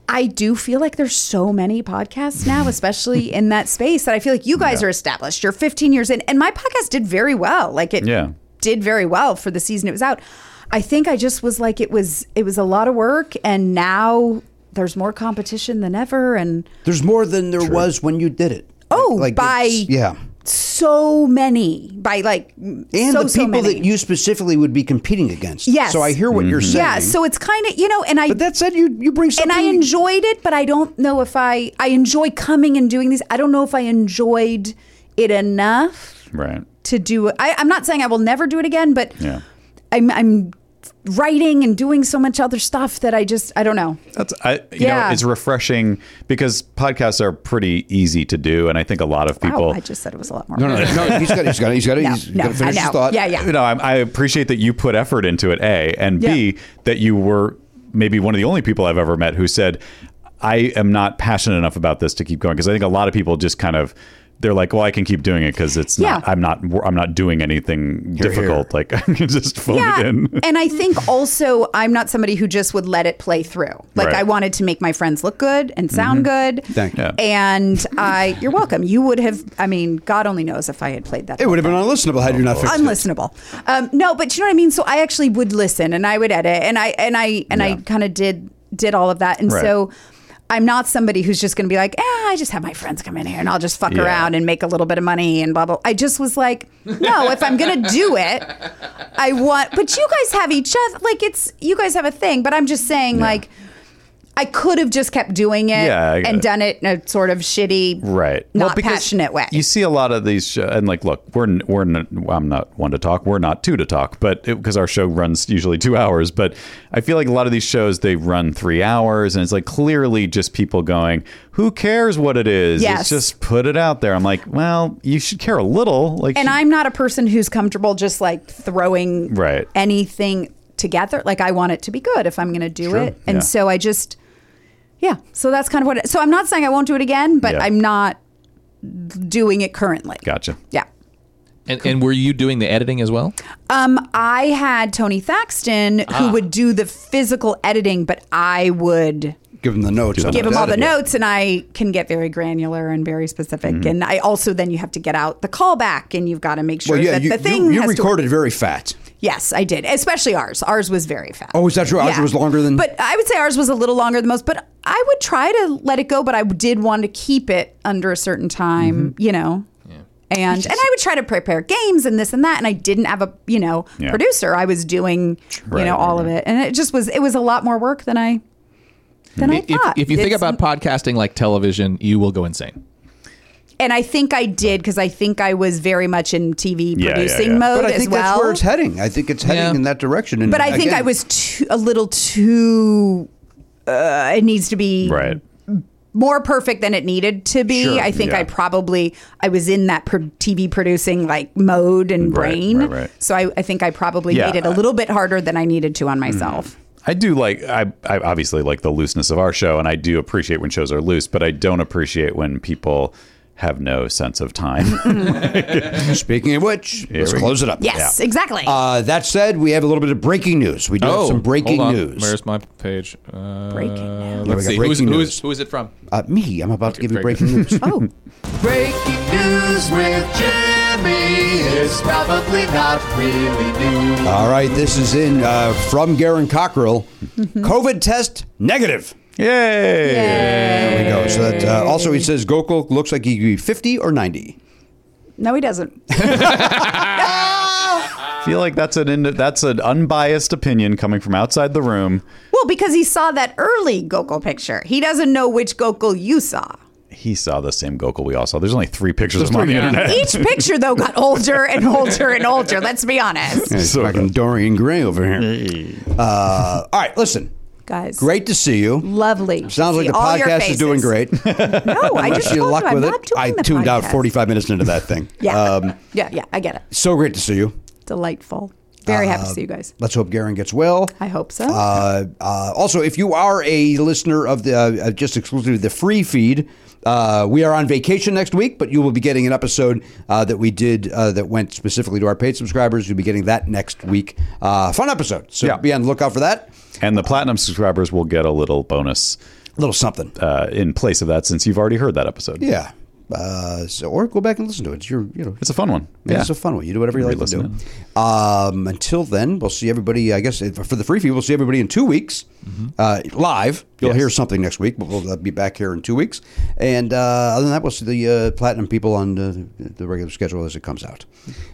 Speaker 9: I do feel like there's so many podcasts now, especially in that space, that I feel like you guys are established. You're 15 years in, and my podcast did very well. Like it
Speaker 1: Yeah.
Speaker 9: did very well for the season it was out. I think I just was like it was it was a lot of work, and now there's more competition than ever, and
Speaker 2: There's more than there was when you did it.
Speaker 9: oh, by
Speaker 2: it's- yeah.
Speaker 9: so many by like and
Speaker 2: And
Speaker 9: so,
Speaker 2: the
Speaker 9: so
Speaker 2: people
Speaker 9: many.
Speaker 2: that you specifically would be competing against.
Speaker 9: Yes.
Speaker 2: So I hear what
Speaker 7: Mm-hmm.
Speaker 2: you're saying.
Speaker 9: Yeah. So it's kind of you know, and I.
Speaker 2: But that said, you you bring
Speaker 9: And I
Speaker 2: something-
Speaker 9: enjoyed it, but I don't know if I I enjoy coming and doing these. I don't know if I enjoyed it enough
Speaker 1: Right.
Speaker 9: to do. I, I'm not saying I will never do it again, but
Speaker 1: Yeah.
Speaker 9: I'm I'm writing and doing so much other stuff that I just I don't know.
Speaker 1: That's I you
Speaker 9: Yeah.
Speaker 1: know, it's refreshing because podcasts are pretty easy to do and I think a lot of people
Speaker 9: Wow, I just said it was a lot more.
Speaker 1: No, no,
Speaker 2: No, no, he's got he's got he's got
Speaker 9: No,
Speaker 2: he's
Speaker 9: no,
Speaker 2: got to finish
Speaker 9: I
Speaker 2: his
Speaker 9: know.
Speaker 2: thought.
Speaker 9: Yeah, yeah.
Speaker 1: you know, I, I appreciate that you put effort into it, A, and B, that you were maybe one of the only people I've ever met who said, I am not passionate enough about this to keep going. Because I think a lot of people just kind of they're like, well, I can keep doing it because it's not.
Speaker 9: Yeah.
Speaker 1: I'm not. I'm not doing anything difficult. Like I can just phone it in.
Speaker 9: and I think also I'm not somebody who just would let it play through.
Speaker 1: Right.
Speaker 9: Like
Speaker 1: Mm-hmm.
Speaker 9: I wanted to make my friends look good and sound good.
Speaker 2: Thank you. Yeah.
Speaker 9: And I, you're welcome. You would have. I mean, God only knows if I had played that.
Speaker 2: It would have been unlistenable had you not fixed it.
Speaker 9: unlistenable. Um, no, but you know what I mean. So I actually would listen, and I would edit, and I and I and I
Speaker 1: Yeah.
Speaker 9: kind of did did all of that, and
Speaker 1: Right.
Speaker 9: so. I'm not somebody who's just going to be like, ah, I just have my friends come in here and I'll just fuck
Speaker 1: Yeah.
Speaker 9: around and make a little bit of money and blah blah. I just was like, no, if I'm going to do it, I want. But you guys have each other. Like it's you guys have a thing. But I'm just saying, like, I could have just kept doing it
Speaker 1: Yeah, I get
Speaker 9: and
Speaker 1: it.
Speaker 9: done it in a sort of shitty,
Speaker 1: Right.
Speaker 9: not
Speaker 1: because
Speaker 9: passionate way.
Speaker 1: You see a lot of these, show, and like, look, we're n- we're n- I'm not one to talk. We're not two to talk, but because our show runs usually two hours, but I feel like a lot of these shows they run three hours, and it's like clearly just people going, "Who cares what it is?
Speaker 9: Yes.
Speaker 1: It's just put it out there." I'm like, well, you should care a little, like,
Speaker 9: and I'm not a person who's comfortable just like throwing
Speaker 1: Right.
Speaker 9: anything together. Like I want it to be good if I'm going to do
Speaker 1: Sure,
Speaker 9: it, and
Speaker 1: yeah.
Speaker 9: so I just yeah. So that's kind of what. It, so I'm not saying I won't do it again, but
Speaker 1: Yeah.
Speaker 9: I'm not doing it currently.
Speaker 1: gotcha.
Speaker 9: Yeah.
Speaker 7: And, and were you doing the editing as well?
Speaker 9: Um, I had Tony Thaxton
Speaker 2: Ah.
Speaker 9: who would do the physical editing, but I would
Speaker 2: Give him the notes. on
Speaker 9: give
Speaker 2: it.
Speaker 9: him all the
Speaker 2: Edit it.
Speaker 9: notes and I can get very granular and very specific.
Speaker 2: Mm-hmm.
Speaker 9: And I also then you have to get out the callback and you've got to make sure
Speaker 2: Well, yeah,
Speaker 9: that
Speaker 2: you,
Speaker 9: the
Speaker 2: you-
Speaker 9: thing
Speaker 2: you
Speaker 9: has to-
Speaker 2: recorded very fat.
Speaker 9: Yes, I did. Especially ours. Ours was very fast.
Speaker 2: Oh, is that true? Ours was longer than-
Speaker 9: But I would say ours was a little longer than most. But I would try to let it go. But I did want to keep it under a certain time.
Speaker 2: Mm-hmm.
Speaker 9: You know. And and I would try to prepare games and this and that. And I didn't have a you know
Speaker 1: Yeah.
Speaker 9: producer. I was doing you
Speaker 1: Right,
Speaker 9: know all of
Speaker 1: right.
Speaker 9: it. And it just was it was a lot more work than I than I
Speaker 7: If,
Speaker 9: thought.
Speaker 7: Mm-hmm. if you think
Speaker 9: It's-
Speaker 7: about podcasting like television, you will go insane.
Speaker 9: and I think I did because I think I was very much in TV
Speaker 1: Yeah, yeah,
Speaker 9: producing
Speaker 1: yeah.
Speaker 9: mode
Speaker 2: But I
Speaker 9: as
Speaker 2: think
Speaker 9: Oh, well.
Speaker 2: that's where it's heading. I think it's heading in that direction.
Speaker 1: Hmm.
Speaker 2: And
Speaker 9: But I think
Speaker 2: again,
Speaker 9: I was too, a little too. Uh, it needs to be
Speaker 1: Right.
Speaker 9: more perfect than it needed to be.
Speaker 1: Sure,
Speaker 9: I think
Speaker 1: yeah.
Speaker 9: I probably I was in that pro- TV producing like mode and
Speaker 1: Right,
Speaker 9: brain.
Speaker 1: right, right.
Speaker 9: So I, I think I probably
Speaker 1: Yeah, uh, hmm.
Speaker 9: made it a
Speaker 1: I-
Speaker 9: little bit harder than I needed to on myself.
Speaker 1: I do like I, I obviously like the looseness of our show, and I do appreciate when shows are loose, but I don't appreciate when people have no sense of time.
Speaker 2: Speaking of which, let's
Speaker 1: we-
Speaker 2: close it up.
Speaker 9: Yes, exactly.
Speaker 2: Uh, that said, we have a little bit of breaking news. We do have some breaking
Speaker 7: Oh, hold on.
Speaker 2: news.
Speaker 7: Where's my page? Uh,
Speaker 9: Breaking news.
Speaker 2: Yeah, we got
Speaker 7: Let's see.
Speaker 2: breaking
Speaker 7: Who's, who,
Speaker 2: news.
Speaker 7: is, who is it from?
Speaker 2: Uh, me, I'm about to give you
Speaker 7: very
Speaker 2: breaking news.
Speaker 9: oh,
Speaker 13: Breaking news with Jimmy is probably not really news.
Speaker 2: All right, this is in uh, from Garen Cockrell.
Speaker 9: Mm-hmm.
Speaker 2: COVID test negative.
Speaker 1: Yay!
Speaker 2: There we go. So that uh, also he says Gokul looks like he'd be 50 or 90.
Speaker 9: no, he doesn't.
Speaker 1: feel like that's an ind- that's an unbiased opinion coming from outside the room.
Speaker 9: well, because he saw that early Gokul picture. He doesn't know which Gokul you saw.
Speaker 1: He saw the same Gokul we all saw. There's only three pictures of him on the
Speaker 2: three, yeah.
Speaker 1: internet.
Speaker 9: Each picture though got older and older and older. Let's be honest,
Speaker 2: It's
Speaker 1: So
Speaker 2: fucking Dorian Gray over here. Uh, all right, listen.
Speaker 9: guys.
Speaker 2: Great to see you.
Speaker 9: Lovely. to
Speaker 2: Sounds like
Speaker 9: see
Speaker 2: the
Speaker 9: all your
Speaker 2: podcast is doing
Speaker 9: faces.
Speaker 2: great.
Speaker 9: No, I just
Speaker 2: Wish you
Speaker 9: told
Speaker 2: luck
Speaker 9: you, I'm
Speaker 2: with
Speaker 9: not
Speaker 2: it.
Speaker 9: doing
Speaker 2: I
Speaker 9: the
Speaker 2: tuned out
Speaker 9: podcast.
Speaker 2: 45 minutes into that thing.
Speaker 9: Yeah.
Speaker 2: Um,
Speaker 9: yeah, yeah, I get it.
Speaker 2: so great to see you.
Speaker 9: Delightful. Very happy to see you guys.
Speaker 2: Let's hope Garen gets well.
Speaker 9: I hope so.
Speaker 2: Uh, uh, also, if you are a listener of the uh, uh, just exclusively the free feed, uh, we are on vacation next week, but you will be getting an episode uh, that we did uh, that went specifically to our paid subscribers. You'll be getting that next week. Uh, fun episode, so
Speaker 1: Yeah.
Speaker 2: be on the lookout for that.
Speaker 1: and the platinum subscribers will get a little bonus
Speaker 2: little something,
Speaker 1: uh, in place of that since you've already heard that episode.
Speaker 2: yeah. Uh, so, or go back and listen to it. It's your, you know,
Speaker 1: It's a fun one.
Speaker 2: Yeah.
Speaker 1: Yeah.
Speaker 2: It's a fun one. You do whatever you like to do.
Speaker 1: Re-listen
Speaker 2: Um, until then, we'll see everybody. I guess if- for the free feed, we'll see everybody in two weeks uh, live. You'll
Speaker 1: Mm-hmm. Yes.
Speaker 2: hear something next week, but we'll uh, be back here in two weeks. And uh, other than that, we'll see the uh, platinum people on uh, the regular schedule as it comes out.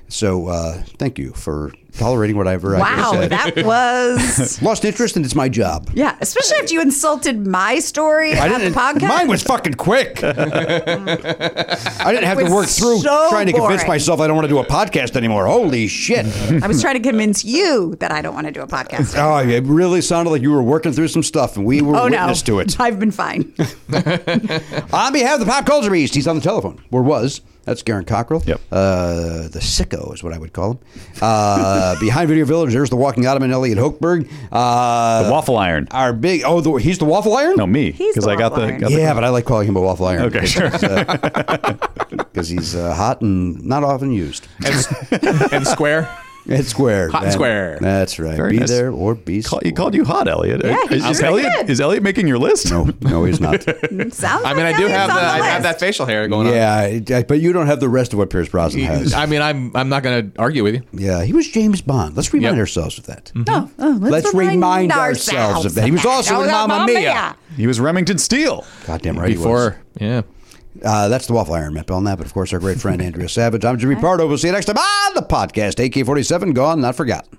Speaker 2: So uh, thank you for tolerating whatever I just
Speaker 9: wow,
Speaker 2: said.
Speaker 9: that was.
Speaker 2: Lost interest, and it's my job.
Speaker 9: Yeah, especially after you insulted my story
Speaker 2: I
Speaker 9: on the
Speaker 2: didn't.
Speaker 9: podcast.
Speaker 2: Mine was fucking quick. I didn't have to
Speaker 9: was
Speaker 2: work through
Speaker 9: so
Speaker 2: trying to convince
Speaker 9: boring.
Speaker 2: myself I don't want to do a podcast anymore. Holy shit!
Speaker 9: I was trying to convince you that I don't want to do a podcast.
Speaker 2: Oh, it really sounded like you were working through some stuff, and we were
Speaker 9: Oh no,
Speaker 2: witness to it.
Speaker 9: I've been fine.
Speaker 2: On behalf of the Pop Culture Beast, he's on the telephone, or was, That's Garen Cockrell. Yep. Uh, the sicko is what I would call him. Uh, behind Video Village, there's the Walking Ottoman, Elliot Hochberg. Uh,
Speaker 1: the Waffle Iron.
Speaker 2: Our big. Oh, the, he's the Waffle Iron.
Speaker 1: No, me. Because I got the. Got the-
Speaker 2: yeah, but I like calling him a Waffle Iron.
Speaker 1: Okay, sure.
Speaker 2: Because he's uh, hot and not often used.
Speaker 7: And, and square.
Speaker 2: It's square.
Speaker 7: Hot and
Speaker 2: man.
Speaker 7: square.
Speaker 2: That's right.
Speaker 1: Very
Speaker 2: be
Speaker 1: nice.
Speaker 2: there or be.
Speaker 1: Call- he called you hot, Elliot.
Speaker 9: Yeah, he
Speaker 1: is, is
Speaker 9: sure
Speaker 1: Elliot
Speaker 9: did.
Speaker 1: is Elliot making your list?
Speaker 2: No, no, he's not.
Speaker 9: Sounds
Speaker 7: I mean,
Speaker 9: like
Speaker 7: I do have
Speaker 9: Elliot's
Speaker 7: the,
Speaker 9: on
Speaker 7: I have
Speaker 9: list.
Speaker 7: that facial hair going
Speaker 2: yeah, I- I- but you don't have the rest of what Pierce Brosnan
Speaker 7: on.
Speaker 2: has.
Speaker 7: I mean, I'm I'm not going to argue with you.
Speaker 2: yeah, he was James Bond. Let's remind
Speaker 7: Yep. Mm-hmm.
Speaker 2: ourselves of that.
Speaker 9: Oh, oh,
Speaker 2: Let's remind ourselves of that. He was also in
Speaker 9: Mamma
Speaker 2: Mamma Mia.
Speaker 1: He was Remington Steele.
Speaker 2: Goddamn right. he was.
Speaker 7: Before, yeah.
Speaker 2: Uh, that's the Waffle Iron, Matt Belknap, and of course our great friend Andrea Savage. I'm Jimmy Pardo. We'll see you next time on the podcast. AK-47, gone, not forgotten.